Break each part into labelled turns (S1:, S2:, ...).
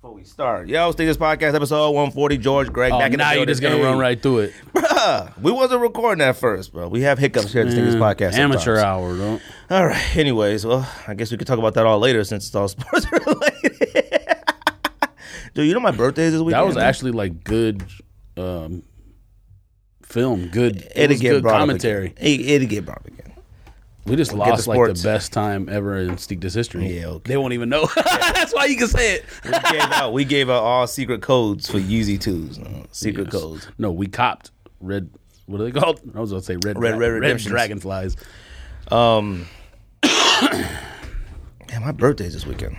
S1: Before we start, yo, Steelers podcast episode 140. George Greg
S2: Oh,
S1: back in the
S2: now you're
S1: building.
S2: just gonna
S1: Hey.
S2: run right through it.
S1: Bruh, we wasn't recording at first, bro. We have hiccups here at the Steelers podcast.
S2: Mm-hmm. Amateur
S1: sometimes.
S2: hour, don't.
S1: All right. Anyways, well, I guess we could talk about that all later since it's all sports related. Dude, you know my birthday is this weekend.
S2: That was
S1: man?
S2: actually like good um, film, good, it
S1: It'd
S2: was
S1: get
S2: good
S1: brought up
S2: commentary.
S1: again. It, it'd get brought up again.
S2: We just
S1: to
S2: lost like
S1: sports.
S2: the best time ever in Steelers history.
S1: Yeah, okay.
S2: They won't even know. That's why you can say it.
S1: We gave out. We gave out all secret codes for Yeezy twos. uh, secret codes.
S2: No, we copped red. What are they called? I was gonna say red,
S1: Red-
S2: dra-
S1: Red
S2: red
S1: Redemptions.
S2: dragonflies.
S1: Yeah, my birthday is this weekend.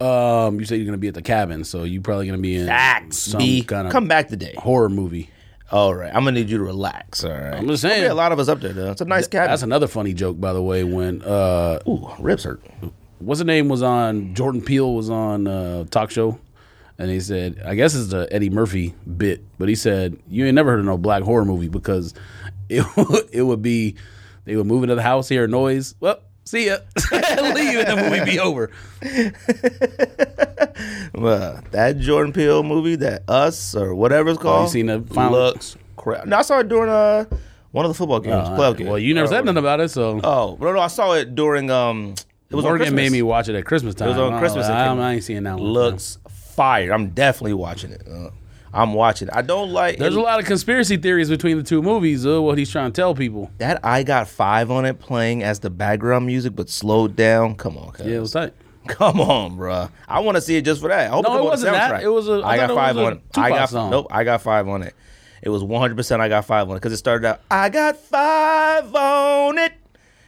S2: Um, you said you're gonna be at the cabin, so you probably gonna be in some
S1: B,
S2: kind of
S1: come back today.
S2: horror movie.
S1: All right, I'm gonna need you to relax. All right.
S2: I'm just
S1: There'll be
S2: saying.
S1: a lot of us up there though. It's a nice cabin.
S2: That's another funny joke, by the way. When uh,
S1: Ooh, ribs hurt.
S2: what's her name was on Jordan Peele was on a talk show, and he said, I guess it's the Eddie Murphy bit, but he said you ain't never heard of no black horror movie because it would- it would be they would move into the house, hear a noise, well, see ya, leave, and the movie be over.
S1: Uh, that Jordan Peele movie, that Us or whatever it's called.
S2: Oh, seen the final-
S1: Looks crap. No, I saw it during uh one of the football games, playoff games.
S2: Oh, Well, you never
S1: Or-
S2: said nothing about it, so
S1: Oh, no, no, I saw it during um. It was on
S2: Morgan made
S1: Christmas.
S2: me watch it at Christmas time.
S1: was on
S2: I don't
S1: Christmas it
S2: know, I,
S1: came
S2: I ain't seeing that one.
S1: looks fire. I'm definitely watching it. Uh, I'm watching. it. I don't like
S2: There's a lot of conspiracy theories between the two movies. Uh, what he's trying to tell people.
S1: that. I got five on it playing as the background music, but slowed down. Come on, cuz.
S2: Yeah, it was tight.
S1: come on, bruh. I want to see it just for that. I hope it's
S2: No, it
S1: on the
S2: wasn't that.
S1: soundtrack.
S2: It was a- I
S1: I got
S2: thought it
S1: five
S2: was a
S1: on. it. I
S2: Tupac
S1: got
S2: song.
S1: nope. I got five on it. It was 100. percent I got five on it because it started out. I got five on it.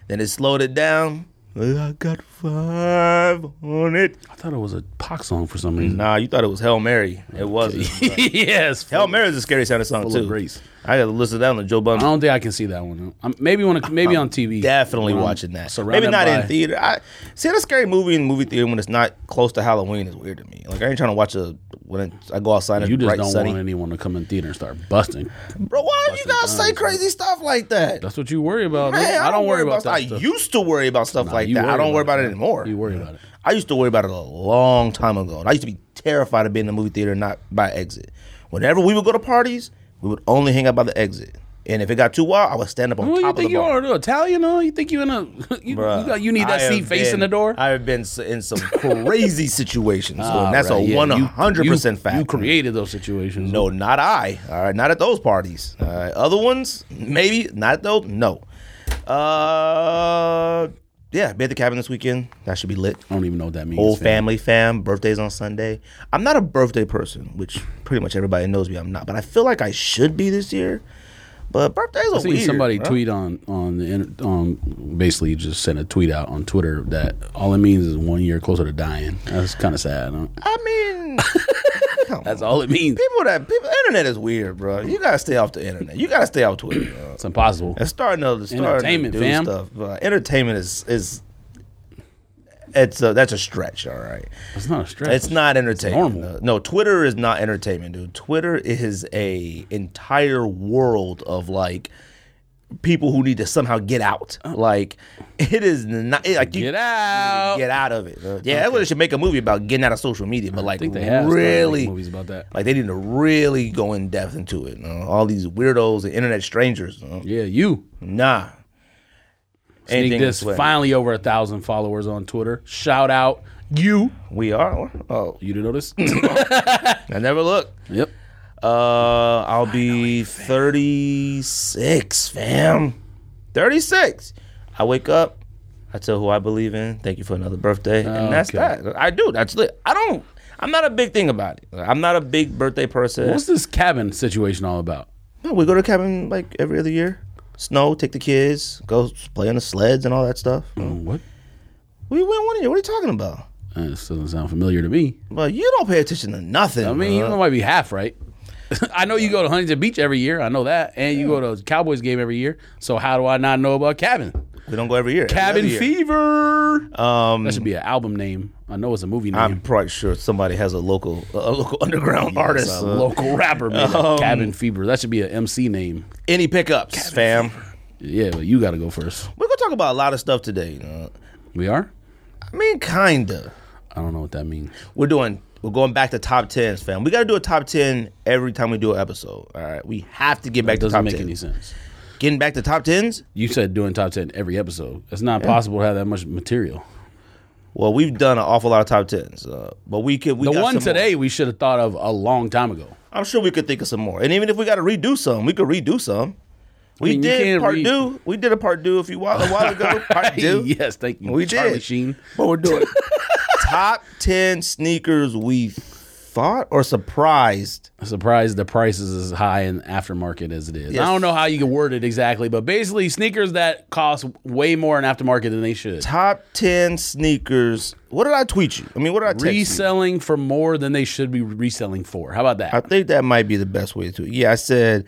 S1: Then it slowed it down. I got five on it.
S2: I thought it was a pox song for some reason.
S1: Nah, you thought it was Hail Mary. It wasn't.
S2: yes,
S1: Hail Mary is a scary sounding song
S2: full
S1: too.
S2: of grace.
S1: I gotta listen to that on the Joe
S2: I
S1: Bun.
S2: don't think I can see that one. Um, maybe on a, maybe on TV.
S1: Definitely
S2: When I'm
S1: watching that.
S2: surrounded
S1: Maybe not in
S2: by-
S1: theater. I see a scary movie in movie theater when it's not close to Halloween is weird to me. Like I ain't trying to watch a when it's, I go outside and
S2: You just
S1: bright
S2: don't
S1: sunny.
S2: want anyone to come in theater and start busting.
S1: Bro, why do you guys
S2: guns,
S1: say
S2: man.
S1: crazy stuff like that?
S2: That's what you worry about.
S1: Man,
S2: I, don't worry about,
S1: stuff.
S2: that.
S1: I
S2: stuff.
S1: used to worry about stuff like
S2: you
S1: that. I
S2: worry
S1: don't worry about it
S2: about it.
S1: anymore.
S2: You worry about it.
S1: I used to worry about it a long time ago. And I used to be terrified of being in the movie theater and not by exit. Whenever we would go to parties, we would only hang out by the exit. And if it got too wild, I would stand up on
S2: Who
S1: top
S2: you
S1: of the
S2: think you
S1: bar.
S2: are? The Italian? Huh? You think you in a? You, you,
S1: Bruh,
S2: got, you need that
S1: I have
S2: seat facing
S1: been-
S2: the door.
S1: I have been s- in some crazy situations. so
S2: Ah,
S1: that's
S2: right,
S1: a
S2: yeah,
S1: one
S2: you-
S1: hundred percent
S2: you-
S1: fact.
S2: You created those situations.
S1: No, not I. All right, not at those parties. All right, other ones, maybe not at those. No. Uh, yeah, be at the cabin this weekend. That should be lit.
S2: I don't even know what that means.
S1: Whole
S2: fam.
S1: family, fam. Birthdays on Sunday. I'm not a birthday person, which pretty much everybody knows me. I'm not, but I feel like I should be this year. But birthdays are
S2: I seen
S1: weird.
S2: somebody
S1: bro.
S2: tweet on on the inter- um basically just sent a tweet out on Twitter that all it means is one year closer to dying. That's kind of sad. Huh?
S1: I mean,
S2: That's all it means.
S1: people that people. Internet is weird, bro. You gotta stay off the internet. You gotta stay off Twitter. bro.
S2: It's impossible.
S1: And starting to starting
S2: Entertainment,
S1: to do
S2: fam.
S1: stuff. But entertainment is is it's a, that's a stretch. All right,
S2: It's not a stretch.
S1: it's not entertainment.
S2: normal.
S1: Uh, No, Twitter is not entertainment, dude. Twitter is a entire world of like people who need to somehow get out. Like it is not it- like you
S2: Oh. Get out.
S1: get out of it. Uh, Yeah, that's what they should make a movie about getting out of social media. But like
S2: I think they have started making
S1: really
S2: movies about that.
S1: Like they need to really go in depth into it. you know? All these weirdos and internet strangers. you know?
S2: Yeah, you
S1: Nah.
S2: sneak
S1: Anything
S2: this
S1: is sweat.
S2: finally over a thousand followers on Twitter. Shout out you.
S1: We are. Oh,
S2: You didn't notice?
S1: I never look.
S2: yep.
S1: Uh, I'll be 36, fam. 36. I wake up. I tell who I believe in. Thank you for another birthday, and that's
S2: Okay.
S1: that. I do. That's lit. I don't. I'm not a big thing about it. I'm not a big birthday person.
S2: What's this cabin situation all about?
S1: No, we go to cabin like every other year. Snow, take the kids, go play on the sleds and all that stuff.
S2: What?
S1: We went one year. What are you talking about?
S2: Uh, this doesn't sound familiar to me.
S1: Well, you don't pay attention to nothing.
S2: I mean,
S1: bruh.
S2: you might be half right. I know you go to Huntington Beach every year. I know that, and you go to a Cowboys game every year. So how do I not know about cabin?
S1: we don't go every year. Every
S2: Cabin
S1: other year.
S2: fever.
S1: Um,
S2: that should be an album name. I know it's a movie name.
S1: I'm probably sure somebody has a local a local underground
S2: It's
S1: artist.
S2: a
S1: uh,
S2: local rapper. made that.
S1: Um,
S2: cabin fever. That should be an MC name.
S1: any pickups, fam?
S2: Yeah, but you got to go first.
S1: We're gonna talk about a lot of stuff today. You know?
S2: We are.
S1: I mean, kinda.
S2: I don't know what that means.
S1: We're doing We're going back to top tens, fam. We got to do a top ten every time we do an episode. All right, we have to get back to
S2: Doesn't
S1: top
S2: make
S1: ten.
S2: any sense.
S1: Getting back to top tens.
S2: You said doing top ten every episode. It's not possible to have that much material.
S1: Well, we've done an awful lot of top tens, uh, but we could. We
S2: The
S1: got
S2: one
S1: some more.
S2: today we should have thought of a long time ago.
S1: I'm sure we could think of some more. And even if we got to redo some, we could redo some. We
S2: mean, you
S1: did
S2: can't
S1: part
S2: re-
S1: due. We did a part due a few while a while ago. Part due.
S2: yes, thank you.
S1: We
S2: Charlie
S1: did.
S2: Sheen.
S1: But we're doing top ten sneakers we thought or surprised.
S2: Surprised the price is as high in aftermarket as it is.
S1: Yes.
S2: I don't know how you can word it exactly, but basically sneakers that cost way more in aftermarket than they should.
S1: Top ten sneakers. What did I tweet you? I mean, what did I text you?
S2: Reselling for more than they should be reselling for. How about that?
S1: I think that might be the best way to. Yeah, I said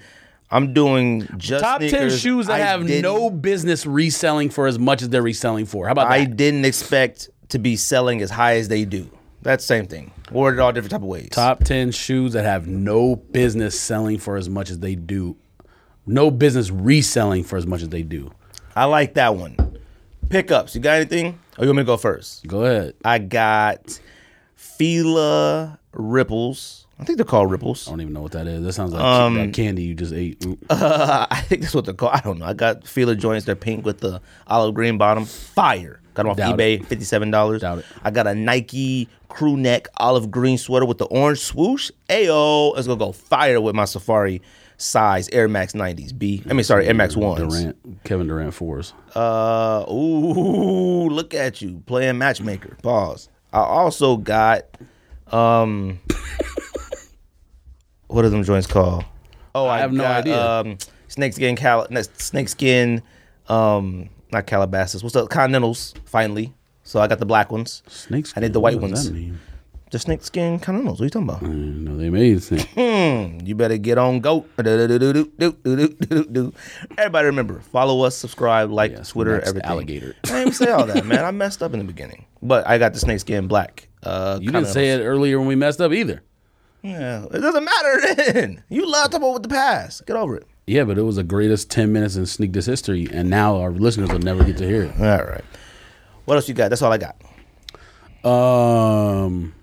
S1: I'm doing just
S2: Top ten
S1: sneakers
S2: shoes that
S1: I
S2: have
S1: didn't-
S2: no business reselling for as much as they're reselling for. How about
S1: I
S2: that?
S1: didn't expect to be selling as high as they do. That's same thing. Worded all different type of ways.
S2: Top ten shoes that have no business selling for as much as they do. No business reselling for as much as they do.
S1: I like that one. Pickups. You got anything? Or you want me to go first?
S2: Go ahead. I
S1: I got Fila Ripples. I think they're called Ripples.
S2: don't even know what that is. That sounds like that candy you just ate. Ooh.
S1: Um, Uh, I think that's what they're called. I don't know. I got Fila joints. They're pink with the olive green bottom. Fire. Got them off
S2: Doubt
S1: eBay. Fifty-seven dollars.
S2: Doubt it.
S1: I got a Nike crew neck olive green sweater with the orange swoosh. Ayo, it's gonna go fire with my Safari size Air Max 90s. B. I mean, sorry, Air Max ones.
S2: Durant, Kevin Durant fours.
S1: Uh, ooh, look at you playing matchmaker. Pause. I also got, um, what are them joints called? Oh, I,
S2: have no
S1: got,
S2: idea.
S1: Um, snakeskin, cal, no, snakeskin, um, not Calabasas. What's the Continentals? Finally, so I got the black ones.
S2: Snakes.
S1: I need the white
S2: what does
S1: ones.
S2: that mean?
S1: The snakeskin Continentals. What are you talking about?
S2: I didn't know they made snakes.
S1: You better get on goat. Everybody remember, follow us, subscribe, like Twitter,
S2: next
S1: everything.
S2: alligator.
S1: I didn't even say all that, man. I messed up in the beginning. But I got the snakeskin black. Uh,
S2: You didn't say it earlier when we messed up either.
S1: Yeah, it doesn't matter then. You love talking about with the past. Get over it.
S2: Yeah, but it was the greatest ten minutes in sneak this history, and now our listeners will never get to hear it.
S1: All right. What else you got? That's all I got.
S2: Um,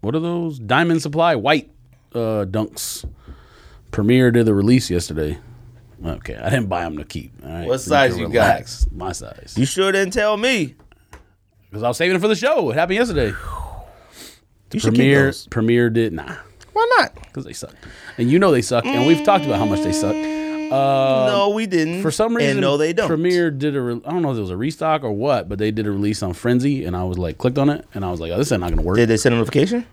S2: what are those Diamond Supply white uh, dunks? Premier did the release yesterday. Okay, I didn't buy them to keep. All right,
S1: What
S2: can
S1: size you got?
S2: relax. My size,
S1: You sure didn't tell me.
S2: because I was saving it for the show. It happened yesterday.
S1: You should keep
S2: Premier,
S1: those.
S2: Premier did nah,
S1: Why not?
S2: because they suck, and you know they suck, and we've talked about how much they suck.
S1: no, we didn't.
S2: For some reason,
S1: and no, they don't.
S2: Premier did a. Re- I don't know if it was a restock or what, but they did a release on Frenzy, and I was like, clicked on it, and I was like, oh, this ain't not gonna work.
S1: Did they send a notification?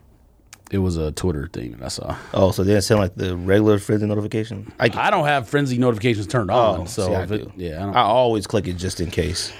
S2: it was a Twitter thing that I saw.
S1: Oh, so they didn't send like the regular friendly notification. I
S2: I don't have frenzy notifications turned on, so
S1: Oh, see, I
S2: if it-
S1: do.
S2: yeah. I don't,
S1: I always click it just in case.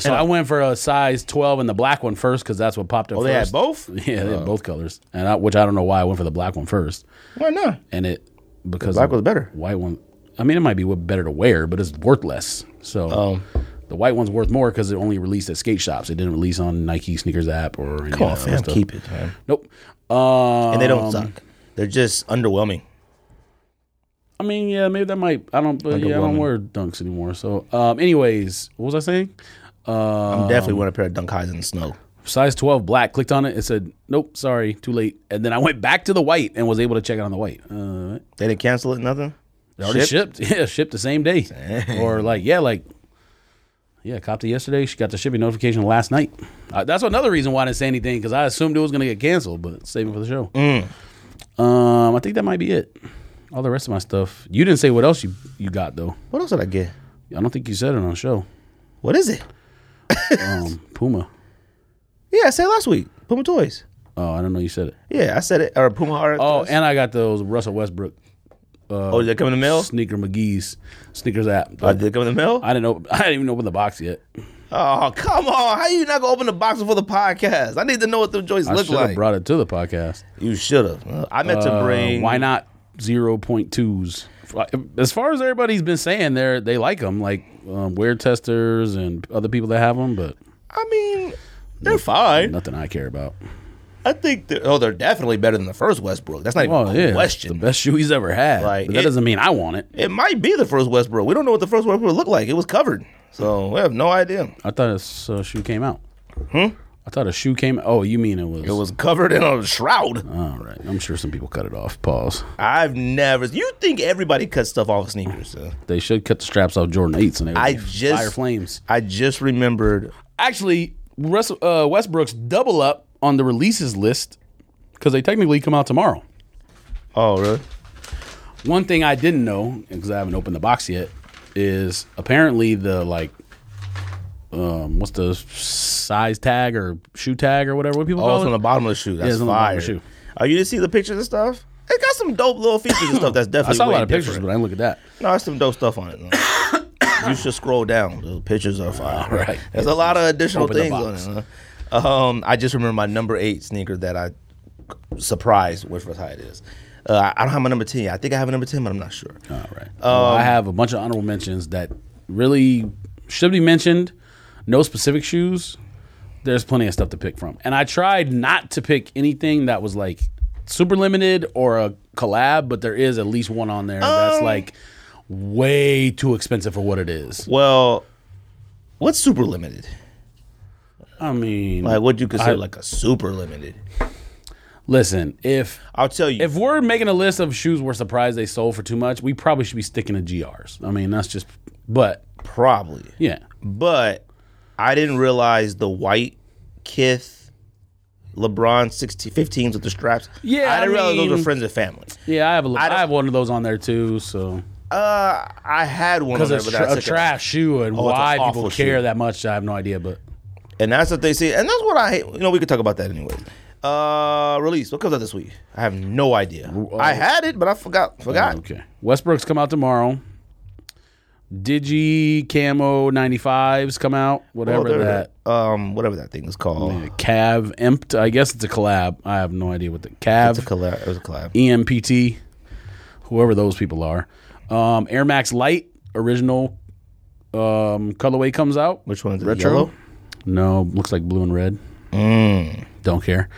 S2: so I went for a size twelve and the black one first because that's what popped up.
S1: Oh,
S2: first.
S1: they had both? Oh.
S2: Yeah, they had both colors, and I, which I don't know why I went for the black one first,
S1: Why not?
S2: and it because
S1: Black
S2: the
S1: was better.
S2: White one, I mean, it might be wa- better to wear, but it's worth less. So
S1: Oh.
S2: the white one's worth more because it only released at skate shops. It didn't release on Nike sneakers app or any
S1: Come
S2: of
S1: on,
S2: that
S1: fam,
S2: stuff.
S1: keep it, man.
S2: Nope. Um,
S1: And they don't suck. They're just underwhelming.
S2: I mean, yeah, maybe that might. I don't. But yeah, I don't
S1: Underwhelming.
S2: wear dunks anymore. So, um, anyways, what was I saying? Uh,
S1: I'm definitely wearing a pair of dunk highs in the snow.
S2: size 12 black clicked on it it said nope sorry too late and then i went back to the white and was able to check it on the white uh,
S1: They didn't cancel it, nothing.
S2: it already shipped yeah shipped the same day or like yeah like yeah copped it yesterday she got the shipping notification last night uh, that's another reason why i didn't say anything because i assumed it was going to get canceled but saving for the show um i think that might be it all the rest of my stuff you didn't say what else you you got though
S1: What else did I get?
S2: i don't think you said it on the show
S1: What is it?
S2: um puma
S1: Yeah, I said last week. Puma toys.
S2: oh i don't know you said it
S1: Yeah, I said it. Or Puma Heart.
S2: oh and i got those russell westbrook
S1: oh, did they come in the mail?
S2: Sneaker McGee's sneakers app.
S1: Oh, did they come in the mail?
S2: I didn't open, I didn't even open the box yet.
S1: Oh, come on. How you not gonna open the box before the podcast? I need to know what the joints
S2: I
S1: look
S2: should have
S1: like.
S2: brought it to the podcast.
S1: you should have. I meant to
S2: Uh,
S1: bring.
S2: why not zero point twos? As far as everybody's been saying, they they like them, like um, wear testers and other people that have them, but
S1: I mean, they're fine.
S2: nothing I care about.
S1: I think they're, oh, they're definitely better than the first Westbrook. That's not even
S2: Oh
S1: a
S2: yeah,
S1: question.
S2: the best shoe he's ever had.
S1: Like,
S2: but that
S1: it-
S2: doesn't mean I want it.
S1: It might be the first Westbrook. We don't know what the first Westbrook looked like. It was covered, so we have no idea.
S2: I thought this uh, shoe came out. I thought a shoe came. Oh, you mean it was?
S1: It was covered in a shroud.
S2: All right. I'm sure some people cut it off. Pause.
S1: I've never. You think everybody cuts stuff off of sneakers? uh,
S2: They should cut the straps off Jordan eights and they would
S1: I
S2: be
S1: just-
S2: fire flames.
S1: I just remembered.
S2: Actually, Russ, uh, Westbrook's double up on the releases list because they technically come out tomorrow.
S1: Oh, really?
S2: One thing I didn't know because I haven't opened the box yet is apparently the like, um, what's the size tag or shoe tag or whatever? What people
S1: Oh,
S2: call
S1: it's
S2: it?
S1: on the bottom of the shoe. That's
S2: it's on the
S1: fire.
S2: bottom of the shoe.
S1: Oh, you didn't see the pictures and stuff? It got some dope little features and stuff. That's
S2: I
S1: definitely.
S2: saw a
S1: way
S2: lot of pictures,
S1: different.
S2: but I didn't look at that.
S1: No, there's some dope stuff on it. though. you should scroll down. The pictures are fire.
S2: All right.
S1: There's a lot of additional
S2: Open the
S1: things on
S2: box.
S1: it. huh? Um, I just remember my number eight sneaker that I surprised with how it is. Uh, I don't have my number ten. yet. I think I have a number ten, but I'm not sure.
S2: All right. Well,
S1: Um,
S2: I have a bunch of honorable mentions that really should be mentioned. No specific shoes. There's plenty of stuff to pick from. And I tried not to pick anything that was like super limited or a collab, but there is at least one on there
S1: Um,
S2: that's like way too expensive for what it is.
S1: Well, what's super limited?
S2: I mean,
S1: Like, what do you consider
S2: I-
S1: like a super limited?
S2: listen, if
S1: I'll tell you.
S2: if we're making a list of shoes we're surprised they sold for too much, we probably should be sticking to GRs. I mean, that's just but
S1: probably.
S2: yeah.
S1: But I didn't realize the white Kith LeBron 16, 15s with the straps.
S2: Yeah,
S1: I didn't
S2: I
S1: realize those
S2: mean-
S1: were friends and family.
S2: Yeah, I have a li-
S1: I don't-
S2: I have one of those on there too, so
S1: Uh, I had one on there,
S2: Because
S1: but
S2: a, tra-
S1: that's
S2: a trash shoe and
S1: it's an
S2: why
S1: awful
S2: people
S1: shoe.
S2: care that much, I have no idea. But
S1: and that's what they say, and that's what I hate. You know, we could talk about that anyway. Uh, release. What comes out this week? I have no idea.
S2: oh.
S1: I had it, but I forgot. Forgot.
S2: okay, Westbrook's come out tomorrow. Digi Camo 95s come out,
S1: Oh,
S2: whatever
S1: there
S2: that.
S1: it is. Um, whatever that thing is called.
S2: Cav Empt, I guess it's a collab. I have no idea what the Cav
S1: It's
S2: E
S1: a collab. It was a collab.
S2: EMPT, whoever those people are. Um, Air Max Light original um, colorway comes out.
S1: Which one's it?
S2: Retro?
S1: Yellow?
S2: No, looks like blue and red.
S1: Mm.
S2: Don't care.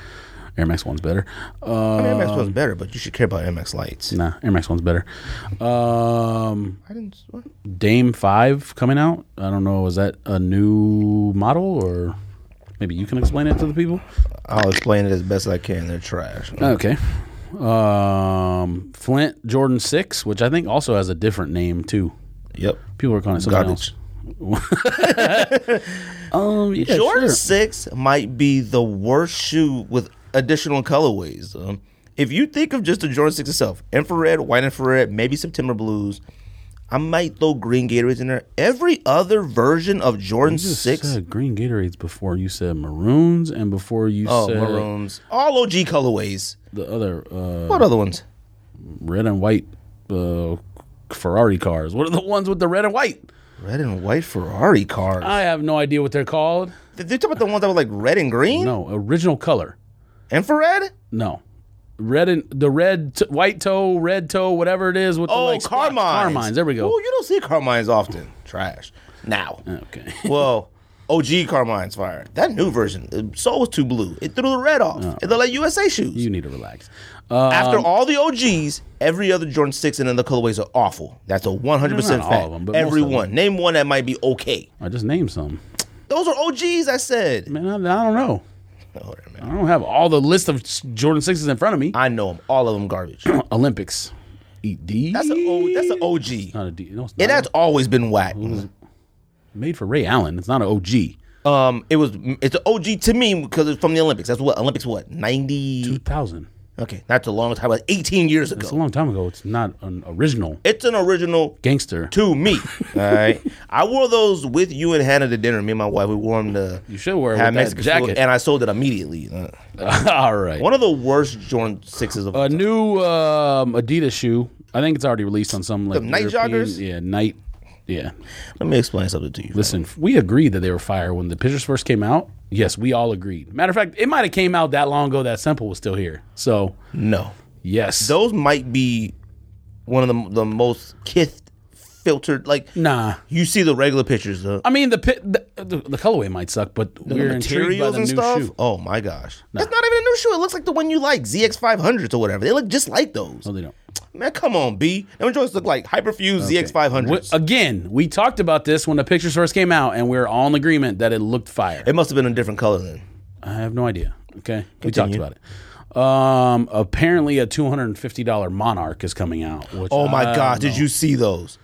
S2: Air Max One's better. Uh,
S1: I mean, MX was better, but you should care about MX lights.
S2: Nah, Air Max One's better. Um,
S1: I didn't. What?
S2: Dame Five coming out. I don't know. Is that a new model or maybe you can explain it to the people?
S1: I'll explain it as best I can. They're trash.
S2: Okay. Um, Flint Jordan Six, which I think also has a different name too.
S1: Yep.
S2: People are calling it something
S1: Garbage.
S2: else. Um, yeah,
S1: Jordan
S2: sure.
S1: Six might be the worst shoe with additional colorways. Um, if you think of just the Jordan Six itself, infrared, white infrared, maybe September blues. I might throw green Gatorades in there. Every other version of Jordan
S2: You just
S1: Six,
S2: said green Gatorades before you said maroons and before you
S1: oh,
S2: said
S1: maroons, all OG colorways.
S2: the other uh,
S1: What other ones?
S2: red and white uh, Ferrari cars. What are the ones with the red and white?
S1: Red and white Ferrari cars.
S2: I have no idea what they're called.
S1: Did they talk about the ones that were like red and green,
S2: No, original color.
S1: infrared?
S2: No. Red and the red, t- white toe, red toe, whatever it is. With the,
S1: Oh,
S2: like, spots.
S1: Carmines.
S2: Carmines. There we go. Uh,
S1: Oh, you don't see Carmines often. Trash. Now.
S2: Okay.
S1: Well, OG Carmine's fire. That new version, the sole was too blue. It threw the red off. It looked like USA shoes.
S2: You need to relax. Uh,
S1: After all the OGs, every other Jordan 6 and then the colorways are awful. That's a 100%
S2: Not
S1: fact.
S2: all of them, but most
S1: every
S2: of them.
S1: one. Name one that might be okay.
S2: I Uh, just named some.
S1: Those are OGs, I said.
S2: Man, I, I don't know.
S1: Oh, man.
S2: I don't have all the list of s- Jordan sixes in front of me.
S1: I know them. All of them garbage.
S2: Olympics. Eat D.
S1: That's an, o- that's an OG.
S2: not a D. No, it's
S1: And
S2: not.
S1: that's always been whack.
S2: made for Ray Allen. It's not an OG.
S1: Um, it was it's an OG to me because it's from the Olympics. That's what Olympics what
S2: Two
S1: ninety?
S2: thousand.
S1: Okay, not too long time. About eighteen years
S2: It's a
S1: ago.
S2: long time ago. It's not an original
S1: It's an original
S2: gangster.
S1: to me. All right, I wore those with you and Hannah to dinner. Me and my wife, we wore them to
S2: You should wear it
S1: have
S2: with that
S1: Mexican food,
S2: jacket.
S1: and I sold it immediately. Uh,
S2: all right.
S1: One of the worst Jordan sixes of
S2: A new um, Adidas shoe. I think it's already released on some like
S1: night
S2: European-
S1: joggers?
S2: Yeah, night. Yeah.
S1: Let me explain something to you.
S2: Listen, we agreed that they were fire when the pictures first came out. Yes, we all agreed. Matter of fact, it might have came out that long ago that Semple was still here. So
S1: No,
S2: yes,
S1: those might be one of the the most kith filtered. Like
S2: nah.
S1: you see the regular pictures. Uh,
S2: I mean the, pi- the the the colorway might suck, but we're intrigued by the new shoe.
S1: Oh my gosh, that's not even a new shoe. It looks like the one you like, ZX five hundreds or whatever. They look just like those.
S2: No, they don't.
S1: Man, come on, B. Them joints look like Hyperfuse ZX five
S2: We-
S1: hundreds.
S2: again, we talked about this when the pictures first came out, and we were all in agreement that it looked fire.
S1: It must have been a different color then.
S2: I have no idea. Okay, we talked
S1: Continue.
S2: about it. Um, apparently, a two hundred and fifty dollar Monarch is coming out. Which
S1: Oh my
S2: I-
S1: God, did you see those?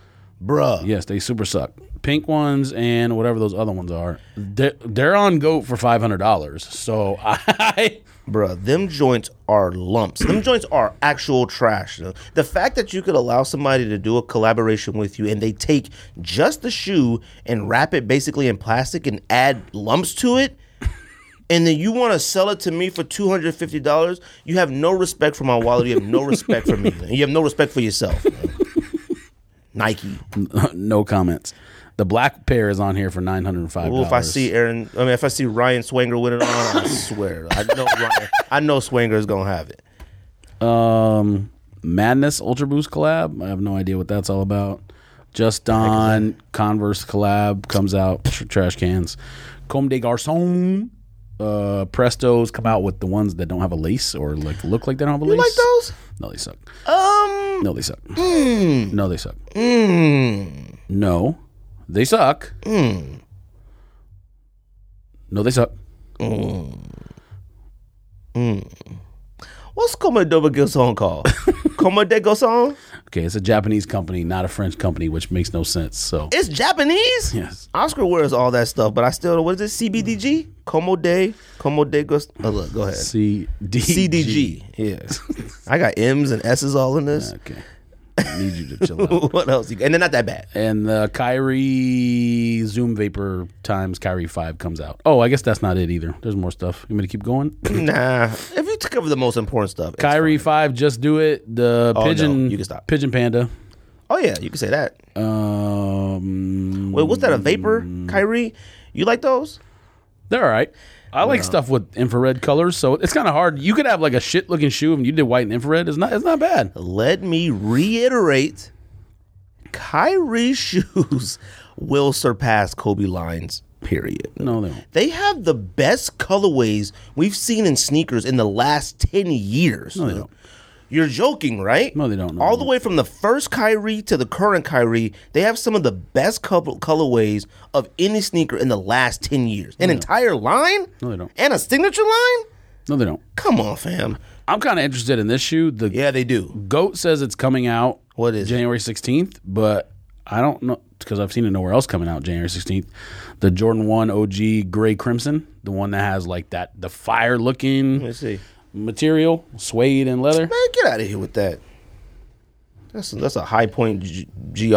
S1: Bruh.
S2: Yes, they super suck. Pink ones and whatever those other ones are, they're, they're on goat for five hundred dollars. So I,
S1: Bruh, them joints are lumps. them joints are actual trash. though. The fact that you could allow somebody to do a collaboration with you and they take just the shoe and wrap it basically in plastic and add lumps to it, and then you want to sell it to me for two hundred fifty dollars, you have no respect for my wallet. You have no respect for me. man. You have no respect for yourself. man. Nike.
S2: no comments. The black pair is on here for nine hundred five
S1: Well,
S2: dollars.
S1: if I see Aaron, I mean, if I see Ryan Swanger with it on, I swear, I know, Ryan, I know Swanger is gonna have it.
S2: Um, Madness Ultra Boost collab. I have no idea what that's all about. Just Don Converse collab comes out. Tr- trash cans. Comme des Garçons. Uh, Prestos come out with the ones that don't have a lace or like look like they don't have a
S1: You like
S2: lace.
S1: those?
S2: No, they suck.
S1: Um, hmm,
S2: No, they suck. No, they suck. No, they suck.
S1: Hmm.
S2: No, they suck.
S1: what's Como de Gilson called? Como de Gilson?
S2: Okay, it's a Japanese company, not a French company, which makes no sense. So
S1: It's Japanese.
S2: yes.
S1: Oscar wears all that stuff, but I still what is it? CBDG? Como de Como de Gilson? Oh, look, go ahead.
S2: C D
S1: CDG. Yeah, I got M's and S's all in this.
S2: Okay. I need you to chill out.
S1: what else? You, and they're not that bad.
S2: And the Kyrie Zoom Vapor times Kyrie 5 comes out. Oh, I guess that's not it either. There's more stuff. You want me to keep going?
S1: Nah, if you cover the most important stuff. it's-
S2: Kyrie 5, just do it. The
S1: Oh, no,
S2: Pigeon
S1: you can stop.
S2: Pigeon Panda.
S1: Oh yeah, you can say that.
S2: Um,
S1: Wait, what's that? A vapor, Kyrie? You like those?
S2: They're all right. I like stuff with infrared colors, so it's kind of hard. You could have like a shit looking shoe, and you did white and infrared. It's not. It's not bad.
S1: Let me reiterate Kyrie shoes will surpass Kobe lines, period.
S2: No, they don't.
S1: They have the best colorways we've seen in sneakers in the last 10 years. No,
S2: they don't.
S1: You're joking, right?
S2: No, they don't. No,
S1: All
S2: they
S1: the way from the first Kyrie to the current Kyrie, they have some of the best couple colorways of any sneaker in the last 10 years. An entire line?
S2: No, they don't.
S1: And a signature line?
S2: No, they don't.
S1: Come on, fam.
S2: I'm kind of interested in this shoe. The
S1: Yeah, they do.
S2: goat says it's coming out.
S1: What is it?
S2: January 16th? But I don't know because I've seen it nowhere else coming out January 16th. The Jordan One OG Gray Crimson, the one that has like that the fire looking
S1: Let's see.
S2: material, suede and leather.
S1: Man, get out of here with that. That's that's a high point G- gr.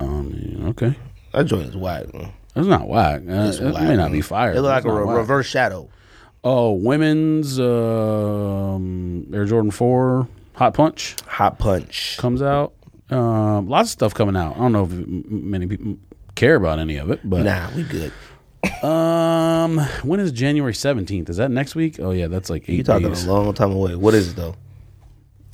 S2: Um, okay,
S1: That joint is whack. man.
S2: that's not whack. Uh, it may
S1: whack,
S2: not be
S1: man.
S2: fire.
S1: It
S2: but
S1: look like
S2: it's
S1: a
S2: not
S1: re-
S2: whack.
S1: reverse shadow.
S2: Oh, women's um, Air Jordan Four Hot Punch
S1: Hot punch.
S2: comes out. Um, lots of stuff coming out. I don't know if m- m- many people care about any of it, but
S1: Nah, we good.
S2: um, when is January seventeenth? Is that next week? Oh yeah, that's like
S1: You
S2: eight
S1: talking
S2: days.
S1: a long time away. What is it though?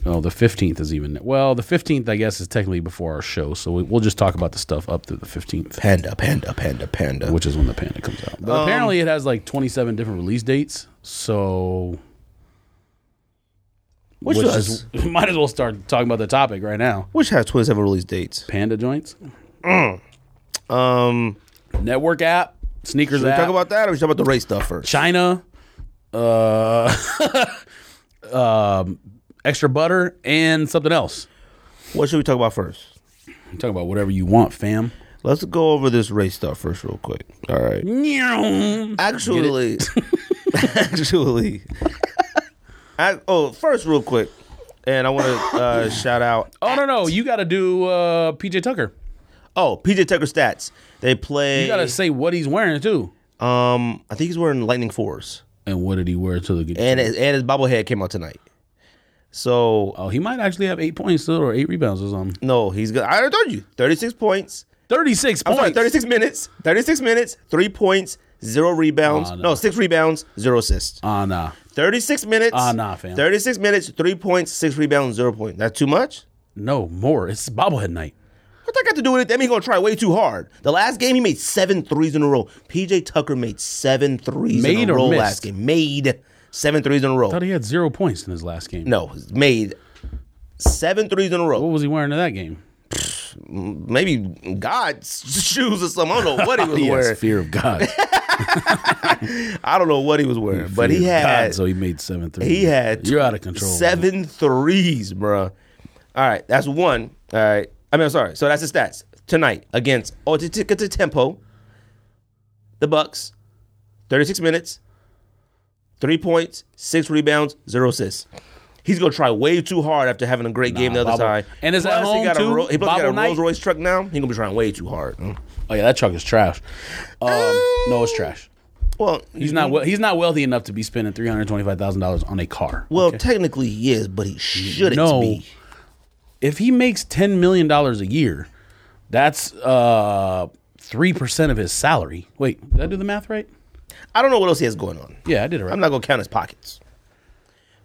S2: Oh, the fifteenth is even. Well, the fifteenth I guess is technically before our show, so we, we'll just talk about the stuff up to the fifteenth,
S1: Panda, panda, panda, panda.
S2: which is when the panda comes out. But
S1: Um,
S2: apparently, it has like twenty-seven different release dates. So.
S1: Which
S2: which
S1: has,
S2: is, might as well start talking about the topic right now.
S1: which has 27 release dates?
S2: Panda joints,
S1: Mm. Um,
S2: network app, sneakers
S1: we
S2: app,
S1: talk about that or we talk about the race stuff first?
S2: China, uh, um, extra butter, and something else.
S1: What should we talk about first?
S2: You talk about whatever you want, fam.
S1: Let's go over this race stuff first, real quick. All right.
S2: Nyeow.
S1: Actually, actually, I, oh, first, real quick, and I want to uh, shout out.
S2: Oh no no, you got to do uh, PJ Tucker.
S1: Oh, PJ Tucker stats. They play.
S2: You got to say what he's wearing too.
S1: um, I think he's wearing Lightning Force,
S2: And what did he wear to the game?
S1: and his, and his bobblehead came out tonight. So uh,
S2: Oh, he might actually have eight points still, or eight rebounds or something.
S1: no, he's good. I already told you, thirty six points.
S2: Thirty-six
S1: I'm
S2: points.
S1: sorry, thirty six minutes. Thirty six minutes. Three points. Zero rebounds.
S2: Oh, no.
S1: no. six rebounds. Zero assists.
S2: Ah nah.
S1: 36 minutes.
S2: Ah, nah, fam.
S1: 36 minutes, three points, six rebounds, zero points. That's too much?
S2: No more. It's bobblehead night.
S1: What that got to do with it? That means he's gonna try way too hard. The last game he made seven threes in a row. PJ Tucker made seven threes
S2: Made
S1: in a
S2: or
S1: row
S2: missed?
S1: last game. Made seven threes in a row.
S2: Thought he had zero points in his last game.
S1: no, made seven threes in a row.
S2: What was he wearing to that game?
S1: Maybe God's shoes or something. I don't know what he was
S2: He has
S1: wearing.
S2: fear of God.
S1: I don't know what he was wearing, but he had
S2: God, so he made seven threes.
S1: he had
S2: You're out of control.
S1: Seven threes, bro. All right, that's one. All right, I mean, I'm sorry. So that's the stats tonight against oh, Otitica to Tempo, the Bucks, 36 minutes, three points, six rebounds, zero assists. He's gonna try way too hard after having a great game the other
S2: Bobble.
S1: time.
S2: And it's at
S1: plus
S2: home,
S1: he got
S2: too?
S1: a Ro- he plus he got a
S2: Bobble night?
S1: Rolls Royce truck now. He's gonna be trying way too hard. Mm.
S2: Oh yeah, that truck is trash. Um, no, it's trash.
S1: Well,
S2: He's not. we- He's not wealthy enough to be spending three hundred twenty-five thousand dollars on a car.
S1: Well, technically he is, but he shouldn't
S2: No.
S1: be.
S2: If he makes ten million dollars a year, that's uh, three percent of his salary. Wait, did I do the math right?
S1: I don't know what else he has going on.
S2: Yeah, I did it right.
S1: I'm not gonna count his pockets,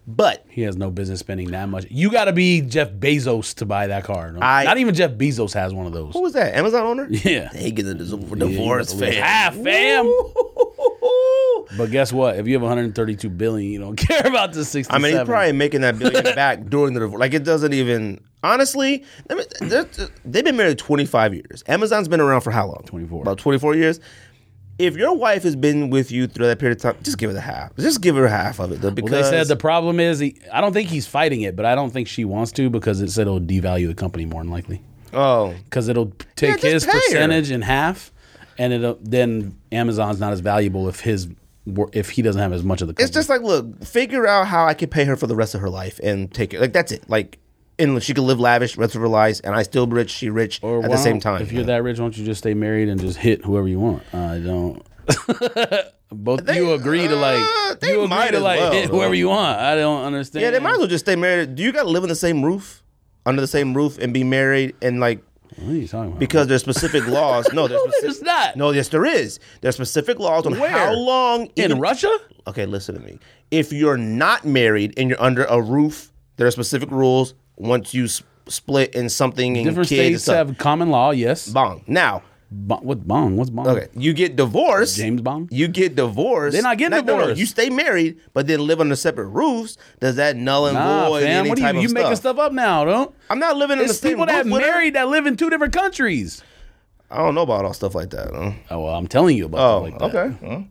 S1: but
S2: he has no business spending that much. You got to be Jeff Bezos to buy that car. No?
S1: I-
S2: not even Jeff Bezos has one of those.
S1: Who was that? Amazon owner?
S2: Yeah.
S1: He gets a dis- divorce,
S2: Yeah,
S1: fam.
S2: fam.
S1: Ooh.
S2: But guess what? If you have 132 billion, you don't care about the 67.
S1: I mean, he's probably making that billion back during the divorce. Like, it doesn't even. Honestly, I mean, they're- they've been married 25 years. Amazon's been around for how long?
S2: 24.
S1: About 24 years. If your wife has been with you through that period of time, just give her the half. Just give her half of it. Though, because
S2: Well, they said the problem is he, I don't think he's fighting it, but I don't think she wants to because it said it'll devalue the company more than likely
S1: oh,
S2: because it'll take
S1: just
S2: his
S1: pay her.
S2: percentage in half, and it'll then Amazon's not as valuable if his wor- if he doesn't have as much of the. Company.
S1: it's just like, look, figure out how I can pay her for the rest of her life and take it. Like, that's it. Like, and she can live lavish the rest of her life, and I still rich, she rich
S2: Or
S1: at
S2: why
S1: the same
S2: don't-
S1: time.
S2: If you're that rich, why don't you just stay married and just hit whoever you want? I don't. Both
S1: They-
S2: you agree to like
S1: uh, they
S2: you agree
S1: might
S2: to
S1: as
S2: like
S1: well,
S2: hit whoever
S1: though.
S2: you want. I don't understand.
S1: Yeah, they might as well just stay married. Do you got to live in the same roof, under the same roof, and be married? And like,
S2: What are you talking about?
S1: because there's specific laws. No, there's, specific,
S2: there's not.
S1: No, yes, there is. There's specific laws on
S2: Where?
S1: how long
S2: in
S1: even-
S2: Russia,
S1: Okay, listen to me. If you're not married and you're under a roof, there are specific rules. Once you s- split in something and
S2: different
S1: kids, and
S2: states
S1: stuff.
S2: have common law. Yes.
S1: bong. Now,
S2: Bon- what bong? What's bong?
S1: okay, you get divorced.
S2: James Bond?
S1: You get divorced.
S2: They're not getting
S1: no, no,
S2: divorced.
S1: you stay married, but then live under separate roofs. Does that null and
S2: Nah,
S1: void
S2: fam.
S1: any
S2: What are
S1: type
S2: you?
S1: of
S2: You making stuff up now, don't?
S1: I'm not living in the
S2: It's
S1: same
S2: people that
S1: roof with her.
S2: married that live in two different countries.
S1: I don't know about all stuff like that. Huh?
S2: Oh, well, I'm telling you about.
S1: Oh,
S2: stuff like that.
S1: okay. Huh.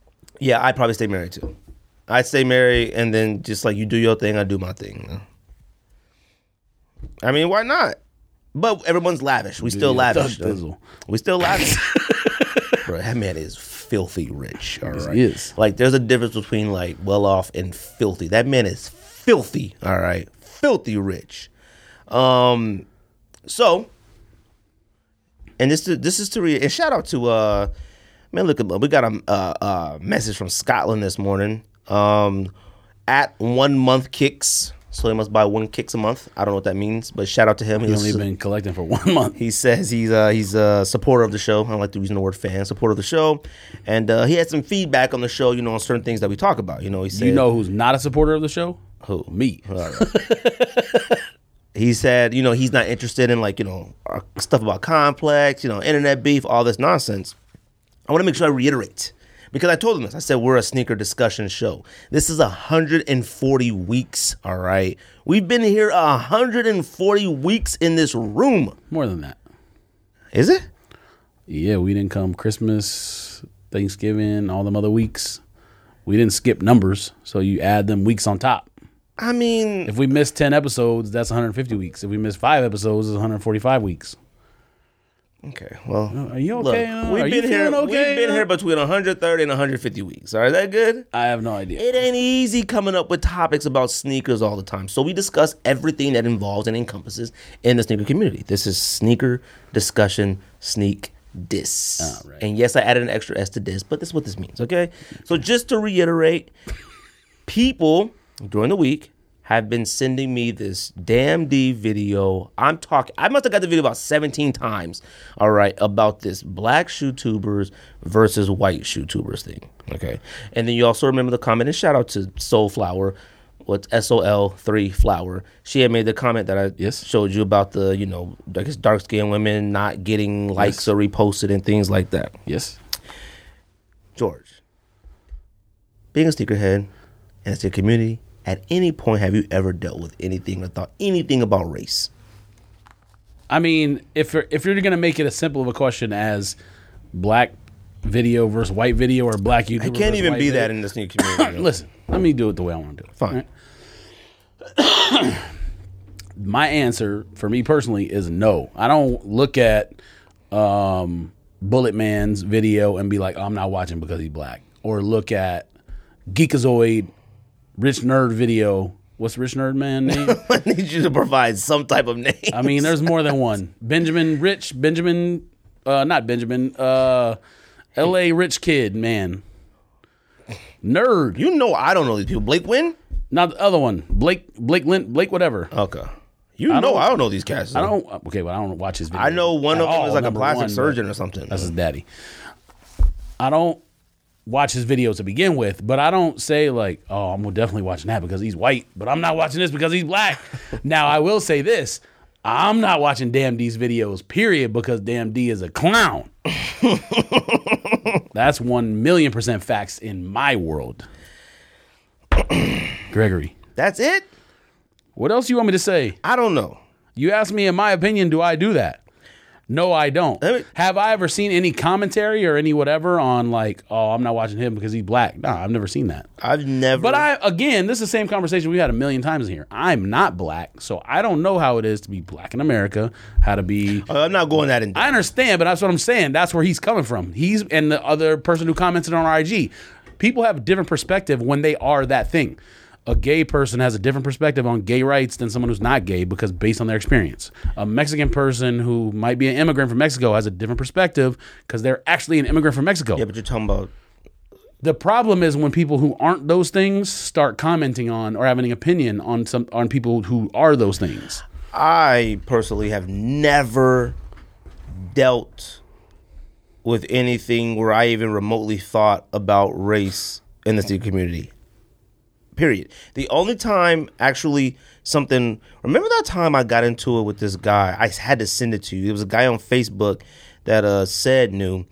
S1: yeah, I'd probably stay married too. I'd stay married and then just like you do your thing, I do my thing. you know? I mean, why not? But everyone's lavish. We still
S2: your
S1: lavish.
S2: thug
S1: though.
S2: thizzle.
S1: We still lavish. Bro, that man is filthy rich. All right.
S2: is.
S1: Like, there's a difference between like well off and filthy. That man is filthy. All right. Filthy rich. Um, so and this this is to read. And shout out to uh, man, look at we got a, a, a message from Scotland this morning. Um, at one month kicks, so he must buy one kicks a month. I don't know what that means, but shout out to him.
S2: He's
S1: He's-
S2: only been collecting for one month.
S1: he says he's uh, he's a supporter of the show. I don't like to use the word fan, supporter of the show, and uh, he had some feedback on the show. You know, on certain things that we talk about. You know, he said
S2: You know who's not a supporter of the show? Who? Me.
S1: he said, you know, he's not interested in like, you know, our stuff about complex, you know, internet beef, all this nonsense. I want to make sure I reiterate because I told him this. I said, we're a sneaker discussion show. This is 140 weeks, all right? We've been here 140 weeks in this room.
S2: More than that.
S1: Is it?
S2: Yeah, we didn't come Christmas, Thanksgiving, all them other weeks. We didn't skip numbers, so you add them weeks on top.
S1: I mean,
S2: If we miss 10 episodes, that's 150 weeks. If we miss 5 episodes, it's 145 weeks.
S1: okay, well.
S2: Are you
S1: Look,
S2: okay? uh?
S1: we've
S2: Are you
S1: been here.
S2: feeling okay?
S1: We've been
S2: uh?
S1: here between 130 and 150 weeks. All right, is that good?
S2: I have no idea.
S1: It ain't easy coming up with topics about sneakers all the time. So we discuss everything that involves and encompasses in the sneaker community. This is sneaker discussion, sneak diss.
S2: right.
S1: And yes, I added an extra S to diss, but this is what this means, okay? So just to reiterate, people during the week have been sending me this damn D video. I'm talking. I must have got the video about 17 times. All right, about this black shoe tubers versus white shoe tubers thing. Okay, and then you also remember the comment and shout out to Soul Flower. What's S O L three flower? She had made the comment that I
S2: Yes.
S1: showed you about the you know I guess dark skinned women not getting likes or reposted and things like that.
S2: Yes.
S1: George, being a sneakerhead and a sneaker community, at any point have you ever dealt with anything or thought anything about race?
S2: I mean, if you're, if you're going to make it as simple of a question as black video versus white video or black YouTuber.
S1: I can't
S2: versus
S1: even
S2: white
S1: be
S2: video.
S1: that in this new community. yo.
S2: Listen, let me do it the way I want to do it.
S1: Fine.
S2: alright? My answer for me personally is no. I don't look at um, Bullet Man's video and be like, I'm not watching because he's black. Or look at Geekazoid, Rich Nerd video. What's Rich Nerd Man name?
S1: I need you to provide some type of name.
S2: I mean, there's more than one. Benjamin Rich, Benjamin, uh, not Benjamin, uh, L.A. Rich Kid, man. Nerd.
S1: you know I don't know these people. Blake Wynn?
S2: Not the other one. Blake Blake Lint Blake whatever.
S1: Okay. You know I don't know these cats.
S2: I
S1: I,
S2: don't okay, but I don't watch his video.
S1: know one
S2: at
S1: of them
S2: all,
S1: is like a
S2: number
S1: plastic
S2: one, but
S1: surgeon or something.
S2: That's his daddy. I don't watch his videos to begin with, but I don't say like, oh, I'm definitely watching that because he's white, but I'm not watching this because he's black. now I will say this. I'm not watching Damn D's videos, period, because Damn D is a clown. That's one million percent facts in my world. Gregory.
S1: That's it?
S2: What else you want me to say?
S1: I don't know.
S2: You ask me, in my opinion, do I do that? No, I don't.
S1: Let me-
S2: Have I ever seen any commentary or any whatever on like, oh, I'm not watching him because he's black? No, I've never seen that.
S1: I've never
S2: But I again, this is the same conversation we had a million times in here. I'm not black, so I don't know how it is to be black in America, how to be
S1: Uh, I'm not going that in
S2: I understand, but that's what I'm saying. That's where he's coming from. He's and the other person who commented on our IG. People have a different perspective when they are that thing. A gay person has a different perspective on gay rights than someone who's not gay because based on their experience. A Mexican person who might be an immigrant from Mexico has a different perspective because they're actually an immigrant from Mexico.
S1: Yeah, but you're talking about
S2: The problem is when people who aren't those things start commenting on or having an opinion on some on people who are those things.
S1: I personally have never dealt with anything where I even remotely thought about race in the student community. Period. The only time actually something remember that time I got into it with this guy. I had to send it to you. It was a guy on Facebook that uh said knew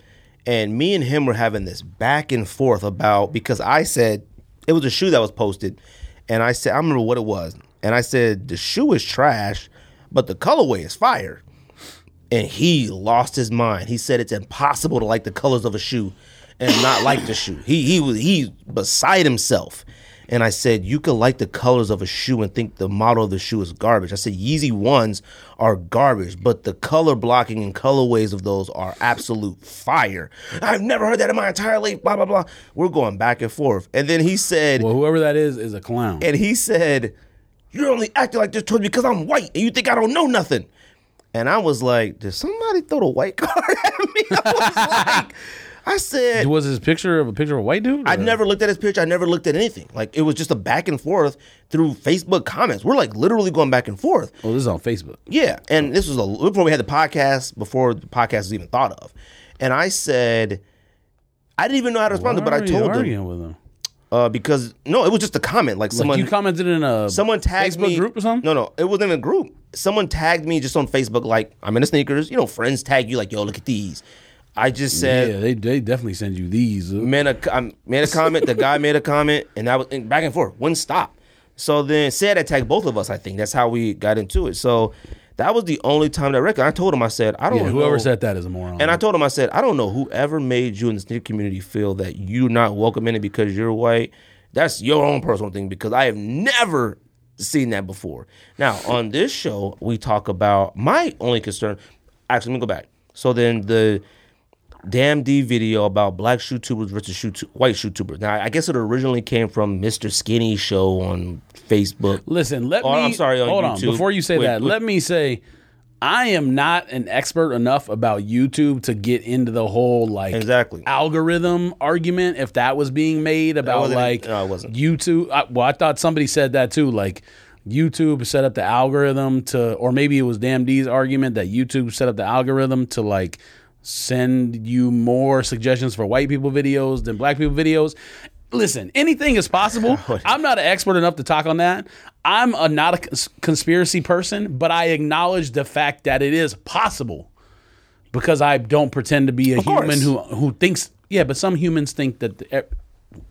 S1: and me and him were having this back and forth about because I said it was a shoe that was posted and I said I remember what it was. And I said the shoe is trash, but the colorway is fire and he lost his mind. He said it's impossible to like the colors of a shoe and not like the shoe. He he was he beside himself. And I said, you could like the colors of a shoe and think the model of the shoe is garbage. I said, Yeezy ones are garbage, but the color blocking and colorways of those are absolute fire. I've never heard that in my entire life. Blah blah blah. We're going back and forth. And then he said,
S2: Well, whoever that is is a clown.
S1: and he said, "You're only acting like this towards me because I'm white, and you think I don't know nothing." And I was like, "Did somebody throw the white card at me?" I was like, "I said,
S2: was his picture of a picture of a white dude?
S1: I
S2: or-
S1: never looked at his picture. I never looked at anything. Like it was just a back and forth through Facebook comments. We're like literally going back and forth."
S2: Oh, this is on Facebook.
S1: Yeah, and this was a before we had the podcast, before the podcast was even thought of, and I said. I didn't even know how to respond, to it, but I told him
S2: him. With him?
S1: uh, because no, it was just a comment. Like someone
S2: you commented in a
S1: Someone tagged
S2: Facebook
S1: me.
S2: group or something.
S1: No, no, it wasn't even a group. Someone tagged me just on Facebook, like I'm in the sneakers. You know, friends tag you, like yo, look at these. I just said,
S2: yeah, they, they definitely send you these. uh.
S1: made a um, made a comment. the guy made a comment, and that was and back and forth, wouldn't stop. So then said attacked both of us. I think that's how we got into it. So that was the only time that record. I told him, I said, I don't.
S2: Yeah, whoever
S1: know.
S2: said that is a moron.
S1: And I told him, I said, I don't know whoever made you in the sneaker community feel that you're not welcome in it because you're white. That's your own personal thing because I have never seen that before. Now, on this show, we talk about my only concern. Actually, let me go back. So then the Damn D video about black shootubers versus shoot white shootubers. Now, I guess it originally came from Mr. Skinny show on Facebook.
S2: Listen, let
S1: Oh,
S2: me.
S1: I'm sorry, on
S2: hold on.
S1: YouTube.
S2: Before you say
S1: Wait,
S2: that,
S1: wait.
S2: let me say, I am not an expert enough about YouTube to get into the whole like
S1: Exactly.
S2: algorithm argument. If that was being made about
S1: wasn't-
S2: like
S1: no, it wasn't.
S2: YouTube, I, well, I thought somebody said that too. Like YouTube set up the algorithm to, or maybe it was Damn D's argument that YouTube set up the algorithm to like send you more suggestions for white people videos than black people videos. Listen, anything is possible. I'm not an expert enough to talk on that. I'm a, not a cons- conspiracy person, but I acknowledge the fact that it is possible because I don't pretend to be a
S1: course.
S2: human who who thinks. Yeah, but some humans think that the, e-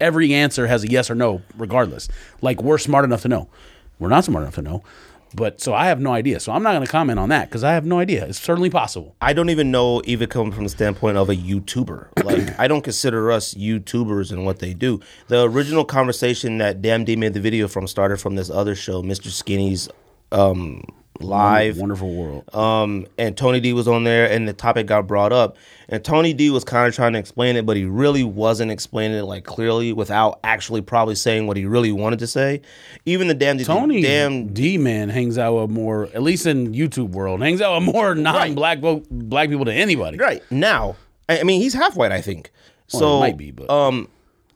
S2: every answer has a yes or no, regardless. Like we're smart enough to know. We're not smart enough to know. But so I have no idea. So I'm not going to comment on that because I have no idea. It's certainly possible.
S1: I don't even know even coming from the standpoint of a YouTuber. Like I don't consider us YouTubers and what they do. The original conversation that Damn D made the video from started from this other show, Mr. Skinny's um live.
S2: Wonderful world.
S1: Um and Tony D was on there and the topic got brought up. And Tony D was kind of trying to explain it, but he really wasn't explaining it like clearly without actually probably saying what he really wanted to say. Even the damn D
S2: Tony
S1: damn
S2: D man hangs out with more, at least in YouTube world, hangs out with more non-black vo- black people than anybody.
S1: Right now, I I mean, he's half white, I think. so
S2: it might be, but-
S1: um,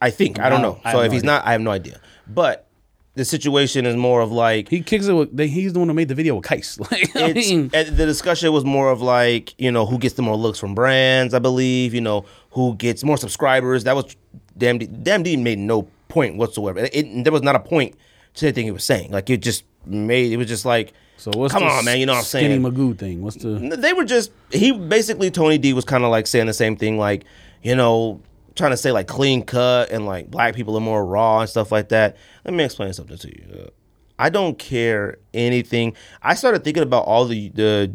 S1: I think I don't
S2: No,
S1: know.
S2: I
S1: so
S2: have
S1: if
S2: no
S1: he's not, I have no idea. But the situation is more of like
S2: He kicks it with. They, he's the one who made the video with Kais. Like, I
S1: it's,
S2: mean,
S1: and the discussion was more of like you know who gets the more looks from brands, I believe. You know who gets more subscribers. That was damn D, damn D made no point whatsoever. It, it- there was not a point to anything he was saying. Like it just made it was just like
S2: so what's
S1: come
S2: the
S1: on man, you know what I'm saying?
S2: Skinny Magoo thing. What's the?
S1: they were just he basically Tony D was kind of like saying the same thing, like you know, trying to say like clean cut and like black people are more raw and stuff like that. Let me explain something to you. Uh, I don't care anything. I started thinking about all the the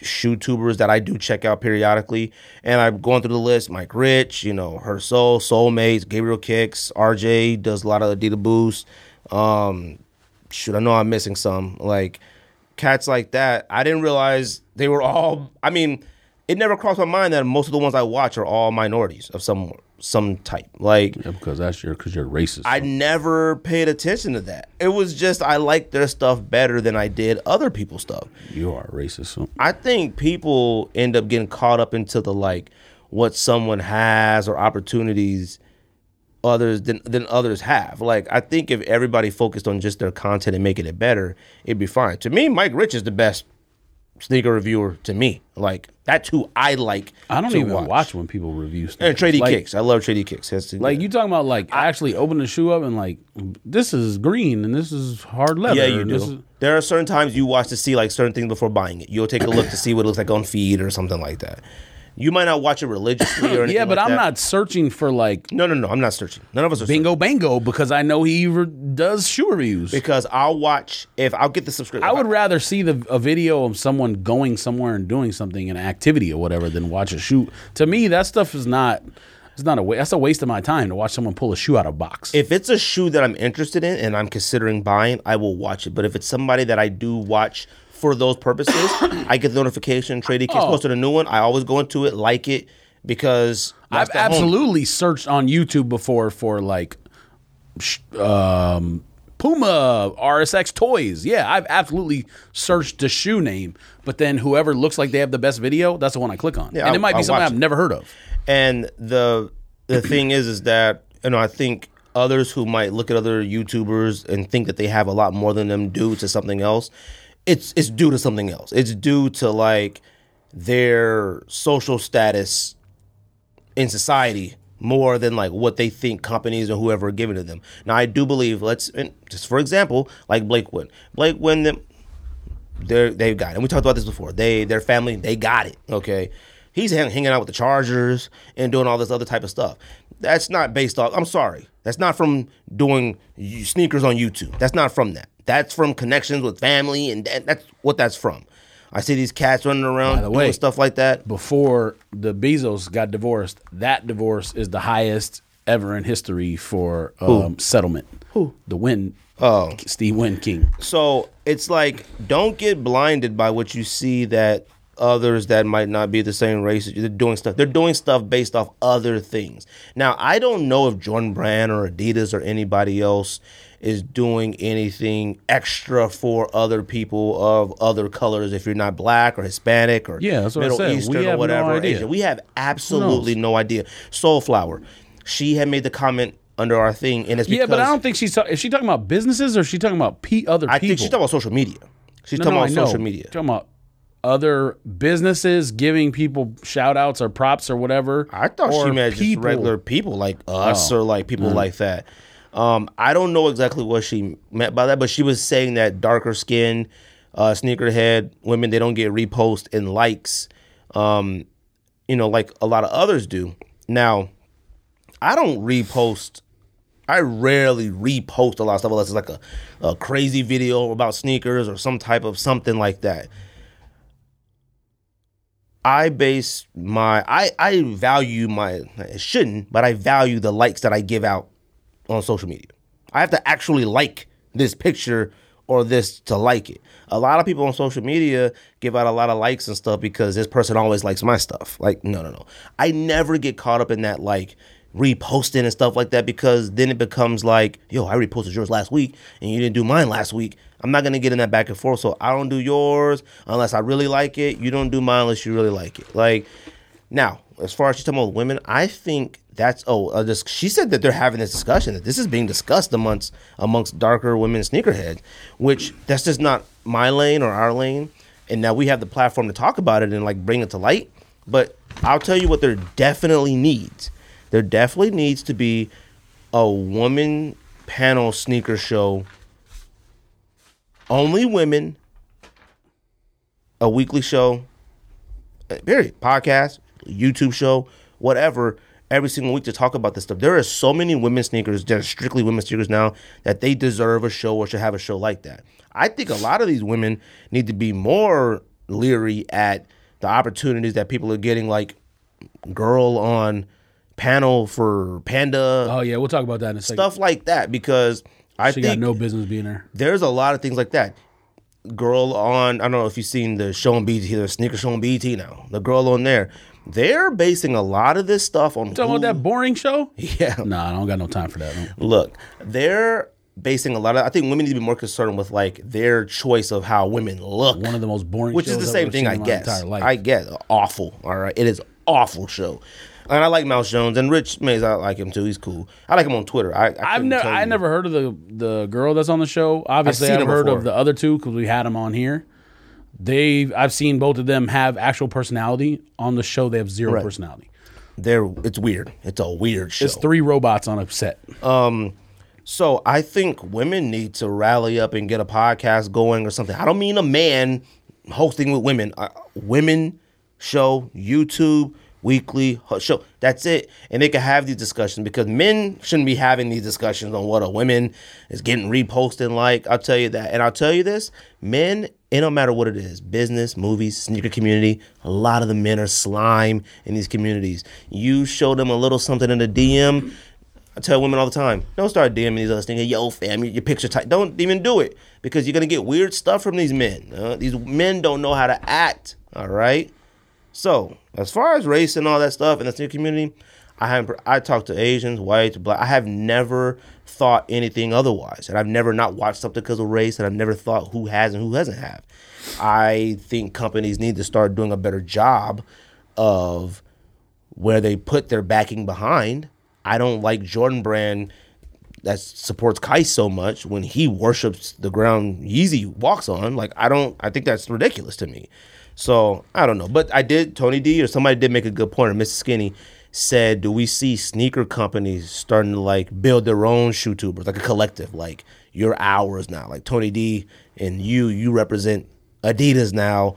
S1: shoe tubers that I do check out periodically, and I'm going through the list. Mike Rich, you know, Her Soul, Soulmates, Gabriel Kicks, RJ does a lot of Adidas Boost. Um, shoot, I know I'm missing some. Like cats like that, I didn't realize they were all. I mean, it never crossed my mind that most of the ones I watch are all minorities of some some type. Like
S2: Yeah, because that's your because you're racist.
S1: I never paid attention to that. It was just I liked their stuff better than I did other people's stuff.
S2: you are racist. So.
S1: I think people end up getting caught up into the like what someone has or opportunities others than than others have. Like I think if everybody focused on just their content and making it better, it'd be fine. To me, Mike Rich is the best sneaker reviewer to me. Like that's who I like.
S2: I don't
S1: to
S2: even watch. when people review stuff.
S1: and Trady
S2: like,
S1: Kicks. I love Trady Kicks. That's
S2: Like you talking about like actually opening the shoe up and like this is green and this is hard leather.
S1: Yeah, you
S2: and
S1: do.
S2: this is-
S1: there are certain times you watch to see like certain things before buying it. You'll take a look to see what it looks like on feed or something like that. You might not watch it religiously or anything.
S2: yeah, but
S1: like
S2: I'm
S1: that.
S2: not searching for like
S1: No, no, no. I'm not searching. None of us are searching.
S2: bingo bango because I know he re- does shoe reviews.
S1: Because I'll watch if I'll get the subscription.
S2: I would rather see the a video of someone going somewhere and doing something, an activity or whatever, than watch a shoot. To me, that stuff is not. It's not a waste. That's a waste of my time to watch someone pull a shoe out of a box.
S1: If it's a shoe that I'm interested in and I'm considering buying, I will watch it. But if it's somebody that I do watch for those purposes, I get the notification. Trade Kicks
S2: Oh.
S1: posted a new one. I always go into it, like it, because
S2: I've
S1: that's the home.
S2: absolutely searched on YouTube before for like sh- um, Puma RSX toys. Yeah, I've absolutely searched the shoe name, but then whoever looks like they have the best video, that's the one I click on. and
S1: I'll-
S2: it might be
S1: I'll
S2: something
S1: watch
S2: I've
S1: it.
S2: never heard of.
S1: And the the thing is, is that you know I think others who might look at other YouTubers and think that they have a lot more than them due to something else. It's it's due to something else. It's due to like their social status in society more than like what they think companies or whoever are giving to them. Now I do believe let's and just for example, like Blake Wynn. Blake Wynn them they they've got it. And we talked about this before. They their family, they got it. Okay. He's hang, hanging out with the Chargers and doing all this other type of stuff. That's not based off I'm sorry. That's not from doing you- sneakers on YouTube. That's not from that. That's from connections with family and that, that's what that's from. I see these cats running around
S2: the
S1: doing
S2: way,
S1: stuff like that.
S2: Before the Bezos got divorced, that divorce is the highest ever in history for um, settlement. Who? The Win. Oh. Steve Win King.
S1: So it's like don't get blinded by what you see that others that might not be the same race as you, they're doing stuff. They're doing stuff based off other things. Now I don't know if Jordan Brand or Adidas or anybody else is doing anything extra for other people of other colors if you're not black or Hispanic or
S2: Yeah, that's what I
S1: Middle
S2: said. We
S1: Eastern
S2: have no
S1: or whatever. or
S2: idea.
S1: Asian. We have absolutely no idea. Soulflower, she had made the comment under our thing, and it's because
S2: Yeah, but I don't think she's ta- is she talking about businesses or is she talking about pe- other
S1: I
S2: people?
S1: think she's talking about social media. She's talking
S2: No,
S1: about
S2: I know.
S1: social media.
S2: Talking about other businesses giving people shout outs or props or whatever.
S1: I thought she
S2: or
S1: meant just
S2: people. Oh. Mm-hmm.
S1: regular people like us or like people like that. Um, I don't know exactly what she meant by that, but she was saying that darker skin, uh, sneakerhead women they don't get reposts and likes, um, you know, like a lot of others do. Now, I don't repost. I- I rarely repost a lot of stuff unless it's like a, a crazy video about sneakers or some type of something like that. I base my I I value my I shouldn't, but I value the likes that I give out on social media. I have to actually like this picture or this to like it. A lot of people on social media give out a lot of likes and stuff because this person always likes my stuff. Like no no no. I never get caught up in that like reposting and stuff like that because then it becomes like, yo, I reposted yours last week and you didn't do mine last week. I'm not gonna get in that back and forth. So I don't do yours unless I really like it. You don't do mine unless you really like it. Like now, as far as she's talking about women, I think that's oh, uh, this, she said that they're having this discussion that this is being discussed amongst amongst darker women sneakerheads, which that's just not my lane or our lane. And now we have the platform to talk about it and like bring it to light. But I'll tell you what there definitely needs. There definitely needs to be a woman panel sneaker show only women, a weekly show, uh, period, podcast, YouTube show, whatever, every single week to talk about this stuff. There are so many women sneakers that are strictly women sneakers now that they deserve a show or should have a show like that. I think a lot of these women need to be more leery at the opportunities that people are getting, like girl on panel for Panda,
S2: Oh yeah, we'll talk about that in a second.
S1: stuff like that, because I
S2: she got
S1: think
S2: no business being there.
S1: there's a lot of things like that. Girl on, I don't know if you've seen the show on BT, the sneaker show on BT now. The girl on there, they're basing a lot of this stuff on.
S2: Talking about that boring show?
S1: that? Yeah,
S2: Nah, I don't got no time for that.
S1: look, they're basing a lot of. I think women need to be more concerned with like their choice of how women look.
S2: One of the most boring.
S1: which
S2: shows
S1: is the
S2: I've
S1: same
S2: ever
S1: thing,
S2: seen
S1: I
S2: in my
S1: guess.
S2: Entire life.
S1: I guess awful. All right, it is awful show. And I like Mouse Jones and Rich Mays. I like him too. He's cool. I like him on Twitter. I, I
S2: I've
S1: couldn't
S2: never,
S1: tell
S2: I
S1: you.
S2: never heard of the the girl that's on the show. Obviously,
S1: seen
S2: I've,
S1: her
S2: heard
S1: before.
S2: of the other two because we had them on here. They, I've seen both of them have actual personality on the show. They have zero personality.
S1: They're it's weird. It's a weird show.
S2: It's three robots on a set.
S1: So I think women need to rally up and get a podcast going or something. I don't mean a man hosting with women. Uh, women show YouTube weekly ho- show. That's it, and they can have these discussions because men shouldn't be having these discussions on what a women is getting reposting like. I'll tell you that, and I'll tell you this: men, it don't matter what it is, business, movies, sneaker community. A lot of the men are slime in these communities. You show them a little something in the DM. I tell women all the time, don't start DMing these other things. Yo, fam, your, your picture tight. Don't even do it because you're gonna get weird stuff from these men. Uh, these men don't know how to act. All right. So as far as race and all that stuff in the sneaker community, I haven't. I talked to Asians, whites, black. I have never thought anything otherwise, and I've never not watched something because of race, and I've never thought who has and who hasn't have. I think companies need to start doing a better job of where they put their backing behind. I don't like Jordan Brand that supports Kai so much when he worships the ground Yeezy walks on. Like I don't I think that's ridiculous to me. So I don't know. But I did Tony D or somebody did make a good point or Mrs. Skinny said, Do we see sneaker companies starting to like build their own shoe tubers, like a collective, like your hours now. Like Tony D and you, you represent Adidas now,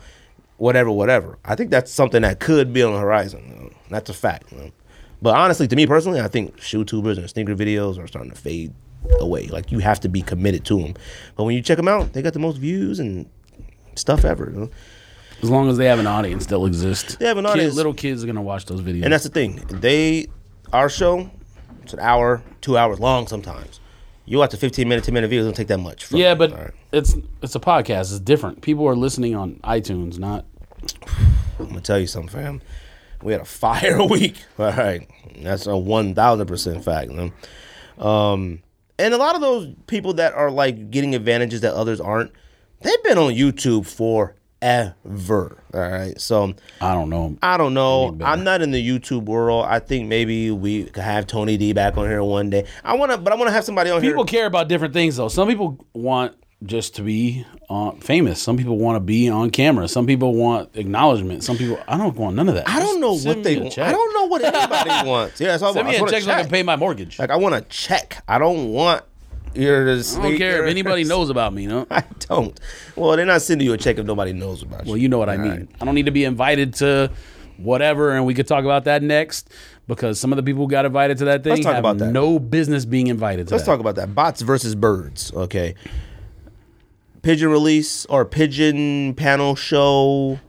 S1: whatever, whatever. I think that's something that could be on the horizon. you know. That's a fact. you know. But honestly, to me personally, I think shoe tubers and sneaker videos are starting to fade away. Like you have to be committed to them. But when you check them out, they got the most views and stuff ever. you know.
S2: As long as they have an audience, they'll exist.
S1: They have an
S2: Kid-
S1: audience.
S2: little kids are gonna watch those videos.
S1: And that's the thing. They, our show, it's an hour, two hours long sometimes. You watch a 15 minute, 10 minute video, it doesn't take that much. from
S2: yeah,
S1: it.
S2: but
S1: All right.
S2: it's it's a podcast. It's different. People are listening on iTunes, not
S1: I'm gonna tell you something, fam. We had a fire week. All right, that's a one thousand percent fact. man. Um, and a lot of those people that are like getting advantages that others aren't, they've been on YouTube forever. All right, so
S2: I don't know.
S1: I don't know.
S2: better.
S1: I'm not in the YouTube world. I think maybe we could have Tony D back on here one day. I wanna, but I wanna have somebody on
S2: people
S1: here.
S2: care about different things though. Some people want just to be uh, famous. Some people want to be on camera. Some people want acknowledgement. Some people I don't want none of that.
S1: I don't know
S2: Send
S1: what they.
S2: me a
S1: want.
S2: check.
S1: I don't know what anybody wants. Yeah, that's all. I
S2: Send
S1: want. I just
S2: me a
S1: want a
S2: check so I can
S1: check.
S2: pay my mortgage. I
S1: Like I want a check. I don't want your.
S2: don't care if anybody knows about me. No.
S1: I don't. Well, they're not sending you a check if nobody knows about you.
S2: Well, you know what I mean. I don't need to be invited to whatever, and we could talk about that next. because some of the people who got invited to that thing
S1: talk
S2: have
S1: about that.
S2: no business being invited to
S1: Let's
S2: that.
S1: talk about that. Bots versus birds. Okay. Pigeon release or pigeon panel show.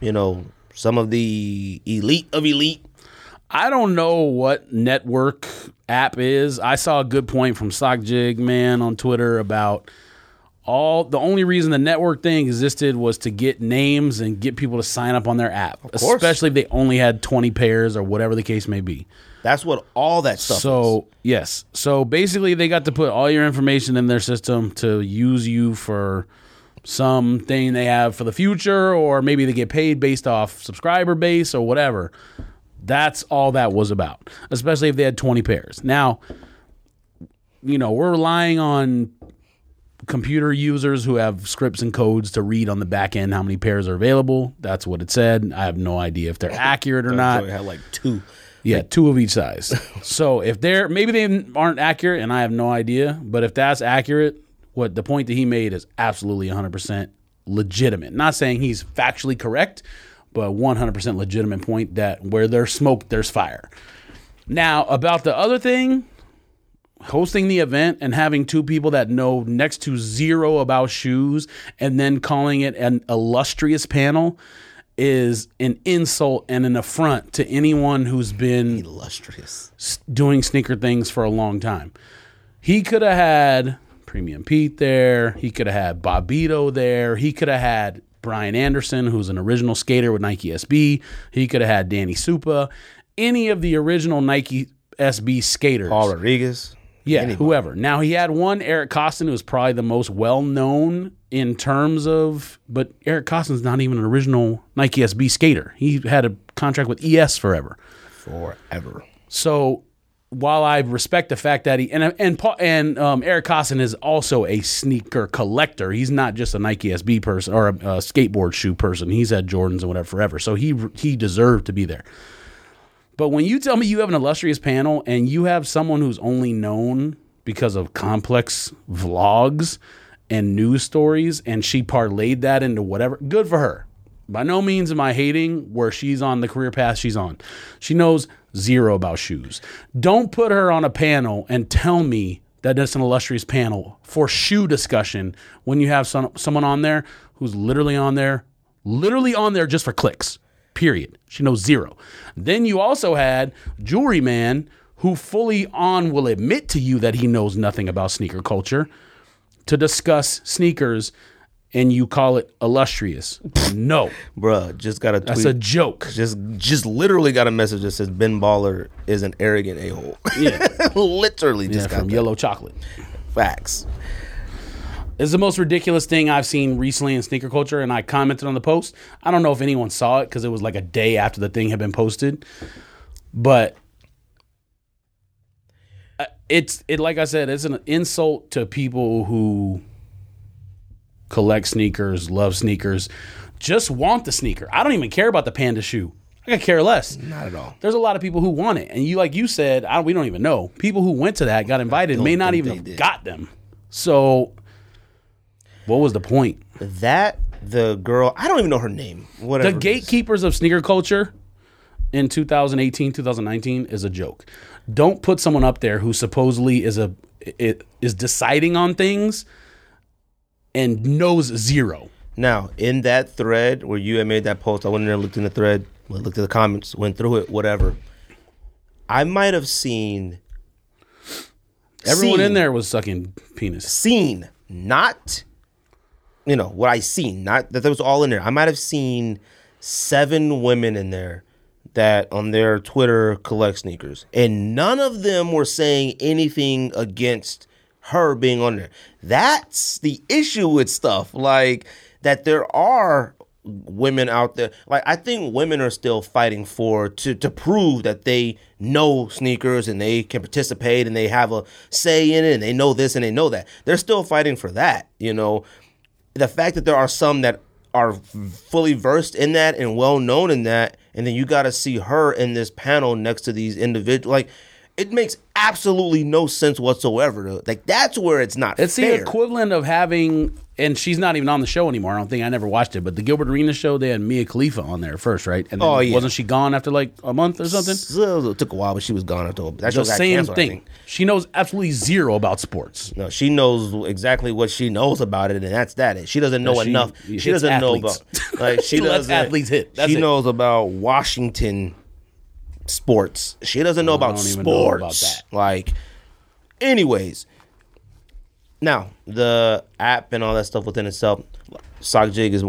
S1: You know, some of the elite of elite.
S2: I don't know what network app is. I saw a good point from Sockjig Man on Twitter about all the only reason the network thing existed was to get names and get people to sign up on their app,
S1: course.
S2: especially if they only had 20 pairs or whatever the case may be.
S1: That's what all that stuff. is.
S2: So, yes. So basically, they got to put all your information in their system to use you for something they have for the future, or maybe they get paid based off subscriber base or whatever. That's all that was about, especially if they had 20 pairs. Now, you know, we're relying on computer users who have scripts and codes to read on the back end how many pairs are available. That's what it said. I have no idea if they're accurate or not.
S1: So it had like two.
S2: Yeah, two of each size. so if they're maybe they aren't accurate, and I have no idea, but if that's accurate, what the point that he made is absolutely 100% legitimate. Not saying he's factually correct, but 100% legitimate point that where there's smoke, there's fire. Now, about the other thing, hosting the event and having two people that know next to zero about shoes and then calling it an illustrious panel is an insult and an affront to anyone who's been
S1: Illustrious.
S2: s- doing sneaker things for a long time. He could have had Premium Pete there. He could have had Bobito there. He could have had Brian Anderson, who's an original skater with Nike SB. He could have had Danny Supa. Any of the original Nike SB skaters.
S1: Paul Rodriguez.
S2: Yeah, whoever. Now he had one Eric Costin who was probably the most well known in terms of, but Eric Costin's not even an original Nike SB skater. He had a contract with ES forever.
S1: Forever.
S2: So while I respect the fact that he and and Paul, and um, Eric Costin is also a sneaker collector, he's not just a Nike SB person or a, a skateboard shoe person. He's had Jordans and whatever forever, so he he deserved to be there. But when you tell me you have an illustrious panel and you have someone who's only known because of complex vlogs and news stories, and she parlayed that into whatever, good for her. By no means am I hating where she's on the career path she's on. She knows zero about shoes. Don't put her on a panel and tell me that that's an illustrious panel for shoe discussion when you have some, someone on there who's literally on there, literally on there just for clicks period. She knows zero. Then you also had Jewelry Man, who fully on will admit to you that he knows nothing about sneaker culture, to discuss sneakers, and you call it illustrious. no,
S1: Bruh, just got a tweet.
S2: it's a joke.
S1: just just literally got a message that says Ben Baller is an arrogant a hole.
S2: Yeah,
S1: literally
S2: yeah,
S1: just got
S2: from
S1: that.
S2: Yellow Chocolate.
S1: facts.
S2: It's the most ridiculous thing I've seen recently in sneaker culture, and I commented on the post. I don't know if anyone saw it because it was like a day after the thing had been posted, but uh, it's it like I said, it's an insult to people who collect sneakers, love sneakers, just want the sneaker. I don't even care about the panda shoe. I could care less.
S1: Not at all.
S2: There's a lot of people who want it, and you like you said, I, we don't even know people who went to that got invited may not
S1: think
S2: even
S1: they
S2: have
S1: did.
S2: got them. So, what was the point?
S1: That the girl, I don't even know her name. Whatever.
S2: The
S1: it is.
S2: gatekeepers of sneaker culture in 2018, 2019 is a joke. Don't put someone up there who supposedly is a i- is deciding on things and knows zero.
S1: Now, in that thread where you had made that post, I went in there, looked in the thread, looked at the comments, went through it, whatever. I might have seen
S2: Everyone
S1: seen,
S2: in there was sucking penis.
S1: seen, not you know what I seen, not that that was all in there. I might have seen seven women in there that on their Twitter collect sneakers, and none of them were saying anything against her being on there. That's the issue with stuff like that. There are women out there like i think women are still fighting for to to prove that they know sneakers and they can participate and they have a say in it and they know this and they know that they're still fighting for that you know the fact that there are some that are fully versed in that and well known in that, and then you got to see her in this panel next to these individuals. Like, It makes absolutely no sense whatsoever. though. Like that's where it's not.
S2: It's
S1: fair.
S2: the equivalent of having, and she's not even on the show anymore. I don't think I never watched it, but the Gilbert Arena show, they had Mia Khalifa on there first, right? And then
S1: Oh, yeah.
S2: wasn't she gone after like a month or something?
S1: So, it took a while, but she was gone after that show
S2: The
S1: got
S2: same
S1: canceled, I
S2: thing.
S1: think.
S2: She knows absolutely zero about sports.
S1: No, she knows exactly what she knows about it, and that's that. She doesn't know
S2: she
S1: enough.
S2: hits
S1: She doesn't know
S2: athletes.
S1: about like she,
S2: She lets
S1: doesn't
S2: athletes hit. That's
S1: she
S2: it.
S1: knows about Washington sports. She doesn't know about
S2: Oh, don't
S1: sports.
S2: even know about that.
S1: Like, anyways, now the app and all that stuff within itself. Sock Jig is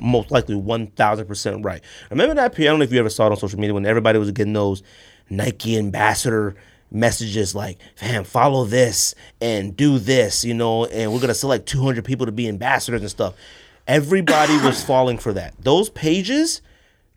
S1: most likely one thousand percent right. Remember that period? I don't know if you ever saw it on social media when everybody was getting those Nike ambassador messages like, "Fam, follow this and do this," you know, and we're gonna select two hundred people to be ambassadors and stuff. Everybody was falling for that. Those pages.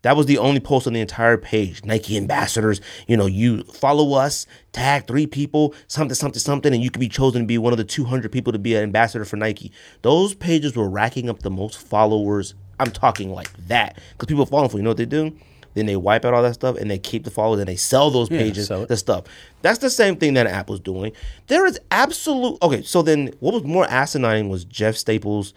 S1: That was the only post on the entire page. Nike ambassadors, you know, you follow us, tag three people, something, something, something, and you can be chosen to be one of the 200 people to be an ambassador for Nike. Those pages were racking up the most followers. I'm talking like that because people follow for you know what they do. Then they wipe out all that stuff and they keep the followers and they sell those pages,
S2: sell it.
S1: the stuff. That's the same thing that Apple's doing. There is absolute okay. So then, what was more asinine was Jeff Staples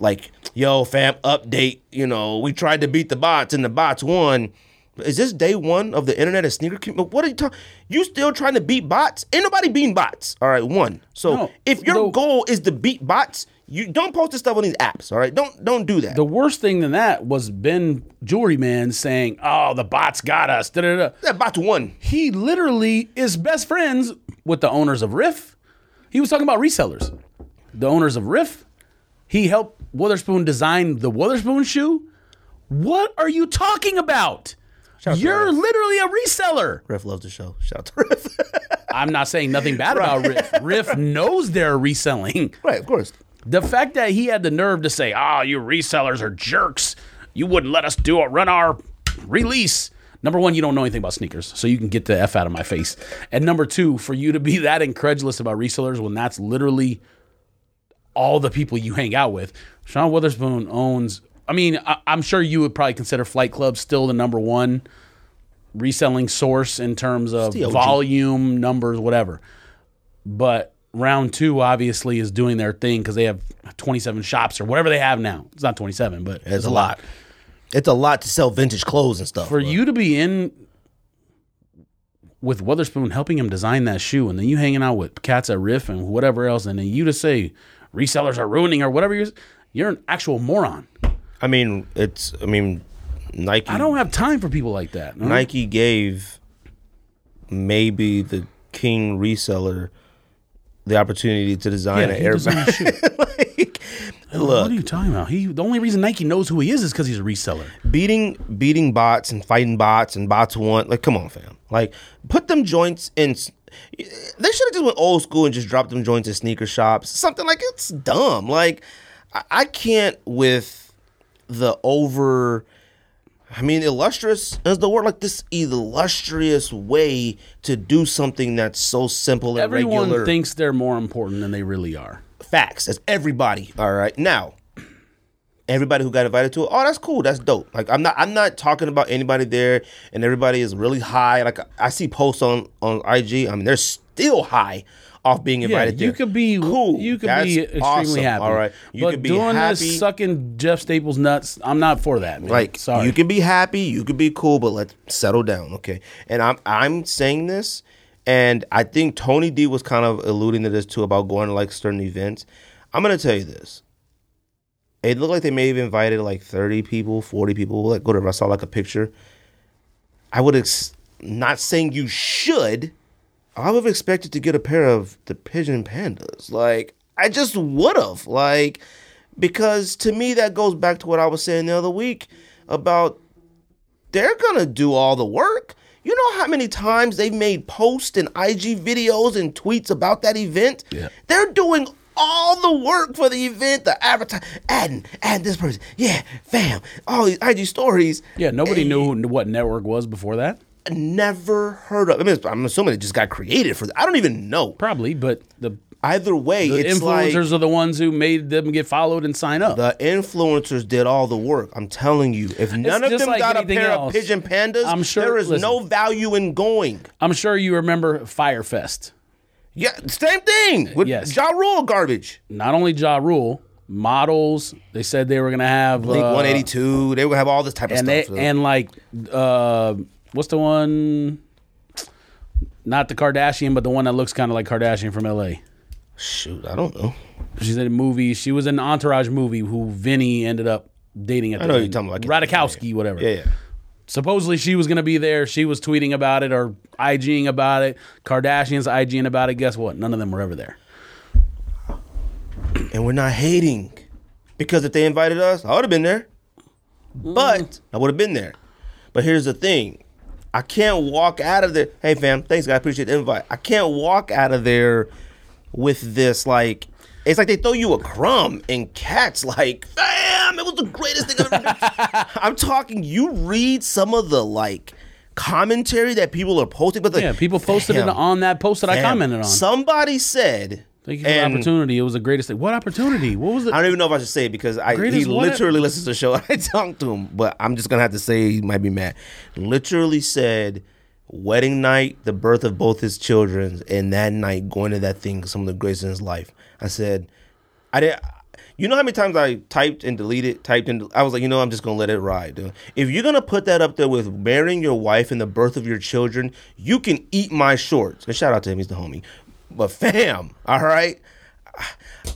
S1: like, yo, fam, update. You know, we tried to beat the bots and the bots won. Is this day one of the internet and sneaker? Com- what are you talking? You still trying to beat bots? Ain't nobody beating bots. All right, one. So
S2: No,
S1: if your
S2: no.
S1: goal is to beat bots, you don't post this stuff on these apps. All right, don't don't do that.
S2: The worst thing than that was Ben Jewelry Man saying, "Oh, the bots got us." Da, da, da.
S1: that bots won.
S2: He literally is best friends with the owners of Riff. He was talking about resellers, the owners of Riff. He helped Witherspoon design the Witherspoon shoe. What are you talking about?
S1: out to
S2: You're literally a reseller.
S1: Riff loves the show. Shout out to Riff.
S2: I'm not saying nothing bad about Riff. Riff knows they're reselling.
S1: right, of course.
S2: The fact that he had the nerve to say, "Ah, you resellers are jerks. You wouldn't let us do a run our release." Number one, you don't know anything about sneakers, so you can get the f out of my face. And number two, for you to be that incredulous about resellers when that's literally all the people you hang out with. Sean Witherspoon owns. I mean, I, I'm sure you would probably consider Flight Club still the number one reselling source in terms of
S1: the OG.
S2: volume, numbers, whatever. But round two obviously is doing their thing because they have 27 shops or whatever they have now. It's not 27, but it's, a lot.
S1: It's a lot to sell vintage clothes and stuff.
S2: For you to be in with Weatherspoon helping him design that shoe, and then you hanging out with cats at Riff and whatever else, and then you to say resellers are ruining or whatever you're, you're an actual moron.
S1: I mean, it's. I mean, Nike.
S2: I don't have time for people like that. huh?
S1: Nike gave maybe the king reseller the opportunity to design
S2: Yeah,
S1: an
S2: he designed
S1: airbag.
S2: the shoe.
S1: like,
S2: What are
S1: look,
S2: you talking about? He the only reason Nike knows who he is is because he's a reseller.
S1: beating beating bots and fighting bots and bots want like come on, fam. Like, put them joints in. s- They should have just went old school and just dropped them joints in sneaker shops. Something like it's dumb. Like, I, I can't with the over. I mean, illustrious is the word. Like this illustrious way to do something that's so simple and
S2: Everyone
S1: regular.
S2: thinks they're more important than they really are.
S1: Facts. That's everybody. All right. Now, everybody who got invited to it, oh, that's cool. That's dope. Like I'm not I'm not talking about anybody there and everybody is really high. Like I see posts on on IG. I mean, they're still high off being
S2: Yeah,
S1: invited there.
S2: you could be
S1: cool.
S2: You could
S1: That's
S2: be extremely
S1: awesome.
S2: happy.
S1: All right. You
S2: but
S1: could be
S2: doing
S1: happy.
S2: this, sucking Jeff Staples nuts. I'm not for that. Man.
S1: Like
S2: sorry.
S1: you can be happy, you can be cool, but let's settle down, okay? And I'm I'm saying this, and I think Tony D was kind of alluding to this too about going to like certain events. I'm gonna tell you this. It looked like they may have invited like 30 people, 40 people, like whatever. I saw like a picture. I would ex- not saying you should. I would have expected to get a pair of the pigeon pandas. Like I just would have. Like because to me that goes back to what I was saying the other week about they're gonna do all the work. You know how many times they've made posts and IG videos and tweets about that event?
S2: Yeah.
S1: They're doing all the work for the event, the advertise, adding, adding this person, yeah, fam, all these IG stories.
S2: yeah, nobody knew who- what network was before that.
S1: Never heard of. I mean, I'm assuming it just got created for. I don't even know.
S2: Probably, but the
S1: Either way,
S2: The
S1: it's like
S2: influencers are the ones who made them get followed and sign up.
S1: the influencers did all the work. I'm telling you, if none of
S2: just
S1: them
S2: like
S1: got a
S2: anything
S1: pair
S2: else.
S1: of pigeon pandas,
S2: I'm sure-
S1: there is
S2: listen.
S1: no value in going.
S2: I'm sure you remember Firefest.
S1: Yeah, same thing with
S2: Yes.
S1: Ja Rule garbage.
S2: Not only Ja Rule, models. They said they were gonna have
S1: Blink
S2: uh,
S1: 182. They would have all this type of
S2: and
S1: stuff.
S2: they, and like uh, what's the one? Not the Kardashian, but the one that looks kind of like Kardashian from L.A.
S1: Shoot, I don't know.
S2: She's in a movie. She was in an Entourage movie who Vinny ended up dating at the
S1: know who
S2: end.
S1: you're talking about. I can't-
S2: Radikowski, whatever.
S1: Yeah, yeah.
S2: Supposedly she was going to be there. She was tweeting about it or IGing about it. Kardashians IGing about it. Guess what? None of them were ever there.
S1: And we're not hating because if they invited us, I would have been there.
S2: Mm.
S1: But I would have been there. But here's the thing. I can't walk out of there. Hey fam, thanks guys, appreciate the invite. I can't walk out of there with this like it's like they throw you a crumb and cats like, fam, it was the greatest thing I've ever done. I'm talking you read some of the like commentary that people are posting, but like,
S2: Yeah, people posted it
S1: "Fam,
S2: on that post that I
S1: fam."
S2: commented on.
S1: Somebody said
S2: Thank you for
S1: and-
S2: the opportunity. It was the greatest thing. What opportunity? What was it?
S1: I don't even know if I should say it because I, he
S2: Greatest what?
S1: literally listens to the show. I talked to him, but I'm just gonna have to say he might be mad. Literally said, wedding night, the birth of both his children, and that night going to that thing, some of the greatest in his life. I said, I didn't. You know how many times I typed and deleted, typed and I was like, you know, I'm just gonna let it ride. dude. If you're gonna put that up there with marrying your wife and the birth of your children, you can eat my shorts. And shout out to him, he's the homie. But fam, all right,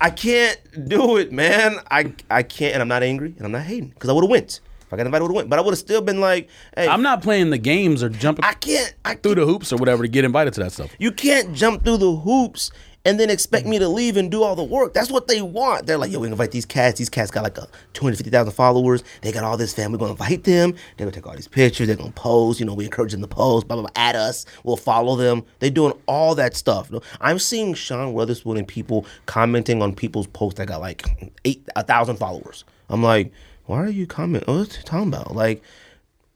S1: I can't do it, man. I I can't, and I'm not angry, and I'm not hating because I would have went. If I got invited, I would have went. But I would have still been like, hey,
S2: I'm not playing the games or jumping
S1: I can't. I
S2: through
S1: can't,
S2: the hoops or whatever to get invited to that stuff.
S1: you can't jump through the hoops and then expect me to leave and do all the work. That's what they want. They're like, yo, we invite these cats. These cats got like a 250,000 followers. They got all this fam. We're gonna invite them. They're gonna take all these pictures. They're gonna post. You know, we encourage them to post. Blah blah. blah at us. We'll follow them. They're doing all that stuff. I'm seeing Sean Weatherspoon and people commenting on people's posts that got like eight a thousand followers. I'm like, why are you commenting? What's he talking about? Like.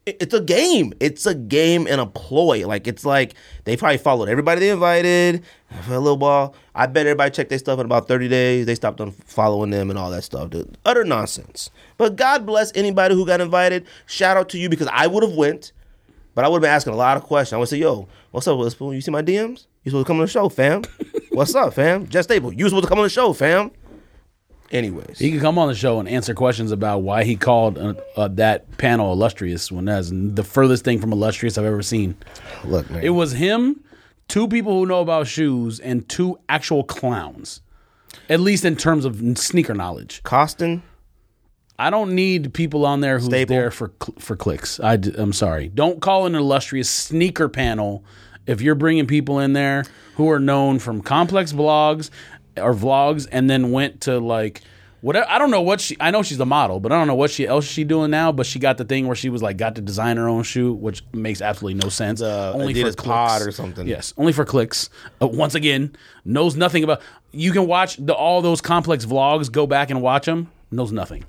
S1: It- it's a game. It's a game and a ploy. Like it's like they probably followed everybody they invited. For a little ball, I bet everybody checked their stuff in about thirty days. They stopped on following them and all that stuff. Dude. Utter nonsense. But God bless anybody who got invited. Shout out to you because I would have went, but I would have been asking a lot of questions. I would say, "Yo, what's up, Witherspoon? You see my DMs? You supposed to come on the show, fam? what's up, fam? Just Stable, you supposed to come on the show, fam." Anyways,
S2: He could come on the show and answer questions about why he called uh, uh, that panel illustrious when that's the furthest thing from illustrious I've ever seen.
S1: look, man,
S2: It was him, two people who know about shoes, and two actual clowns. At least in terms of sneaker knowledge,
S1: Costin.
S2: I don't need people on there who's
S1: Staple.
S2: there for cl- for clicks. I d- I'm sorry. Don't call an illustrious sneaker panel if you're bringing people in there who are known from complex blogs or vlogs, and then went to like whatever. I don't know what she. I know she's a model, but I don't know what she else she doing now. But she got the thing where she was like got to design her own shoe, which makes absolutely no sense.
S1: The Adidas pod or something.
S2: Yes, only for clicks. Uh, once again, knows nothing about. You can watch the, all those complex vlogs. Go back and watch them. Knows nothing.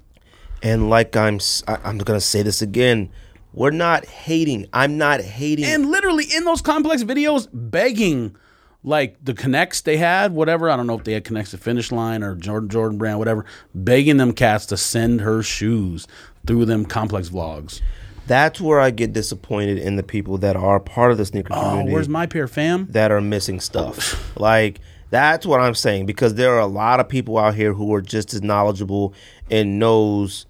S1: And like I'm, s- I, am i am gonna say this again. We're not hating. I'm not hating.
S2: and literally in those complex videos begging like the connects they had whatever i don't know if they had connects to finish line or jordan jordan brand whatever begging them cats to send her shoes through them complex vlogs
S1: That's where I get disappointed in the people that are part of the sneaker
S2: oh
S1: community
S2: where's my pair fam
S1: that are missing stuff. like that's what I'm saying because there are a lot of people out here who are just as knowledgeable and knows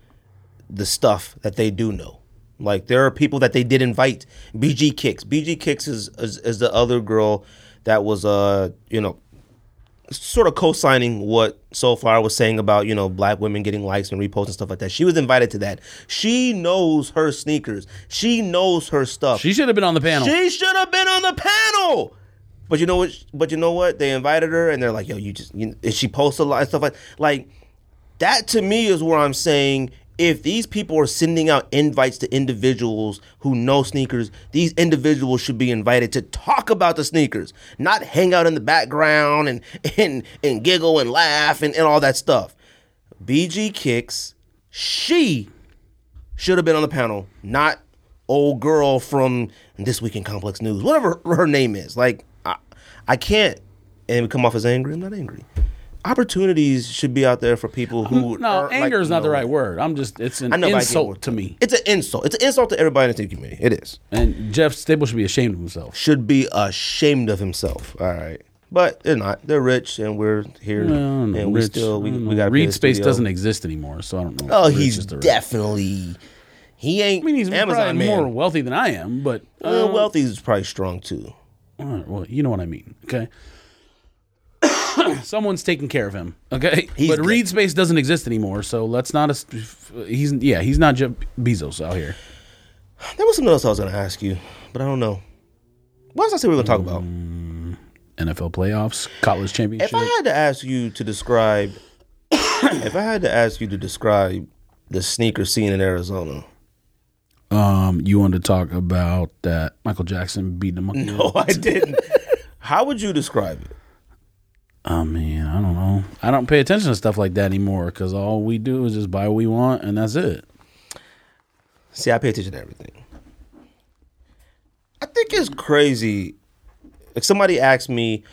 S1: the stuff that they do know. Like there are people that they did invite. BG Kicks. BG Kicks is is, is the other girl that was uh you know sort of co-signing what Soulflower was saying about you know black women getting likes and reposts and stuff like that. She was invited to that. She knows her sneakers. She knows her stuff.
S2: she should have been on the panel
S1: She should have been on the panel. But you know what? But you know what? They invited her, and they're like, "Yo, you just you, and she posts a lot and stuff like like that." To me, is where I'm saying if these people are sending out invites to individuals who know sneakers, these individuals should be invited to talk about the sneakers, not hang out in the background and and and giggle and laugh and, and all that stuff. BG kicks. She should have been on the panel, not old girl from This Week in Complex News, whatever her name is. Like, I, I can't and we come off as angry. I'm not angry. Opportunities should be out there for people who.
S2: No,
S1: are, like,
S2: anger is not the
S1: no.
S2: right word. I'm just it's an
S1: I know, but I get
S2: insult
S1: what-
S2: to me.
S1: It's an insult. It's an insult to everybody in the team community. It is.
S2: And Jeff Staple should be ashamed of himself.
S1: Should be ashamed of himself. All right. But they're not. They're rich, and we're here,
S2: I don't know,
S1: and we
S2: Rich,
S1: still we,
S2: I don't
S1: we
S2: know.
S1: got
S2: Mm-hmm. Reed Space doesn't exist anymore, so I don't know.
S1: Oh,
S2: Rich
S1: he's
S2: is the-
S1: definitely. He ain't.
S2: I mean, he's
S1: Amazon
S2: probably
S1: man.
S2: more wealthy than I am, but
S1: Uh,
S2: uh,
S1: wealthy is probably strong too.
S2: alright, well, you know what I mean. Okay, someone's taking care of him. Okay,
S1: He's
S2: but
S1: good.
S2: Reed Space doesn't exist anymore, so let's not. as- He's yeah, he's not Jeff Bezos out here.
S1: There was something else I was going to ask you, but I don't know. What was I say we were going to talk about?
S2: NFL playoffs, college championship.
S1: If I had to ask you to describe, if I had to ask you to describe the sneaker scene in Arizona,
S2: um, you wanted to talk about that Michael Jackson beating the monkey?
S1: no, Oh, I didn't. How would you describe it?
S2: I mean, I don't know. I don't pay attention to stuff like that anymore because all we do is just buy what we want and that's it.
S1: See, I pay attention to everything. I think it's crazy. Like somebody asked me,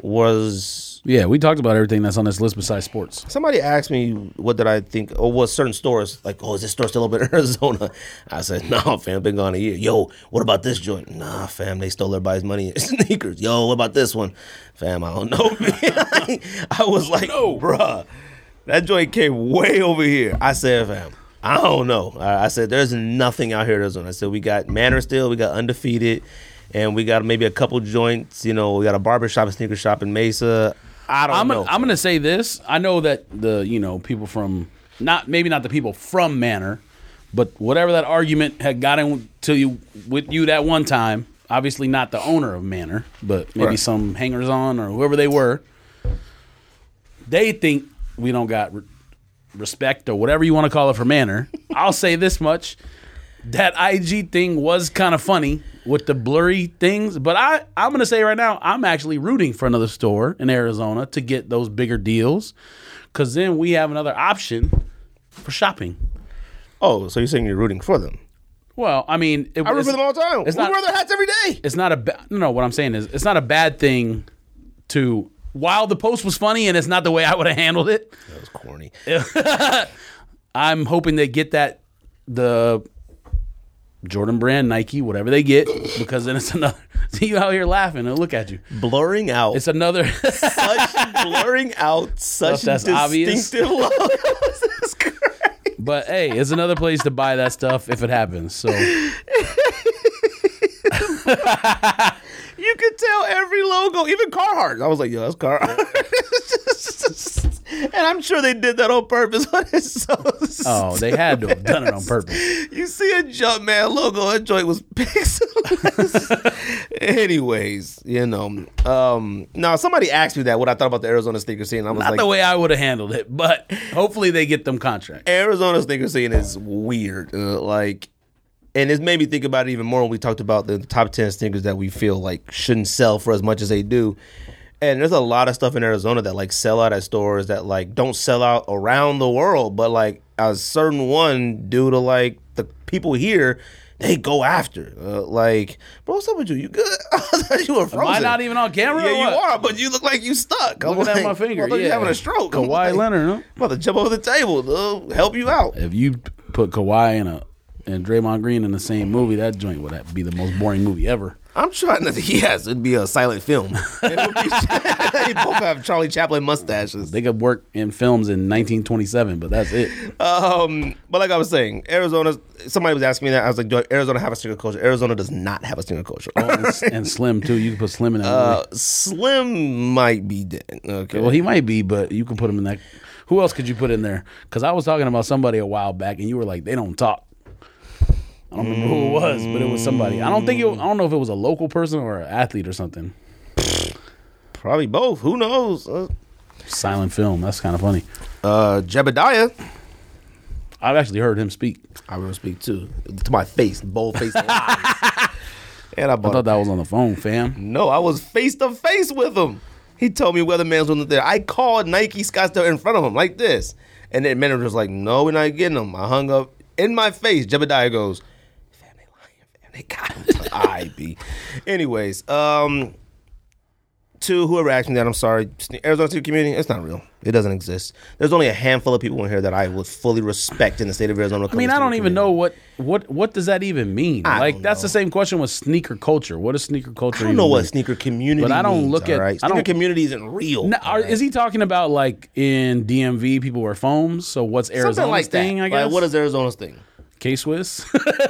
S1: was
S2: Yeah, we talked about everything that's on this list besides sports.
S1: somebody asked me what did I think or was certain stores like, oh, is this store still open in Arizona? I said, no, fam, been gone a year. Yo, what about this joint? Nah, fam, they stole everybody's money in sneakers. Yo, what about this one? Fam, I don't know, man. I was like, bruh, that joint came way over here. I said, fam. I don't know. I I said there's nothing out here in Arizona. I said we got Manor still, we got undefeated, and we got maybe a couple joints. You know, we got a barber shop, a sneaker shop in Mesa. I don't
S2: I'm
S1: know.
S2: gonna, I'm gonna say this. I know that the you know people from not maybe not the people from Manor, but whatever that argument had gotten to you with you that one time. Obviously not the owner of Manor, but maybe
S1: Right.
S2: some hangers on or whoever they were. They think we don't got re- respect or whatever you want to call it for Manor. I'll say this much. that IG thing was kind of funny with the blurry things, but I I'm gonna say right now I'm actually rooting for another store in Arizona to get those bigger deals, because then we have another option for shopping.
S1: Oh, so you're saying you're rooting for them?
S2: Well, I mean, it,
S1: I root for them all the time.
S2: It's
S1: we
S2: not.
S1: wear their hats every day.
S2: it's not a ba- no. no, What I'm saying is, it's not a bad thing to. While the post was funny and it's not the way I would have handled it,
S1: That was corny.
S2: I'm hoping they get that the Jordan brand Nike, whatever they get, because then it's another. See you out here laughing and look at you.
S1: Blurring out
S2: It's another.
S1: such blurring out such
S2: that's obvious.
S1: distinctive logos. It's great.
S2: but hey, it's another place to buy that stuff if it happens. So
S1: You could tell every logo, even Carhartt. I was like, yo, that's Carhartt. and I'm sure they did that on purpose. so,
S2: oh, they had to have done it on purpose.
S1: you see a Jumpman logo, that joint was pixelized. Anyways, you know, um, now somebody asked me that what I thought about the Arizona sneaker scene. I was
S2: Not
S1: like,
S2: the way I would have handled it, but hopefully they get them contracts.
S1: Arizona sneaker scene is weird. Uh, like, and it made me think about it even more when we talked about the top 10 sneakers that we feel like shouldn't sell for as much as they do. And there's a lot of stuff in Arizona that like sell out at stores that like don't sell out around the world, but like a certain one due to like the people here, they go after. Uh, like, bro, what's up with you? You good? I thought you were frozen.
S2: Am I not even on camera?
S1: Yeah,
S2: or
S1: you
S2: what?
S1: are, but you look like you stuck. I'm
S2: Look at
S1: like,
S2: my finger.
S1: I thought
S2: yeah.
S1: you having a stroke. I'm
S2: Kawhi
S1: like,
S2: Leonard. Huh?
S1: I'm about to jump over the table. dog. help you out.
S2: If you put Kawhi and a and Draymond Green in the same movie, that joint would have- be the most boring movie ever.
S1: I'm trying to. Yes, it'd be a silent film. It would be, they both have Charlie Chaplin mustaches.
S2: They could work in films in 1927, but that's it.
S1: Um, but like I was saying, Arizona. Somebody was asking me that. I was like, "Do Arizona have a sneaker culture?" Arizona does not have a sneaker culture.
S2: And, s- and Slim too. You could put Slim in that.
S1: Uh,
S2: movie.
S1: Slim might be dead. Okay.
S2: Well, he might be, but you can put him in that. Who else could you put in there? Because I was talking about somebody a while back, and you were like, "They don't talk." I don't remember who it was, but it was somebody. I don't think it. I don't know if it was a local person or an athlete or something.
S1: Probably both. Who knows? Uh,
S2: Silent film. That's kind of funny.
S1: uh, Jebediah.
S2: I've actually heard him speak.
S1: I will speak too to my face, bold face. lies. and I
S2: I
S1: bought
S2: thought that was on the phone, fam.
S1: No, I was face to face with him. He told me Weatherman's wasn't there. I called Nike Scottsdale in front of him like this. And then manager was like, no, we're not getting him. I hung up in my face. Jebediah goes, fam, they lying, fam. They got him. I be. Anyways, um, to whoever asked me that, I'm sorry. Arizona State community, it's not real. It doesn't exist. There's only a handful of people in here that I would fully respect in the state of Arizona.
S2: I mean, I don't even know what what what does that even mean.
S1: I
S2: like
S1: don't
S2: that's
S1: know.
S2: the same question with sneaker culture. What is sneaker culture?
S1: I don't
S2: even
S1: know
S2: mean?
S1: what sneaker community.
S2: But I don't
S1: means,
S2: look at-
S1: all right?
S2: I
S1: sneaker
S2: don't-
S1: community isn't real.
S2: Now, are, is he talking about like in DMV people wear foams? So what's Arizona's
S1: something like
S2: thing?
S1: that?
S2: I guess
S1: Like, what is Arizona's thing?
S2: K Swiss.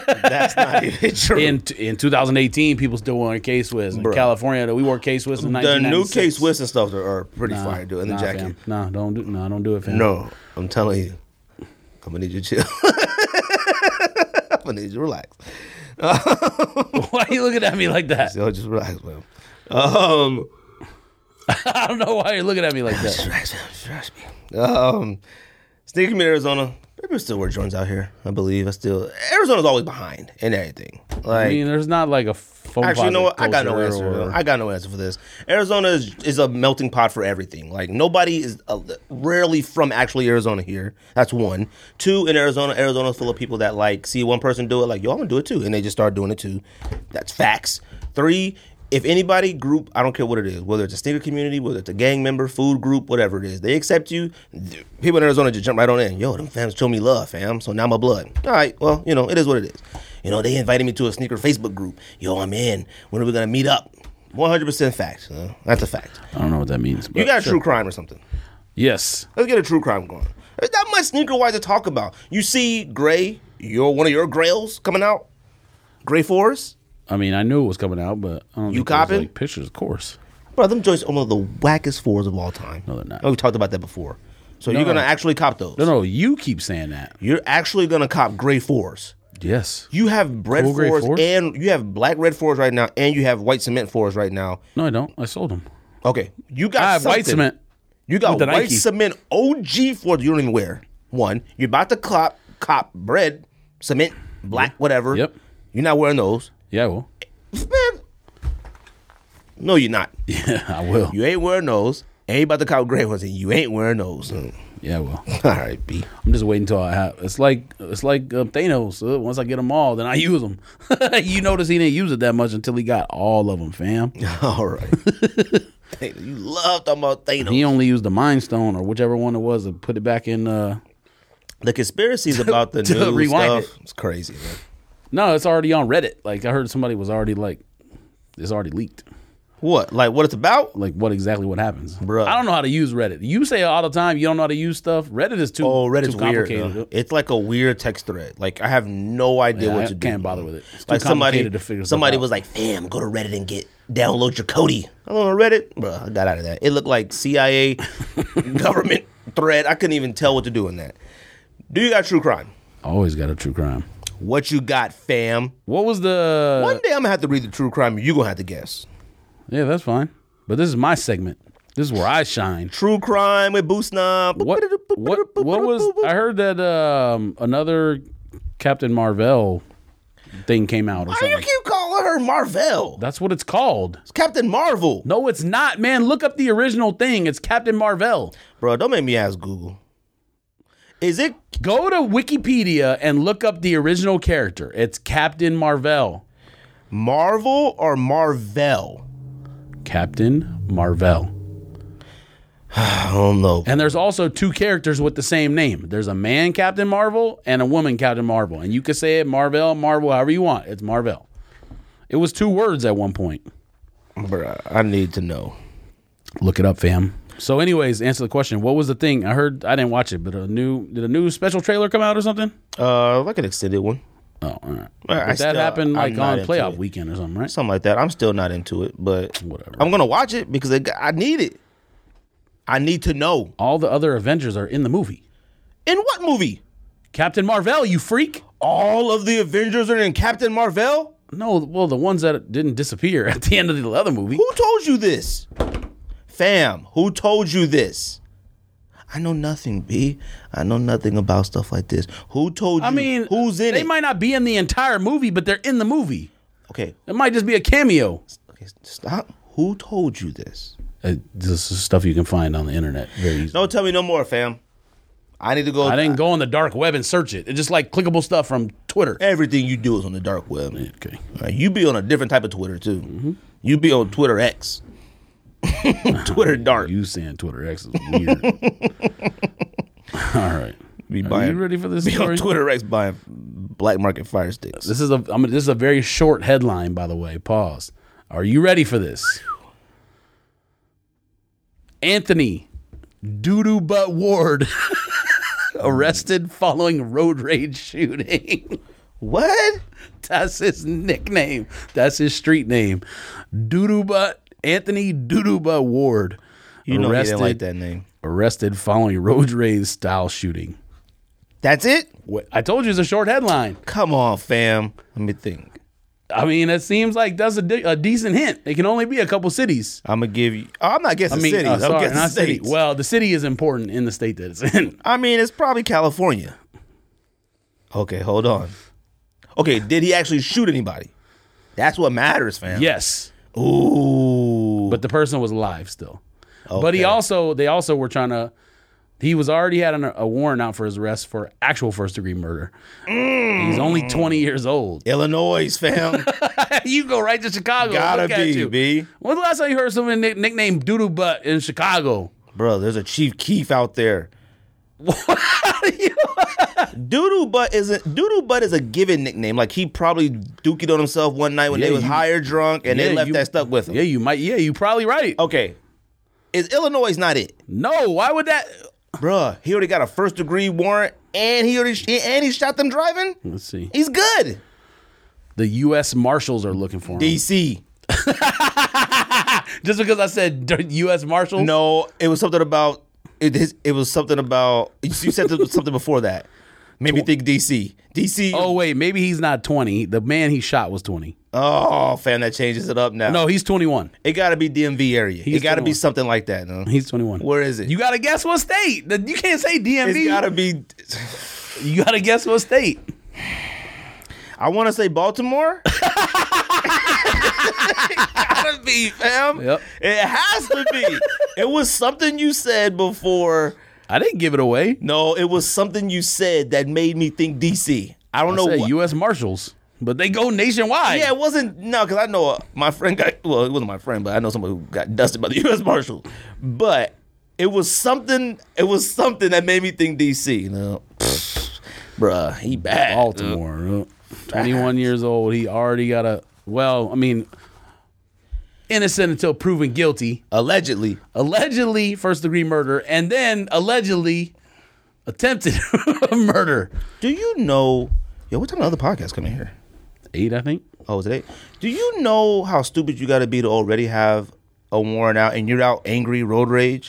S1: That's not even true.
S2: in in 2018, people still wearing K Swiss in
S1: Bruh.
S2: California. We wore K Swiss in
S1: the new
S2: 1996.
S1: Case Swiss and stuff are, are pretty fire, dude. And the
S2: nah,
S1: jacket.
S2: Fam. Nah, don't do. Nah, don't do it, fam.
S1: No, I'm telling you, I'm gonna need you to chill. I'm gonna need you to relax.
S2: Why are you looking at me like that?
S1: So just relax, man. Um,
S2: I don't know why you're looking at me like that.
S1: just relax, man. Just relax, man. Um, sneaking me to Arizona. People still wear Jordans out here. I believe. I still Arizona's always behind in everything. Like.
S2: I mean, there's not like a foam.
S1: Actually, you know what?
S2: posit
S1: I got no
S2: culture
S1: answer.
S2: or-
S1: though. I got no answer for this. Arizona is, is a melting pot for everything. Like nobody is uh, rarely from actually Arizona here. That's one. Two in Arizona, Arizona's full of people that like see one person do it, like yo, I'm gonna do it too, and they just start doing it too. That's facts. Three. If anybody group, I don't care what it is, whether it's a sneaker community, whether it's a gang member, food group, whatever it is, they accept you. th- People in Arizona just jump right on in. Yo, them fans show me love, fam. So now my blood. All right, well, you know, it is what it is. You know, they invited me to a sneaker Facebook group. Yo, I'm in. When are we gonna meet up? 100% fact. you know? That's a fact.
S2: I don't know what that means. But
S1: You got a
S2: sure.
S1: true crime or something.
S2: Yes.
S1: Let's get a true crime going. There's not much sneaker wise to talk about. You see Gray, your one of your grails coming out. Gray Forest.
S2: I mean, I knew it was coming out, but I don't
S1: You
S2: think there was,
S1: copping?
S2: like, pictures, of course.
S1: Bro, them joints are one of the wackest fours of all time. Oh,
S2: No, they're not.
S1: We talked about that before. So you're
S2: no.
S1: gonna actually cop those.
S2: No, no, you keep saying that.
S1: You're actually gonna cop Gray Fours.
S2: Yes.
S1: You have red
S2: Cool Gray
S1: fours
S2: Fours?
S1: and you have black red fours right now, and you have white cement fours right now.
S2: No, I don't. I sold them.
S1: Okay, you got
S2: I have white
S1: something.
S2: cement.
S1: You got
S2: With the
S1: white
S2: Nike.
S1: cement OG for you don't even wear. One, you're about to cop cop bread, cement, black, whatever.
S2: Yep.
S1: You're not wearing those,
S2: Yeah, I will.
S1: man. No, you're not.
S2: Yeah, I will.
S1: You ain't wearing those. And you about to cop gray ones, and you ain't wearing those. Mm.
S2: Yeah, I will.
S1: All right, B.
S2: I'm just waiting until I have. It's like it's like um, Thanos. Uh, once I get them all, then I use them. you notice he didn't use it that much until he got all of them, fam.
S1: All right. Thanos, you love talking about Thanos.
S2: He only used the Mind Stone or whichever one it was to put it back in. Uh,
S1: the conspiracies about the
S2: to
S1: new
S2: rewind
S1: stuff. It's crazy, man.
S2: no, it's already on Reddit. Like I heard somebody was already like, it's already leaked.
S1: What? Like what it's about?
S2: Like what exactly what happens?
S1: Bruh.
S2: I don't know how to use Reddit. You say all the time you don't know how to use stuff. Reddit is too
S1: Oh, Reddit's
S2: too
S1: weird.
S2: complicated.
S1: though. It's like a weird text thread. Like I have no idea
S2: Yeah,
S1: what
S2: I
S1: to do.
S2: can't bother with it. It's too
S1: like somebody,
S2: complicated to figure stuff
S1: somebody
S2: out.
S1: was like, "Fam, go to Reddit and get download your Cody." I'm on Reddit, bro. I got out of that. It looked like CIA government thread. I couldn't even tell what to do in that. Do you got true crime?
S2: Always got a true crime.
S1: What you got, fam?
S2: What was the?
S1: One day I'm gonna have to read the true crime. You gonna have to guess.
S2: Yeah, that's fine. But this is my segment. This is where I shine.
S1: True crime with Boost Knob.
S2: What? What? What was? I heard that um, another Captain Marvel thing came out or
S1: Why you
S2: something.
S1: keep calling her Marvel?
S2: That's what it's called.
S1: It's Captain Marvel,
S2: No, it's not, man. Look up the original thing. It's Captain Marvel.
S1: bro. Don't make me ask Google. Is it
S2: Go to Wikipedia and look up the original character. It's Captain Marvel.
S1: Marvel or Marvel?
S2: Captain Marvel.
S1: I don't know.
S2: And there's also two characters with the same name. There's a man Captain Marvel and a woman Captain Marvel. And you can say it Marvel, Marvel, however you want. It's Marvel. It was two words at one point.
S1: Bruh, I need to know.
S2: Look it up, fam. So, anyways, answer the question. What was the thing? I heard I didn't watch it, but a new did a new special trailer come out or something?
S1: Uh, like an extended one,
S2: Oh, all right.
S1: I- I
S2: But that
S1: still-
S2: happened like
S1: I'm not
S2: on
S1: into
S2: playoff
S1: it.
S2: weekend or something, right?
S1: something like that. I'm still not into it, but
S2: Whatever.
S1: I'm gonna watch it because it, I need it. I need to know.
S2: All the other Avengers are in the movie.
S1: In what movie?
S2: Captain Marvel, you freak!
S1: All of the Avengers are in Captain Marvel.
S2: No, well, the ones that didn't disappear at the end of the other movie.
S1: Who told you this, fam? Who told you this? I know nothing, B. I know nothing about stuff like this. Who told you?
S2: I mean,
S1: who's in
S2: they
S1: it?
S2: might not be in the entire movie, but they're in the movie.
S1: okay,
S2: It might just be a cameo.
S1: okay, stop. Who told you this?
S2: Uh, this is stuff you can find on the internet very easily.
S1: Don't tell me no more, fam. I need to go.
S2: I didn't go on the dark web and search it. It's just like clickable stuff from Twitter.
S1: Everything you do is on the dark web.
S2: Okay.
S1: Like, you be on a different type of Twitter too. You be on Twitter X. Twitter dart.
S2: You saying Twitter X is weird. All right.
S1: Be
S2: Are you
S1: buying
S2: ready for this
S1: be on
S2: story?
S1: Twitter X buying black market fire sticks.
S2: This is a I mean, this is a very short headline, by the way. Pause. Are you ready for this? Anthony Doodoo Butt Ward arrested following road rage shooting.
S1: What?
S2: That's his nickname. That's his street name. Doodoo Butt Anthony Doodoo Butt Ward.
S1: You know he
S2: arrested,
S1: didn't like that name.
S2: Arrested following road rage style shooting.
S1: That's it?
S2: Wh- I told you it's a short headline.
S1: Come on, fam. Let me think.
S2: I mean, it seems like that's a, de- a decent hint. It can only be a couple cities.
S1: I'm gonna give you. oh, I'm not guessing
S2: I mean,
S1: cities.
S2: uh,
S1: I'm
S2: sorry,
S1: guessing
S2: not city.
S1: states.
S2: Well, the city is important in the state that it's in.
S1: I mean, it's probably California. Okay, hold on. Okay, did he actually shoot anybody? That's what matters, fam.
S2: yes,
S1: Ooh.
S2: but the person was alive still. But he
S1: Okay.
S2: also, they also were trying to. He was already had an, a warrant out for his arrest for actual first degree murder. He's only
S1: Mm.
S2: twenty years old.
S1: Illinois, fam.
S2: you go right to Chicago.
S1: Gotta
S2: look at
S1: be,
S2: you.
S1: B.
S2: When's the last time you heard someone nick- nicknamed Doodoo Butt in Chicago?
S1: Bro, there's a Chief Keef out there. Doodoo Butt is a Doodoo Butt is a given nickname. Like he probably dookied on himself one night when
S2: Yeah,
S1: they was
S2: you-
S1: higher drunk and
S2: Yeah,
S1: they left
S2: you-
S1: that stuck with him.
S2: Yeah, you might. Yeah, you probably right.
S1: Okay. Is Illinois not it?
S2: No, why would that?
S1: Bruh, he already got a first degree warrant and he already and he shot them driving.
S2: Let's see.
S1: He's good.
S2: The U.S. Marshals are looking for him.
S1: DC.
S2: Just because I said d- U.S. Marshals?
S1: No, it was something about it. His, it was something about you said there was something before that. Made me think DC. DC.
S2: Oh
S1: Oh,
S2: wait, maybe he's not twenty. The man he shot was twenty.
S1: oh, fam, that changes it up now.
S2: No, he's twenty-one.
S1: it got to be DMV area. It
S2: He's
S1: got to be
S2: 21.
S1: something like that. No?
S2: He's twenty-one.
S1: Where is it?
S2: You gotta guess what state. The- You can't say
S1: it's
S2: DMV.
S1: got to be.
S2: you gotta guess what state.
S1: I want to say Baltimore. gotta be, fam.
S2: Yep.
S1: It has to be. it was something you said before.
S2: I didn't give it away.
S1: No, it was something you said that made me think DC. I don't
S2: I
S1: know
S2: said
S1: what.
S2: U.S. Marshals, but they go nationwide.
S1: Yeah, it wasn't no, because I know uh, my friend got well, it wasn't my friend, but I know somebody who got dusted by the U.S. Marshal. But it was something. It was something that made me think DC. You know, Pfft, bruh, he bad.
S2: Baltimore. huh? 21 years old. He already got a, well, I mean, innocent until proven guilty.
S1: Allegedly,
S2: Allegedly, first degree murder, and then allegedly attempted murder.
S1: do you know? Yo, what time the other podcast coming here?
S2: Eight, I think.
S1: Oh, is it eight? Do you know how stupid you got to be to already have a warrant out and you're out angry road rage?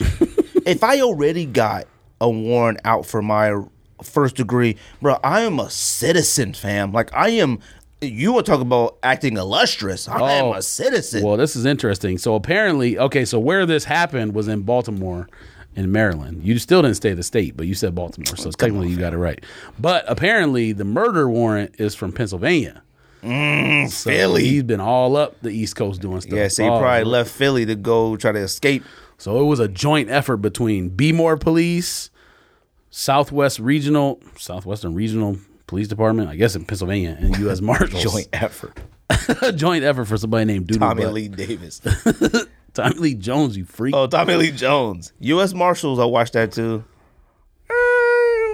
S1: if I already got a warrant out for my first degree, bro, I am a citizen, fam. Like I am. You were talking about acting illustrious. I am
S2: Oh.
S1: a citizen.
S2: Well, this is interesting. So apparently, okay, so where this happened was in Baltimore in Maryland. You still didn't stay the state, but you said Baltimore. So technically you got it right. But apparently the murder warrant is from Pennsylvania. so
S1: Mm, Philly.
S2: He's been all up the East Coast doing stuff.
S1: yeah, so you
S2: Oh,
S1: probably left Philly to go try to escape.
S2: So it was a joint effort between Bmore Police, Southwest Regional, Southwestern Regional Police Department, I guess in Pennsylvania, and U.S. Marshals.
S1: effort.
S2: a joint effort for somebody named Doodle
S1: Tommy
S2: Butt.
S1: Lee Davis.
S2: Tommy Lee Jones, you freak.
S1: oh, Tommy Lee Jones. U.S. Marshals. I watched that too.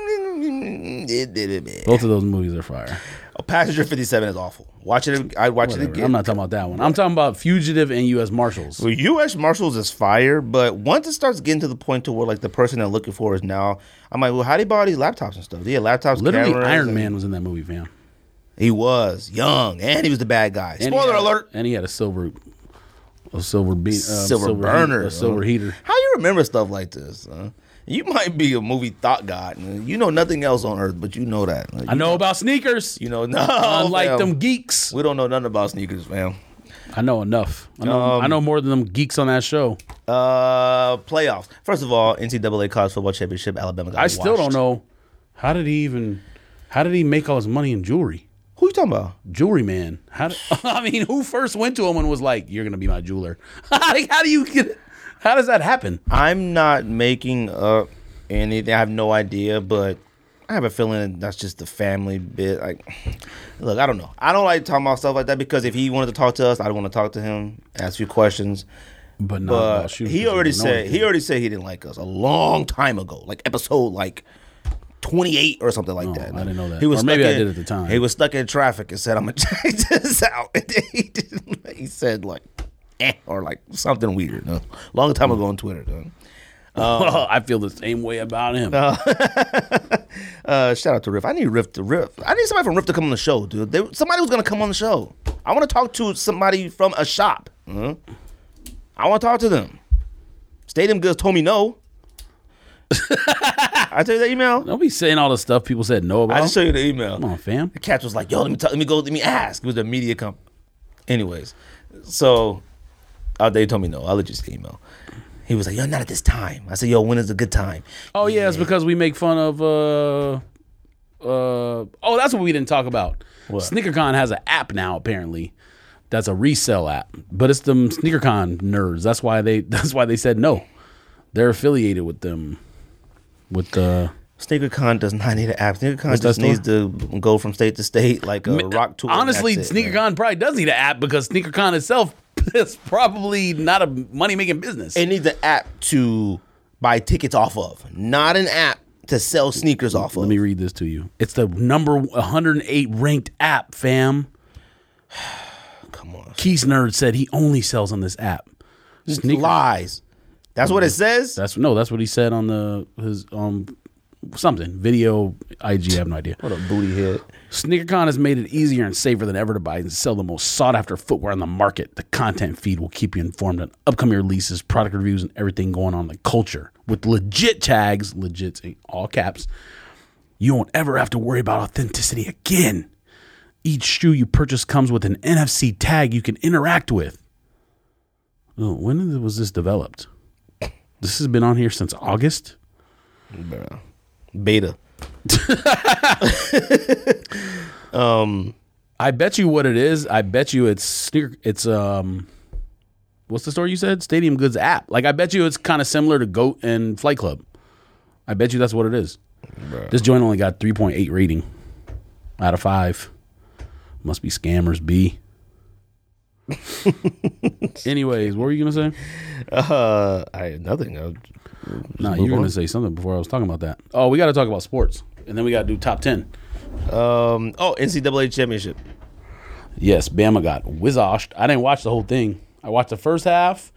S1: It did it, man.
S2: Both of those movies are fire.
S1: Oh, Passenger 57 is awful. Watch it. I watch it
S2: I'm
S1: again.
S2: not talking about that one. I'm talking about Fugitive and U.S. Marshals.
S1: Well, U.S. Marshals is fire, but once it starts getting to the point to where like the person they're looking for is now, I'm like, well, how do you buy all these laptops and stuff? Yeah, laptops.
S2: Literally,
S1: cameras,
S2: Iron
S1: and-
S2: Man was in that movie, fam.
S1: He was young, and he was the bad guy.
S2: And he
S1: Spoiler
S2: had-
S1: alert.
S2: And he had a silver, a silver be- uh,
S1: Silver
S2: heat-
S1: burner, uh-huh.
S2: a silver
S1: huh?
S2: heater.
S1: How you remember stuff like this? Huh? You might be a movie thought god. man. You know nothing else on earth, but you know that.
S2: I know about sneakers.
S1: You know, no.
S2: Unlike
S1: Oh, fam.
S2: them geeks.
S1: we don't know nothing about sneakers, fam.
S2: I know enough. I know,
S1: Um,
S2: I know more than them geeks on that show.
S1: Uh, playoffs. First of all, NCAA college football championship. Alabama. Got
S2: I still
S1: washed.
S2: don't know how did he even how did he make all his money in jewelry?
S1: Who you talking about?
S2: Jewelry man. How did, I mean, who first went to him and was like, "You're gonna be my jeweler"? Like, how do you get? How does that happen?
S1: I'm not making up anything. I have no idea, but I have a feeling that's just the family bit. Like, look, I don't know. I don't like talking about stuff like that because if he wanted to talk to us, I'd want to talk to him, ask you questions.
S2: But no,
S1: But
S2: no, she
S1: Uh,
S2: was
S1: he
S2: just
S1: already
S2: annoying.
S1: said he already said he didn't like us a long time ago, like episode like twenty eight or something like that.
S2: I didn't know that.
S1: He was
S2: Or maybe
S1: stuck
S2: I
S1: in-
S2: did at the time.
S1: He was stuck in traffic and said, "I'm gonna check this out." And then he didn't. He said like, eh, or like something weird. no? Long
S2: Hmm.
S1: time ago on Twitter. Though.
S2: I feel the same way about him.
S1: Uh-huh. Uh, shout out to Riff. I need Riff to Riff. I need somebody from Riff to come on the show, dude. They, somebody was gonna come on the show. I want to talk to somebody from a shop. Mhm. I want to talk to them. Stadium Goods told me no. I tell you that email.
S2: Don't be saying all the stuff people said no about.
S1: I just show you the email.
S2: Come on, fam.
S1: The catch was like, "Yo, let me talk, let me go, let me ask." It was a media company. Anyways, so uh, they told me no. I'll let you see the email. He was like, "Yo, not at this time." I said, "Yo, when is a good time?"
S2: Oh yeah, it's because we make fun of. uh uh Oh, that's what we didn't talk about. SneakerCon has an app now, apparently. That's a resell app, but it's them SneakerCon nerds. That's why they. That's why they said no. They're affiliated with them. With the
S1: SneakerCon does not need an app. SneakerCon
S2: that
S1: just needs to go from state to state like a rock tour. and
S2: honestly,
S1: that's it,
S2: SneakerCon
S1: man.
S2: probably does need an app because SneakerCon itself is probably not a money making business.
S1: It needs an app to buy tickets off of, not an app to sell sneakers off of.
S2: Let me read this to you. It's the number 108 ranked app, fam.
S1: Come on,
S2: Keys Nerd said he only sells on this app. Sneaker-
S1: lies. That's what it says.
S2: That's no, that's what he said on the his um something video IG. I have no idea.
S1: What a booty head.
S2: SneakerCon has made it easier and safer than ever to buy and sell the most sought after footwear on the market. The content feed will keep you informed on upcoming releases, product reviews, and everything going on in the culture. With legit tags, legit in all caps, you won't ever have to worry about authenticity again. Each shoe you purchase comes with an NFC tag you can interact with. Oh, when was this developed? This has been on here since August.
S1: Bruh. Beta.
S2: I bet you what it is. I bet you it's sneaker. It's um, what's the store you said? Stadium Goods app. Like I bet you it's kind of similar to Goat and Flight Club. I bet you that's what it is. This joint only got three point eight rating out of five. Must be scammers B. Anyways, what were you gonna say?
S1: Uh, I nothing. I,
S2: No, you were gonna say something before I was talking about that. Oh, we got to talk about sports, and then we got to do top ten.
S1: um. Oh, NCAA championship.
S2: Yes, Bama got whizzoshed. I didn't watch the whole thing. I watched the first half,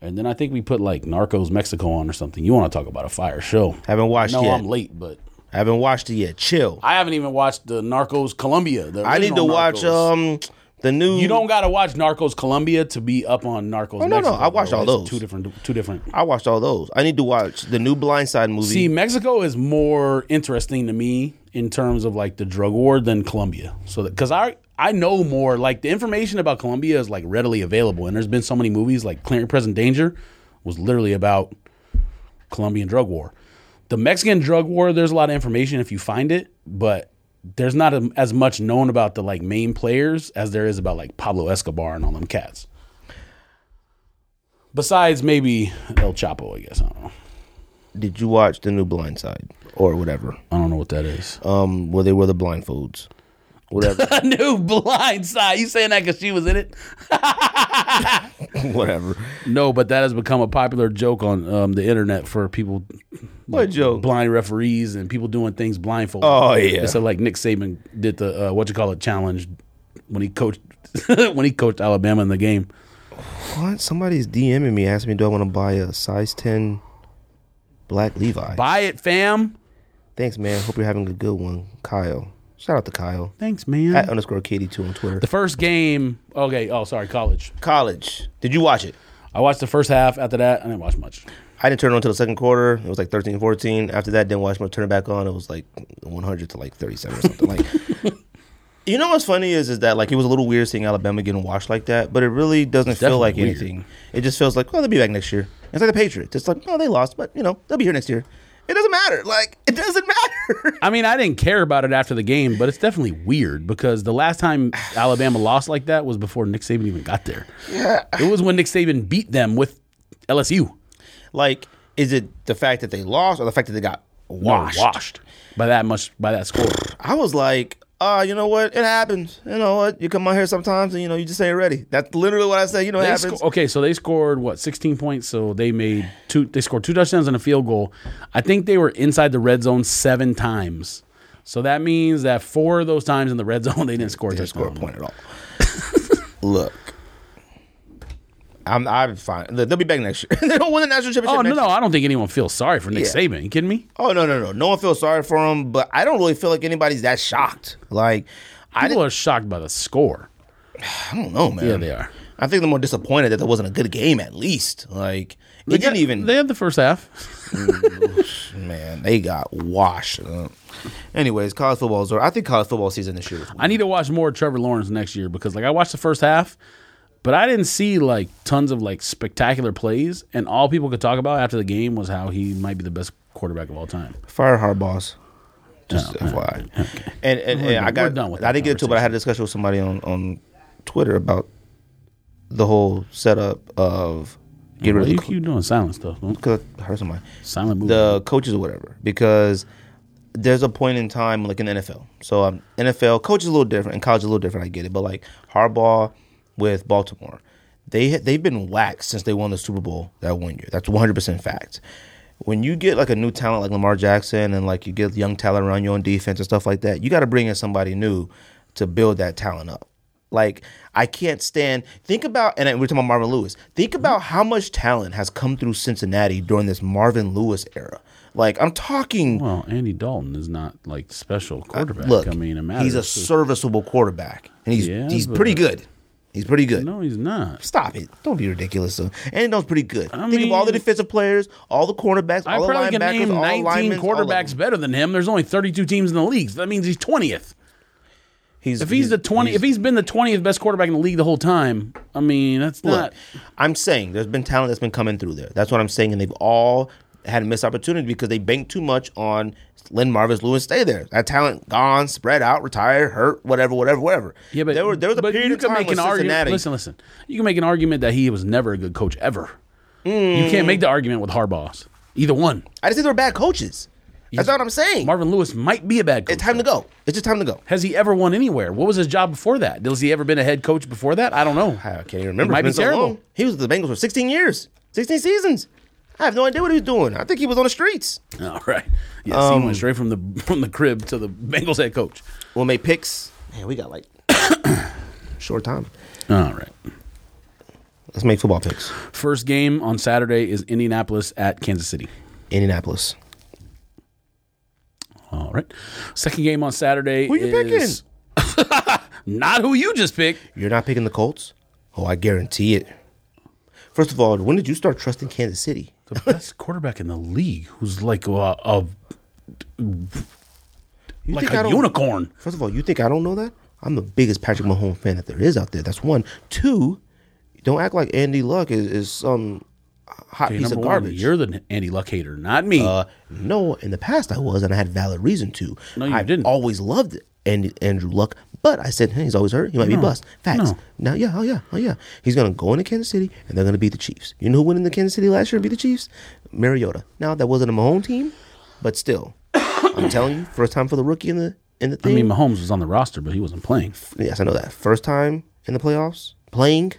S2: and then I think we put like Narcos Mexico on or something. You want to talk about a fire show?
S1: Haven't watched
S2: No,
S1: yet.
S2: I'm late, but
S1: I haven't watched it yet. Chill.
S2: I haven't even watched the Narcos Colombia. the
S1: I need to
S2: original
S1: watch
S2: Narcos.
S1: um the new.
S2: You don't gotta watch Narcos Colombia to be up on Narcos.
S1: Oh, no, no,
S2: Mexico,
S1: I watched
S2: bro.
S1: all
S2: It's
S1: those.
S2: Two different, two different.
S1: I watched all those. I need to watch the new Blindside movie.
S2: See, Mexico is more interesting to me in terms of like the drug war than Colombia. So that because I I know more like the information about Colombia is like readily available, and there's been so many movies like Clear and Present Danger was literally about Colombian drug war. The Mexican drug war, there's a lot of information if you find it, but there's not a, as much known about the like main players as there is about like Pablo Escobar and all them cats. Besides maybe El Chapo, I guess I don't know.
S1: Did you watch the new Blindside or whatever?
S2: I don't know what that is.
S1: Um, where they wear the blindfolds, whatever,
S2: a new blind side. You saying that because she was in it?
S1: whatever.
S2: No, but that has become a popular joke on um, the internet for people,
S1: What joke?
S2: blind referees and people doing things blindfolded.
S1: Oh, yeah.
S2: It's like Nick Saban did the uh, what you call it challenge when he coached when he coached Alabama in the game.
S1: What? Somebody's DMing me, asking me, do I want to buy a size ten black Levi?
S2: Buy it, fam.
S1: Thanks, man. Hope you're having a good one, Kyle. Shout out to Kyle
S2: Thanks, man.
S1: at underscore Katie two on Twitter.
S2: the first game. Okay. Oh, sorry. College.
S1: College. Did you watch it?
S2: I watched the first half. After that, I didn't watch much.
S1: I didn't turn it on until the second quarter. It was like 13, 14. After that, didn't watch my turn it back on. It was like 100 to like 37 or something. like, you know what's funny is is that like it was a little weird seeing Alabama getting washed like that, but it really doesn't feel
S2: definitely
S1: like
S2: weird.
S1: anything. It just feels like, oh, they'll be back next year. It's like the Patriots. It's like, oh, they lost, but you know they'll be here next year. It doesn't matter. Like it doesn't matter.
S2: I mean, I didn't care about it after the game, but it's definitely weird because the last time Alabama lost like that was before Nick Saban even got there. Yeah. It was when Nick Saban beat them with LSU.
S1: like, is it the fact that they lost or the fact that they got
S2: No,
S1: washed?
S2: Washed. By that much by that score.
S1: I was like, ah, you know what? It happens. You know what? You come out here sometimes and, you know, you just ain't ready. That's literally what I say. You know, it
S2: They
S1: happens.
S2: sco- okay, so they scored what 16 points. So they made two. They scored two touchdowns and a field goal. I think they were inside the red zone seven times. So that means that four of those times in the red zone they didn't score a
S1: didn't score a
S2: touchdown.
S1: point at all. Look, I'm I'm fine. Look, They'll be back next year. they don't win the national championship.
S2: Oh no,
S1: next
S2: no,
S1: year.
S2: I don't think anyone feels sorry for Nick
S1: Yeah.
S2: Saban. You kidding me?
S1: Oh no, no, no. No one feels sorry for him, but I don't really feel like anybody's that shocked. Like I,
S2: People are shocked by the score.
S1: I don't know, man.
S2: Yeah, they are.
S1: I think they're more disappointed that there wasn't a good game at least. Like it
S2: They
S1: didn't
S2: got-
S1: even.
S2: They had the first half.
S1: man, they got washed. Uh, anyways, college football's over. I think college football season this year. was-
S2: I need to watch more Trevor Lawrence next year because like I watched the first half, but I didn't see like tons of like spectacular plays, and all people could talk about after the game was how he might be the best quarterback of all time.
S1: Fire hard boss.
S2: Oh,
S1: Just FYI. And and, and I
S2: done- we're
S1: got
S2: done with
S1: I
S2: that
S1: didn't get into it, but I had a discussion with somebody on, on Twitter about the whole setup of get
S2: Well,
S1: rid
S2: you
S1: of
S2: keep doing silent stuff. huh?
S1: because I heard somebody.
S2: Silent movie.
S1: The coaches or whatever. Because there's a point in time like in the NFL. So um, NFL coach is a little different and college is a little different, I get it. But like Harbaugh with Baltimore. They ha- they've been whacked since they won the Super Bowl that one year. That's 100% fact. When you get like a new talent like Lamar Jackson and like you get young talent around you on defense and stuff like that, you got to bring in somebody new to build that talent up. Like I can't stand. Think about and we're talking about Marvin Lewis.
S2: Mm-hmm.
S1: Think about how much talent has come through Cincinnati during this Marvin Lewis era. Like I'm talking.
S2: well, Andy Dalton is not like special quarterback.
S1: look,
S2: I mean, it
S1: he's
S2: matters.
S1: a serviceable quarterback, and he's
S2: Yeah,
S1: he's
S2: but-
S1: pretty good. He's pretty good.
S2: no, he's not.
S1: Stop it! Don't be ridiculous. Though. Andy Dalton's pretty good. Think of
S2: mean-
S1: all the defensive players, all the cornerbacks,
S2: I
S1: all the
S2: probably can
S1: linebackers,
S2: name
S1: all
S2: 19
S1: linemen,
S2: quarterbacks better than him. There's only 32 teams in the league. So that means he's 20th.
S1: He's
S2: If he's the 20, if he's been the 20th best quarterback in the league the whole time, I mean, that's
S1: Look,
S2: not.
S1: I'm saying there's been talent that's been coming through there. That's what I'm saying, and they've all had missed opportunity because they banked too much on Lynn Marvis Lewis stay there. That talent gone, spread out, retired, hurt, whatever, whatever, whatever.
S2: Yeah, but
S1: there, were, there was a
S2: but
S1: period
S2: you
S1: of
S2: can
S1: time
S2: make
S1: when
S2: an argument.
S1: Cincinnati.
S2: Listen, listen. You can make an argument that he was never a good coach ever.
S1: Hmm.
S2: You can't make the argument with Harbaugh's either one.
S1: I just think they were bad coaches. That's not what I'm saying.
S2: Marvin Lewis might be a bad coach.
S1: it's time to go. It's just time to go.
S2: Has he ever won anywhere? What was his job before that? Has he ever been a head coach before that? I don't know.
S1: I can't even remember.
S2: It might
S1: It's been
S2: be terrible.
S1: long. He was with the Bengals for 16 years, 16 seasons. I have no idea what he was doing. I think he was on the streets.
S2: All right. Yes, he
S1: Um,
S2: went straight from the from the crib to the Bengals head coach.
S1: We'll make picks. Man, we got like short time.
S2: All right.
S1: Let's make football picks.
S2: First game on Saturday is Indianapolis at Kansas City.
S1: Indianapolis.
S2: All right. Second game on Saturday
S1: Who you
S2: is not who you just picked.
S1: You're not picking the Colts? Oh, I guarantee it. First of all, when did you start trusting Kansas City?
S2: The best quarterback in the league, who's like a, a
S1: You
S2: like
S1: think I
S2: a
S1: don't-
S2: unicorn.
S1: First of all, you think I don't know that? I'm the biggest Patrick Mahomes fan that there is out there. That's one. Two, don't act like Andy Luck is, is some hot
S2: Okay,
S1: piece
S2: number
S1: of
S2: one,
S1: garbage.
S2: you're the Andy Luck hater, not me.
S1: Uh, no, in the past I was, and I had valid reason to.
S2: No, you
S1: I
S2: didn't.
S1: Always loved Andy, Andrew Luck, but I said, hey, he's always hurt. He might be bust. Facts.
S2: no.
S1: Now, yeah, oh yeah, oh yeah. He's gonna go into Kansas City, and they're gonna beat the Chiefs. You know who went into Kansas City last year and beat the Chiefs? Mariota. Now that wasn't a Mahomes team, but still, I'm telling you, first time for the rookie in the in the
S2: I
S1: thing.
S2: mean, Mahomes was on the roster, but he wasn't playing.
S1: yes, I know that. First time in the playoffs playing.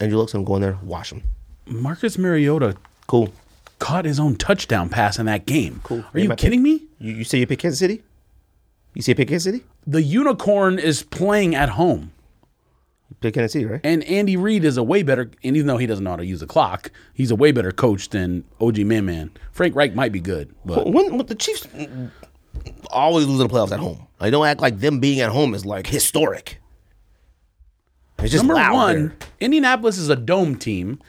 S1: Andrew Luck's gonna go in there, wash him.
S2: Marcus Mariota
S1: Cool.
S2: caught his own touchdown pass in that game.
S1: Cool.
S2: Are
S1: Made
S2: you
S1: my
S2: kidding me?
S1: You, you say you pick Kansas City? You say you pick Kansas City?
S2: The unicorn is playing at home,
S1: Pick Kansas City, right?
S2: and Andy Reid is a way better. And even though he doesn't know how to use a clock, he's a way better coach than OG Man Man. Frank Reich might be good, but
S1: When, when the Chiefs always lose in the playoffs at home. Like don't act like them being at home is like historic. It's just
S2: number
S1: loud
S2: one,
S1: there.
S2: Indianapolis is a dome team.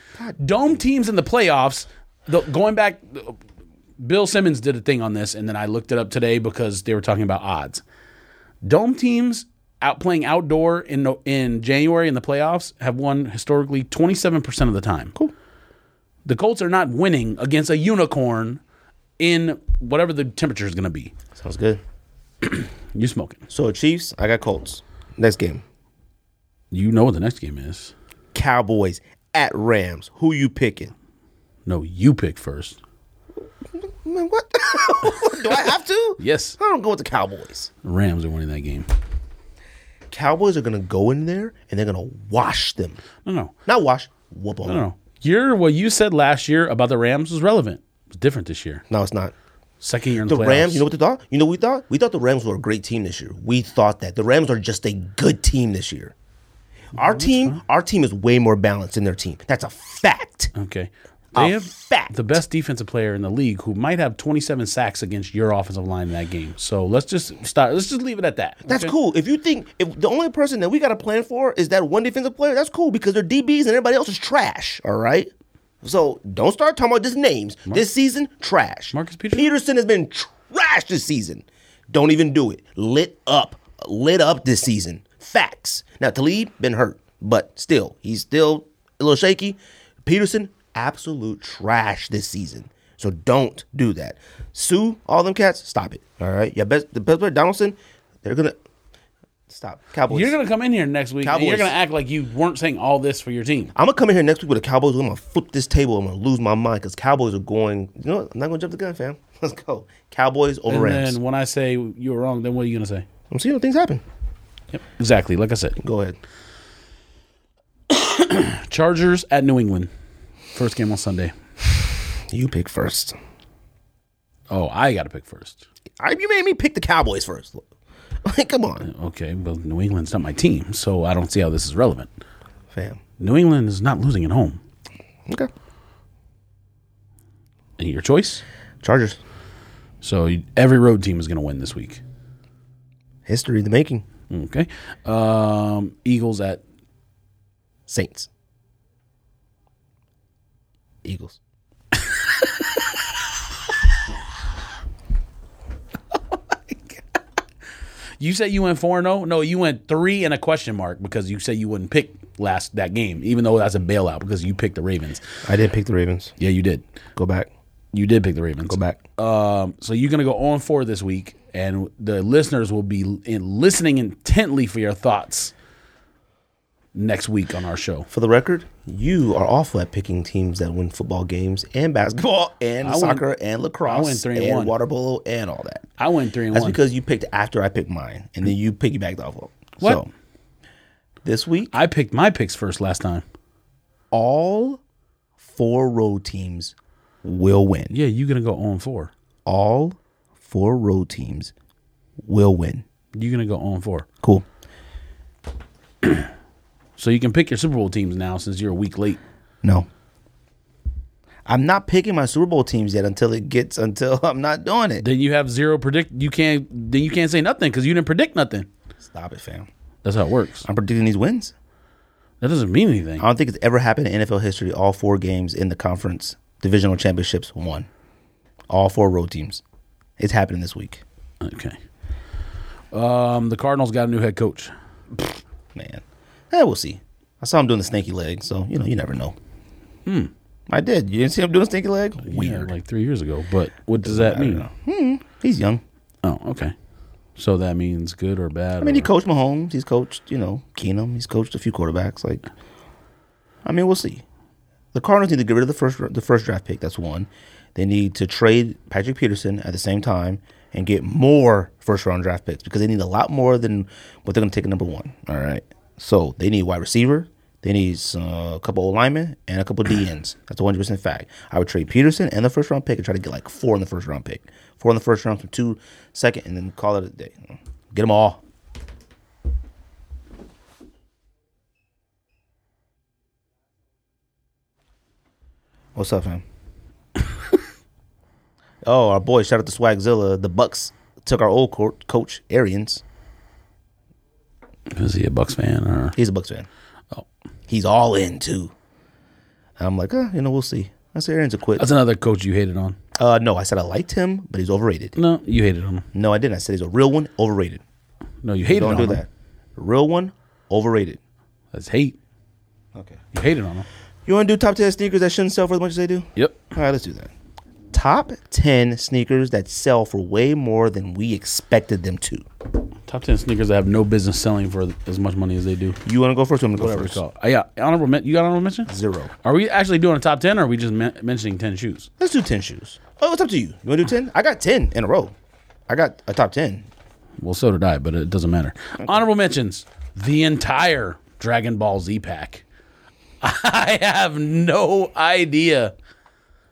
S2: Dome teams in the playoffs. The, going back, Bill Simmons did a thing on this, and then I looked it up today because they were talking about odds. Dome teams out playing outdoor in no- in January in the playoffs have won historically twenty seven percent of the time. Cool. The Colts are not winning against a unicorn in whatever the temperature is going to be.
S1: Sounds good.
S2: You smoking?
S1: So Chiefs, I got Colts. Next game,
S2: You know what the next game is?
S1: Cowboys at Rams. Who you picking?
S2: No, you pick first.
S1: Man, what? Do I have to?
S2: Yes,
S1: I don't go with the Cowboys.
S2: Rams are winning that game.
S1: Cowboys are gonna go in there and they're gonna wash them.
S2: No, no,
S1: Not wash, whoop on
S2: no,
S1: them.
S2: no. Your what you said last year about the Rams was relevant. It's different this year.
S1: No, it's not.
S2: Second year in
S1: The
S2: playoffs.
S1: Rams, you know what they thought? You know what we thought? We thought the Rams were a great team this year. We thought that. The Rams are just a good team this year. Our team, our team is way more balanced than their team. That's a fact.
S2: Okay.
S1: A
S2: They have
S1: fact.
S2: the best defensive player in the league who might have 27 sacks against your offensive line in that game. So let's just start. Let's just leave it at that.
S1: That's
S2: okay?
S1: cool. If you think if the only person that we got to plan for is that one defensive player, that's cool because their DBs and everybody else is trash. All right. So don't start talking about just names. this season, trash.
S2: Marcus Peterson?
S1: Peterson has been trash this season. Don't even do it. Lit up, lit up this season. Facts. Now Talib been hurt, but still he's still a little shaky. Peterson, absolute trash this season. So don't do that. Sue all them cats. Stop it. All right. Your best, the best player Donaldson. They're gonna stop Cowboys.
S2: You're gonna come in here next week. And
S1: Cowboys.
S2: you're gonna act like you weren't saying all this for your team.
S1: I'm gonna come in here next week with the Cowboys. I'm gonna flip this table. I'm gonna lose my mind because Cowboys are going. You know, what? I'm not gonna jump the gun, fam. Let's go. Cowboys over
S2: And
S1: Rams.
S2: then when I say you were wrong, then what are you gonna say?
S1: I'm seeing things happen.
S2: Yep. Exactly. Like I said,
S1: Go ahead.
S2: Chargers at New England. First game on Sunday.
S1: You pick first.
S2: Oh, I got to pick first.
S1: I, you made me pick the Cowboys first. Like, come on,
S2: Okay, well, New England's not my team, so I don't see how this is relevant.
S1: fam.
S2: New England is not losing at home.
S1: Okay.
S2: And your choice?
S1: Chargers.
S2: So you- every road team is going to win this week.
S1: History in the making.
S2: Okay. Um, Eagles at
S1: Saints. Eagles.
S2: You said you went 4 0. No, you went 3 and a question mark because you said you wouldn't pick last that game, even though that's a bailout because you picked the Ravens.
S1: I did pick the Ravens.
S2: Yeah, you did.
S1: Go back.
S2: You did pick the Ravens.
S1: Go back.
S2: Um, so you're going to go on 4 this week, and the listeners will be in, listening intently for your thoughts next week on our show.
S1: For the record, you are awful at picking teams that win football games and basketball and
S2: went-
S1: soccer and lacrosse
S2: I went three and
S1: and
S2: one.
S1: water polo and all that.
S2: I went 3 and
S1: That's
S2: 1.
S1: because you picked after I picked mine, and then you piggybacked off of.
S2: What?
S1: So this week,
S2: I picked my picks first last time.
S1: all four road teams will win.
S2: Yeah, you're going to go oh on 4.
S1: All four road teams will win.
S2: You're going to go oh on 4.
S1: Cool.
S2: So you can pick your Super Bowl teams now since you're a week late.
S1: No. I'm not picking my Super Bowl teams yet until it gets until I'm not doing it.
S2: Then you have zero predict. You can't. Then you can't say nothing because you didn't predict nothing.
S1: Stop it, fam.
S2: That's how it works.
S1: I'm predicting these wins.
S2: That doesn't mean anything.
S1: I don't think it's ever happened in NFL history. All four games in the conference divisional championships won. All four road teams. It's happening this week.
S2: Okay. Um, the Cardinals got a new head coach.
S1: Man. Eh, we'll see. I saw him doing the snaky leg, so you know, you never know. Hmm. I did. You didn't see him doing snaky leg? Weird.
S2: Yeah, like three years ago. But what does that mean?
S1: He's young.
S2: Oh, okay. So that means good or bad.
S1: I mean, he
S2: or-
S1: coached Mahomes. He's coached, you know, Keenum. He's coached a few quarterbacks. Like, I mean, we'll see. The Cardinals need to get rid of the first the first draft pick. That's one. They need to trade Patrick Peterson at the same time and get more first round draft picks because they need a lot more than what they're going to take at number one. All right. So they need wide receiver. They need uh, a couple of linemen and a couple of DNs. That's a one hundred percent fact. I would trade Peterson and the first round pick and try to get like four in the first round pick, four in the first round, some two second, and then call it a day. Get them all. What's up, man? oh, our boy! Shout out to Swagzilla. The Bucks took our old court, coach Arians.
S2: is he a Bucks fan or?
S1: He's a Bucks fan.
S2: Oh.
S1: He's all in too. And I'm like, uh, you know, we'll see. I said Arians will quit.
S2: That's another coach you hated on.
S1: Uh, no, I said I liked him, but he's overrated.
S2: No, you hated on him.
S1: No, I didn't. I said he's a real one, overrated.
S2: No, you hated
S1: Don't
S2: on
S1: do
S2: him.
S1: that. Real one, overrated.
S2: That's hate.
S1: Okay.
S2: You hated on him.
S1: You want to do top ten sneakers that shouldn't sell for as much as they do?
S2: Yep.
S1: All right, let's do that. Top ten sneakers that sell for way more than we expected them to.
S2: Top ten sneakers that have no business selling for as much money as they do.
S1: You want to go first? Or I'm gonna go
S2: Whatever it's
S1: first.
S2: called. Uh, yeah, honorable. Men- you got honorable mention?
S1: Zero.
S2: Are we actually doing a top ten, or are we just men- mentioning ten shoes?
S1: Let's do ten shoes. Oh, it's up to you. You want to do ten? I got ten in a row. I got a top ten.
S2: Well, so did I, but it doesn't matter. Honorable mentions: the entire Dragon Ball Z pack. I have no idea.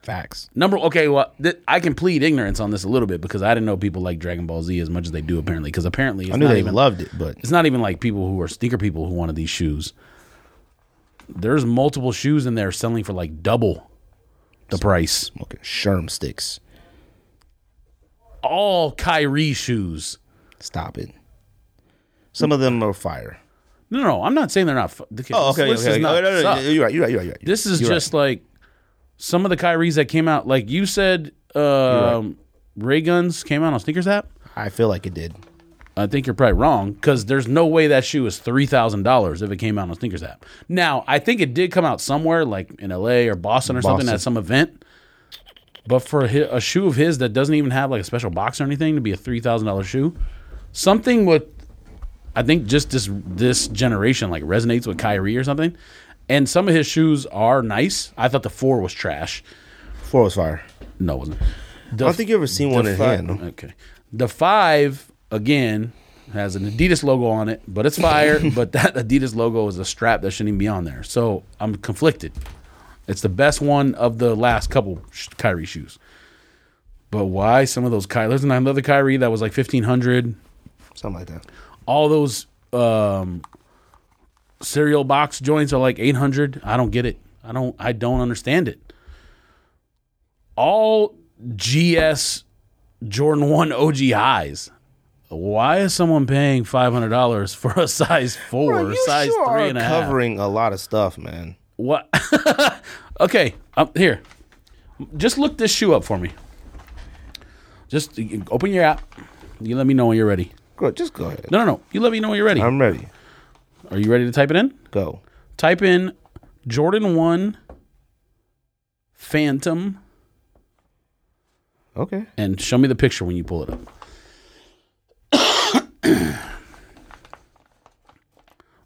S3: Facts.
S2: Number okay, well, th- I can plead ignorance on this a little bit because I didn't know people like Dragon Ball Z as much as they do apparently. Because apparently, it's
S1: I knew
S2: not
S1: they
S2: even
S1: loved it, but
S2: it's not even like people who are sneaker people who wanted these shoes. There's multiple shoes in there selling for like double the price.
S1: smoking Sherm sticks.
S2: All Kyrie shoes.
S1: Stop it. Some of them are fire.
S2: No, no, no I'm not saying they're not. Fu-
S1: Oh, okay.
S2: This
S1: okay,
S2: is
S1: okay.
S2: not
S1: Oh, no, no,
S2: suck.
S1: no, You're right. You're right. You're right. You're right.
S2: This is
S1: You're right.
S2: just like some of the Kyries that came out. Like you said, um, ray guns came out on sneakers app.
S1: I feel like it did.
S2: I think you're probably wrong because there's no way that shoe is three thousand dollars if it came out on sneakers app. Now I think it did come out somewhere like in L.A. or Boston or something
S1: Boston.
S2: at some event. But for hi- a shoe of his that doesn't even have like a special box or anything to be a three thousand dollar shoe, something with I think just this this generation like resonates with Kyrie or something. And some of his shoes are nice. I thought the four was trash.
S1: Four was fire.
S2: No, it wasn't.
S1: I don't think you ever seen one in
S2: fi-
S1: hand.
S2: Okay. The five again has an Adidas logo on it, but it's fire. but that Adidas logo is a strap that shouldn't even be on there. So I'm conflicted. It's the best one of the last couple sh- Kyrie shoes. But why some of those Kyrie? There's another Kyrie that was like fifteen hundred.
S1: Something like that.
S2: All those um, cereal box joints are like eight hundred. I don't get it. I don't. I don't understand it. All GS Jordan 1 OG highs. Why is someone paying $500 for a size 4
S1: Bro,
S2: or
S1: you
S2: size
S1: sure
S2: three
S1: are
S2: and a half?
S1: covering a lot of stuff, man.
S2: What? okay, um, here. Just look this shoe up for me. Just uh, open your app. You let me know when you're ready.
S1: Go, just go ahead.
S2: No, no, no. You let me know when you're ready.
S1: I'm ready.
S2: Are you ready to type it in?
S1: Go.
S2: Type in Jordan 1 Phantom
S1: Okay.
S2: and show me the picture when you pull it up.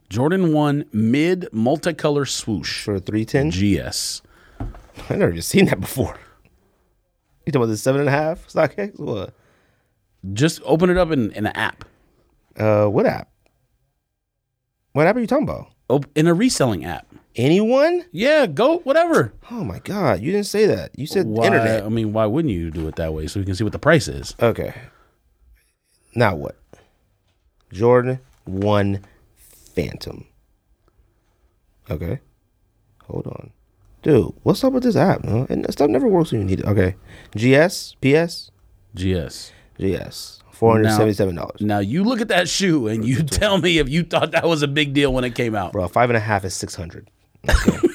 S2: Jordan 1 mid multicolor swoosh
S1: For three ten,
S2: GS.
S1: I never even seen that before. You talking about the seven and a half stock X? What?
S2: Just open it up in, in an app,
S1: Uh, what app? What app are you talking about?
S2: Op- in a reselling app.
S1: Anyone?
S2: Yeah, go, whatever.
S1: Oh my god, you didn't say that. You said
S2: Why,
S1: internet.
S2: I mean, why wouldn't you do it that way so you can see what the price is?
S1: Okay. Now what? Jordan one Phantom. Okay. Hold on. Dude, what's up with this app? No? And this stuff never works when you need it. Okay. GS, PS,
S2: GS.
S1: GS. Four hundred seventy seven dollars.
S2: Now you look at that shoe and you tell me if you thought that was a big deal when it came out.
S1: Bro, five and a half is six hundred. Okay.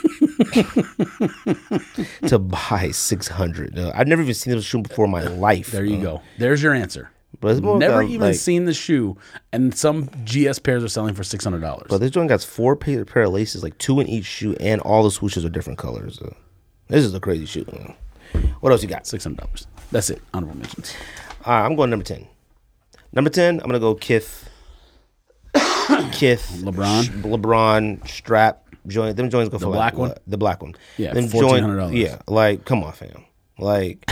S1: to buy six hundred. I've never even seen this shoe before in my life.
S2: There you go. There's your answer.
S1: But it's more
S2: Never
S1: about,
S2: even
S1: um, like-
S2: seen the shoe, and some GS pairs are selling for six hundred dollars.
S1: But this joint got four pair, pair of laces, like two in each shoe, and all the swooshes are different colors. Uh, This is a crazy shoe. man. What else you got?
S2: Six hundred dollars. That's it. Honorable mentions.
S1: All right, I'm going number ten. Number ten, I'm gonna go Kith. Kith,
S2: LeBron?
S1: Sh- LeBron strap joint. Them joints go for the
S2: black one?
S1: The black one.
S2: Yeah,
S1: Them
S2: $1,400.
S1: Yeah, like come on, fam. Like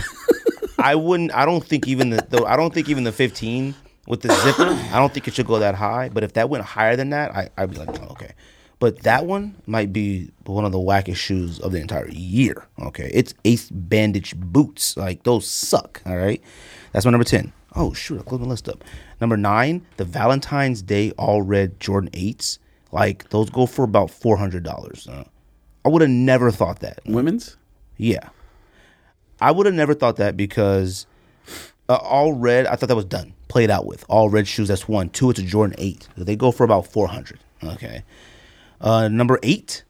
S1: I wouldn't. I don't think even the. Though I don't think even the 15 with the zipper. I don't think it should go that high. But if that went higher than that, I, I'd be like, oh, okay. But that one might be one of the wackest shoes of the entire year. Okay, it's Ace Bandage boots. Like those suck. All right, that's my number ten. Oh shoot, I closed my list up. Number nine, the Valentine's Day all red Jordan eights. Like those go for about four hundred dollars. I would have never thought that.
S2: Women's.
S1: Yeah. I would have never thought that because uh, all red, I thought that was done, played out with. All red shoes, that's one. Two, it's a Jordan 8. They go for about 400. Okay. Uh, number eight,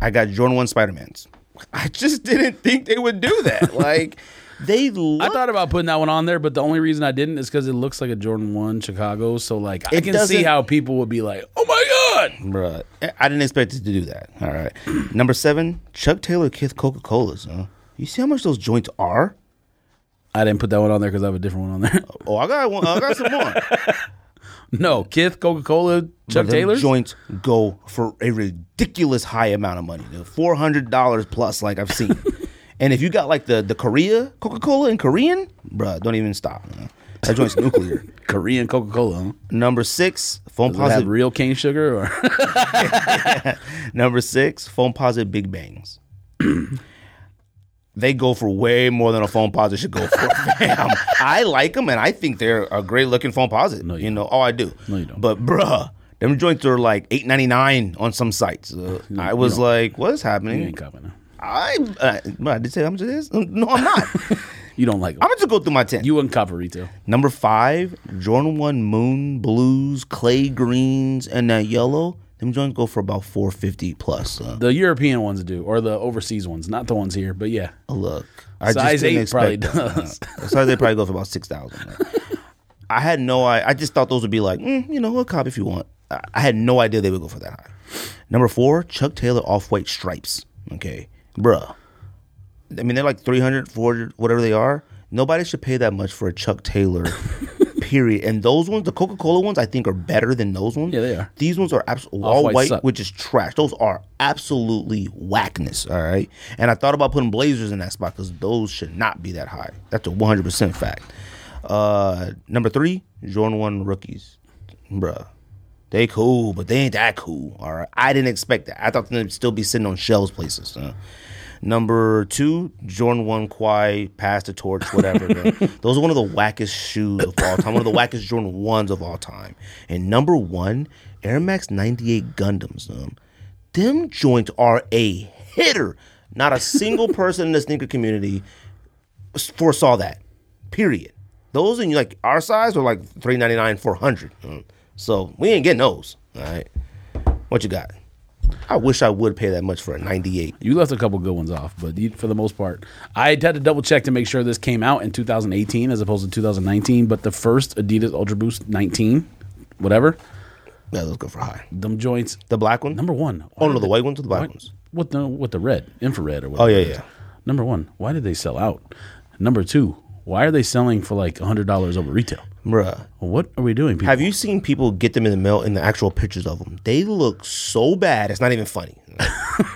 S1: I got Jordan 1 Spider Man's. I just didn't think they would do that. Like, they
S2: I
S1: look.
S2: thought about putting that one on there, but the only reason I didn't is because it looks like a Jordan One Chicago. So like I
S1: It
S2: can see
S1: doesn't-
S2: how people would be like, "Oh my god!"
S1: Bruh, I didn't expect it to do that. All right. Number seven, Chuck Taylor Kith Coca Cola's. Huh? You see how much those joints are?
S2: I didn't put that one on there because I have a different one on there.
S1: Oh, I got one. I got some more.
S2: no, Kith, Coca Cola, Chuck
S1: Them
S2: Taylor's.
S1: joints go for a ridiculous high amount of money, four hundred dollars plus, like I've seen. and if you got like the the Korea Coca Cola in Korean, bruh, don't even stop. man. That joint's nuclear.
S2: Korean Coca Cola. Huh?
S1: Number six, phone
S2: Does it have
S1: positive.
S2: real cane sugar or
S1: Number six, phone positive Big Bangs. they go for way more than a phone positive should go for. Fam. I like them and I think they're a great looking phone positive. you, know, oh, I do. No,
S2: you don't.
S1: But bruh, them joints are like eight ninety nine on some sites. Uh, I was like, what is
S2: you
S1: happening?
S2: ain't copping it.
S1: I, uh, I did say how much it is. No, I'm not.
S2: You don't like
S1: I'm
S2: them.
S1: gonna just go through my ten.
S2: You wouldn't cop a retail.
S1: Number five, Jordan One Moon Blues, Clay Greens, and that yellow. Them joints go for about four fifty plus. Uh,
S2: The European ones do, or the overseas ones, not the ones here. But yeah,
S1: look, I
S2: size
S1: didn't
S2: eight probably
S1: expect that.
S2: does.
S1: Size eight probably go for about six thousand. I had no. I, I just thought those would be like, mm, you know, a cop if you want. I, I had no idea they would go for that high. Number four, Chuck Taylor Off White Stripes. Okay, bruh. I mean, they're like 300, 400, whatever they are. Nobody should pay that much for a Chuck Taylor, period. And those ones, the Coca Cola ones, I think are better than those ones.
S2: Yeah, they are.
S1: These ones are absolutely all
S2: Off-White
S1: white,
S2: suck.
S1: which is trash. Those are absolutely whackness. All right. And I thought about putting Blazers in that spot because those should not be that high. That's a 100% fact. Uh, number three, Jordan 1 rookies. Bruh. They cool, but they ain't that cool. All right. I didn't expect that. I thought they'd still be sitting on shelves places. huh? Number two, Jordan 1 Kwai, Pass the Torch, whatever. man. Those are one of the wackest shoes of all time, one of the wackest Jordan 1s of all time. And number one, Air Max 98 Gundams. Um, them joints are a hitter. Not a single person in the sneaker community foresaw that. Period. Those in like our size are like 399, 400. Mm. So we ain't getting those. All right. What you got? I wish I would pay that much for a 98.
S2: You left a couple good ones off, but you, for the most part, I had to double check to make sure this came out in 2018 as opposed to 2019. But the first Adidas Ultra Boost 19, whatever,
S1: Yeah, those go for high.
S2: them joints
S1: The black one?
S2: number one. why
S1: Oh, no,
S2: did
S1: the
S2: they-
S1: white ones or the black
S2: why-
S1: ones? Oh,
S2: What the what the red infrared or whatever?
S1: yeah,
S2: it is.
S1: yeah.
S2: Number one, why did they sell out? Number two, why are they selling for like hundred dollars over retail?
S1: Bruh.
S2: What are we doing? People?
S1: Have you seen people get them in the mail in the actual pictures of them? They look so bad. It's not even funny.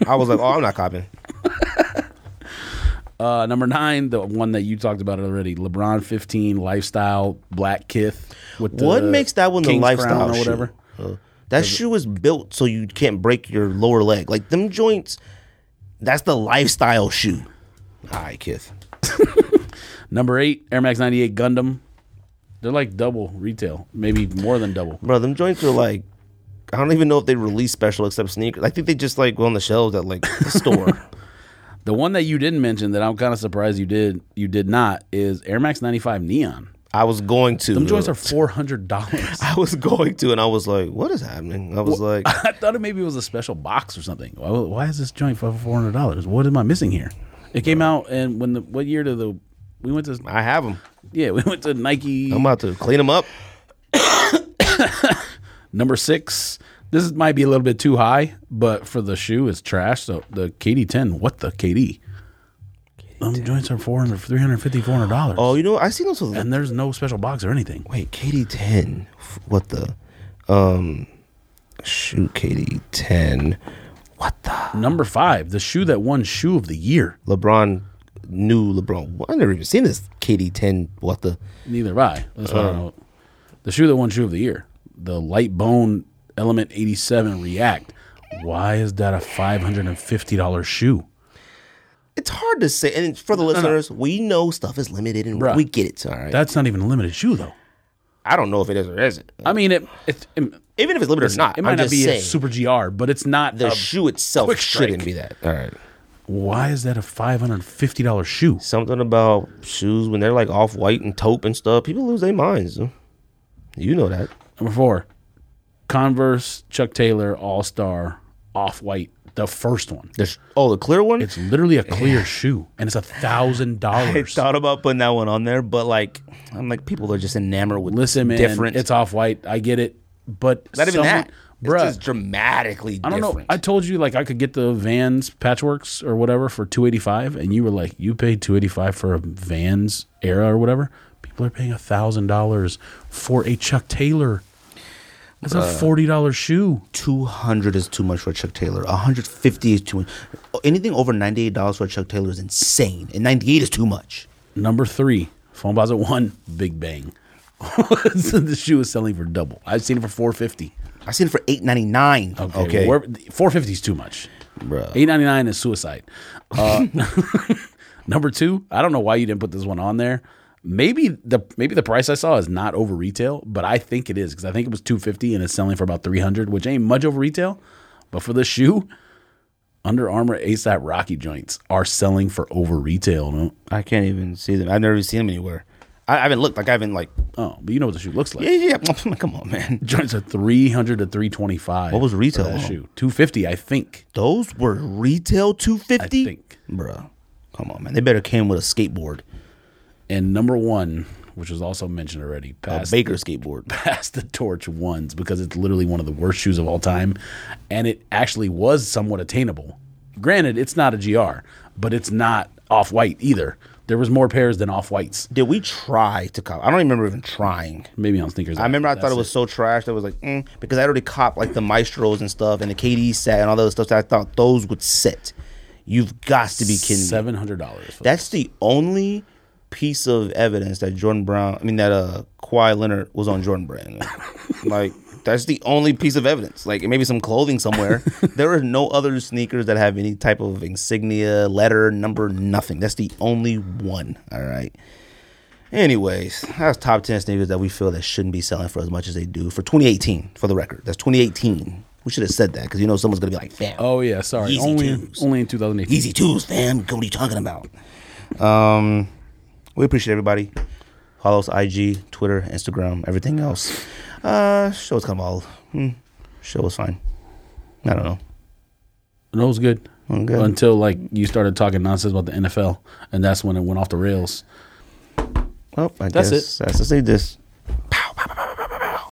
S1: I was like, oh, I'm not copying.
S2: Uh, number nine, the one that you talked about already, LeBron 15 lifestyle black kith. With the
S1: What makes that one the
S2: King's
S1: lifestyle
S2: crown
S1: shoe?
S2: or whatever?
S1: Uh, that shoe is built so you can't break your lower leg. Like them joints, that's the lifestyle shoe. All right, Kith.
S2: Number eight, Air Max 98 Gundam. They're like double retail, maybe more than double.
S1: Bro, them joints are like, I don't even know if they release special except sneakers. I think they just like go on the shelves at like the store.
S2: The one that you didn't mention that I'm kind of surprised you did you did not is Air Max 95 Neon.
S1: I was going to.
S2: Them joints are four hundred dollars.
S1: I was going to, and I was like, what is happening? I was like,
S2: I thought it maybe was a special box or something. Why, why is this joint for four hundred dollars? What am I missing here? It came out and when the what year did the we went to
S1: I have them.
S2: yeah we went to Nike
S1: I'm about to clean them up.
S2: Number six. This is- might be a little bit too high, but for the shoe, it's trash. So the KD10, what the KD? Them joints are 400, 350 $400.
S1: Oh, you know, what? I seen those with
S2: And there's no special box or anything.
S1: Wait, KD ten. What the? Um, shoot, KD ten. What the?
S2: Number five, the shoe that won shoe of the year.
S1: LeBron, new LeBron. What? I never even seen this KD ten. What the?
S2: Neither have I. That's why I don't know. The shoe that won shoe of the year. The light bone element 87 react. Why is that a $550 shoe?
S1: It's hard to say. And for the listeners, we know stuff is limited, and
S2: Bruh.
S1: we get it. All right.
S2: That's not even a limited shoe though.
S1: I don't know if it is or isn't.
S2: I mean, it, it, it,
S1: Even if it's limited or not,
S2: it might
S1: I'm
S2: not
S1: just
S2: be a
S1: saying
S2: super GR, but it's not
S1: the
S2: a
S1: shoe itself
S2: quick
S1: shouldn't
S2: strike.
S1: be that. All right.
S2: Why is that a five hundred fifty dollars shoe?
S1: Something about shoes when they're like off white and taupe and stuff. People lose their minds. You know that.
S2: Number four, Converse Chuck Taylor All Star Off White, the first one.
S1: The sh- oh, the clear one.
S2: It's literally a clear shoe, and it's a thousand
S1: I
S2: dollars.
S1: thought about putting that one on there, but like, I'm like, people are just enamored with
S2: Listen, man,
S1: different.
S2: it's Off White. I get it, but
S1: not even
S2: someone-
S1: that,
S2: bruh,
S1: It's just dramatically
S2: I don't
S1: different.
S2: know. I told you like I could get the Vans Patchworks or whatever for two eighty five, and you were like, you paid two eighty five for a Vans era or whatever. People are paying thousand dollars for a Chuck Taylor. That's a forty dollar shoe.
S1: 200 is too much for a Chuck Taylor. 150 is too much. Anything over 98 dollars for a Chuck Taylor is insane, and 98 is too much.
S2: Number three, Phone Plaza One, Big Bang. So the shoe is selling for double. I've seen it for four fifty.
S1: I seen it for eight ninety nine. Okay,
S2: four fifty is too much.
S1: Bruh.
S2: Eight ninety nine is suicide. Uh, number two, I don't know why you didn't put this one on there. Maybe the maybe the price I saw is not over retail, but I think it is because I think it was two fifty and it's selling for about three hundred, which ain't much over retail. But for the shoe, Under Armour ASAP Rocky joints are selling for over retail. No?
S1: I can't even see them. I've never seen them anywhere. I, I haven't looked. Like I haven't like.
S2: Oh, but you know what the shoe looks like.
S1: Yeah, yeah. yeah. Come on, man.
S2: Joints are three hundred to three twenty five.
S1: What was retail on?
S2: shoe? Two fifty, I think.
S1: Those were retail two
S2: I
S1: fifty.
S2: think.
S1: Bruh. Come on, man. They better came with a skateboard,
S2: And number one, which was also mentioned already,
S1: a
S2: past
S1: Baker skateboard.
S2: pass the torch ones because it's literally one of the worst shoes of all time, and it actually was somewhat attainable. Granted, it's not a gr, but it's not off white either. There was more pairs than off whites.
S1: Did we try to cop? I don't even remember even trying.
S2: Maybe on sneakers.
S1: I remember I thought it was so trash that I was like, mm, because I already copped like the maestros and stuff and the KD set and all those stuff. That I thought those would sit. You've got to be kidding. me.
S2: seven hundred dollars.
S1: That's the only piece of evidence that Jordan Brown, I mean that uh Kawhi Leonard was on Jordan Brand. like that's the only piece of evidence. Like maybe some clothing somewhere. there are no other sneakers that have any type of insignia, letter, number, nothing. That's the only one. All right. Anyways, that's top ten sneakers that we feel that shouldn't be selling for as much as they do for 2018. For the record, that's 2018. We should have said that because you know someone's gonna be like, "Fam,
S2: Oh yeah, sorry.
S1: Yeezy
S2: only
S1: twos.
S2: only in two thousand eighteen.
S1: Easy twos, fam. Go, What are you talking about? Um, we appreciate everybody. Follow us IG, Twitter, Instagram, everything else. Uh, show us come all. Hmm. Show was fine. I don't know.
S2: No, it was good.
S1: I'm good.
S2: Until like you started talking nonsense about the NFL, and that's when it went off the rails.
S1: Well, I
S2: That's
S1: guess that's to say this.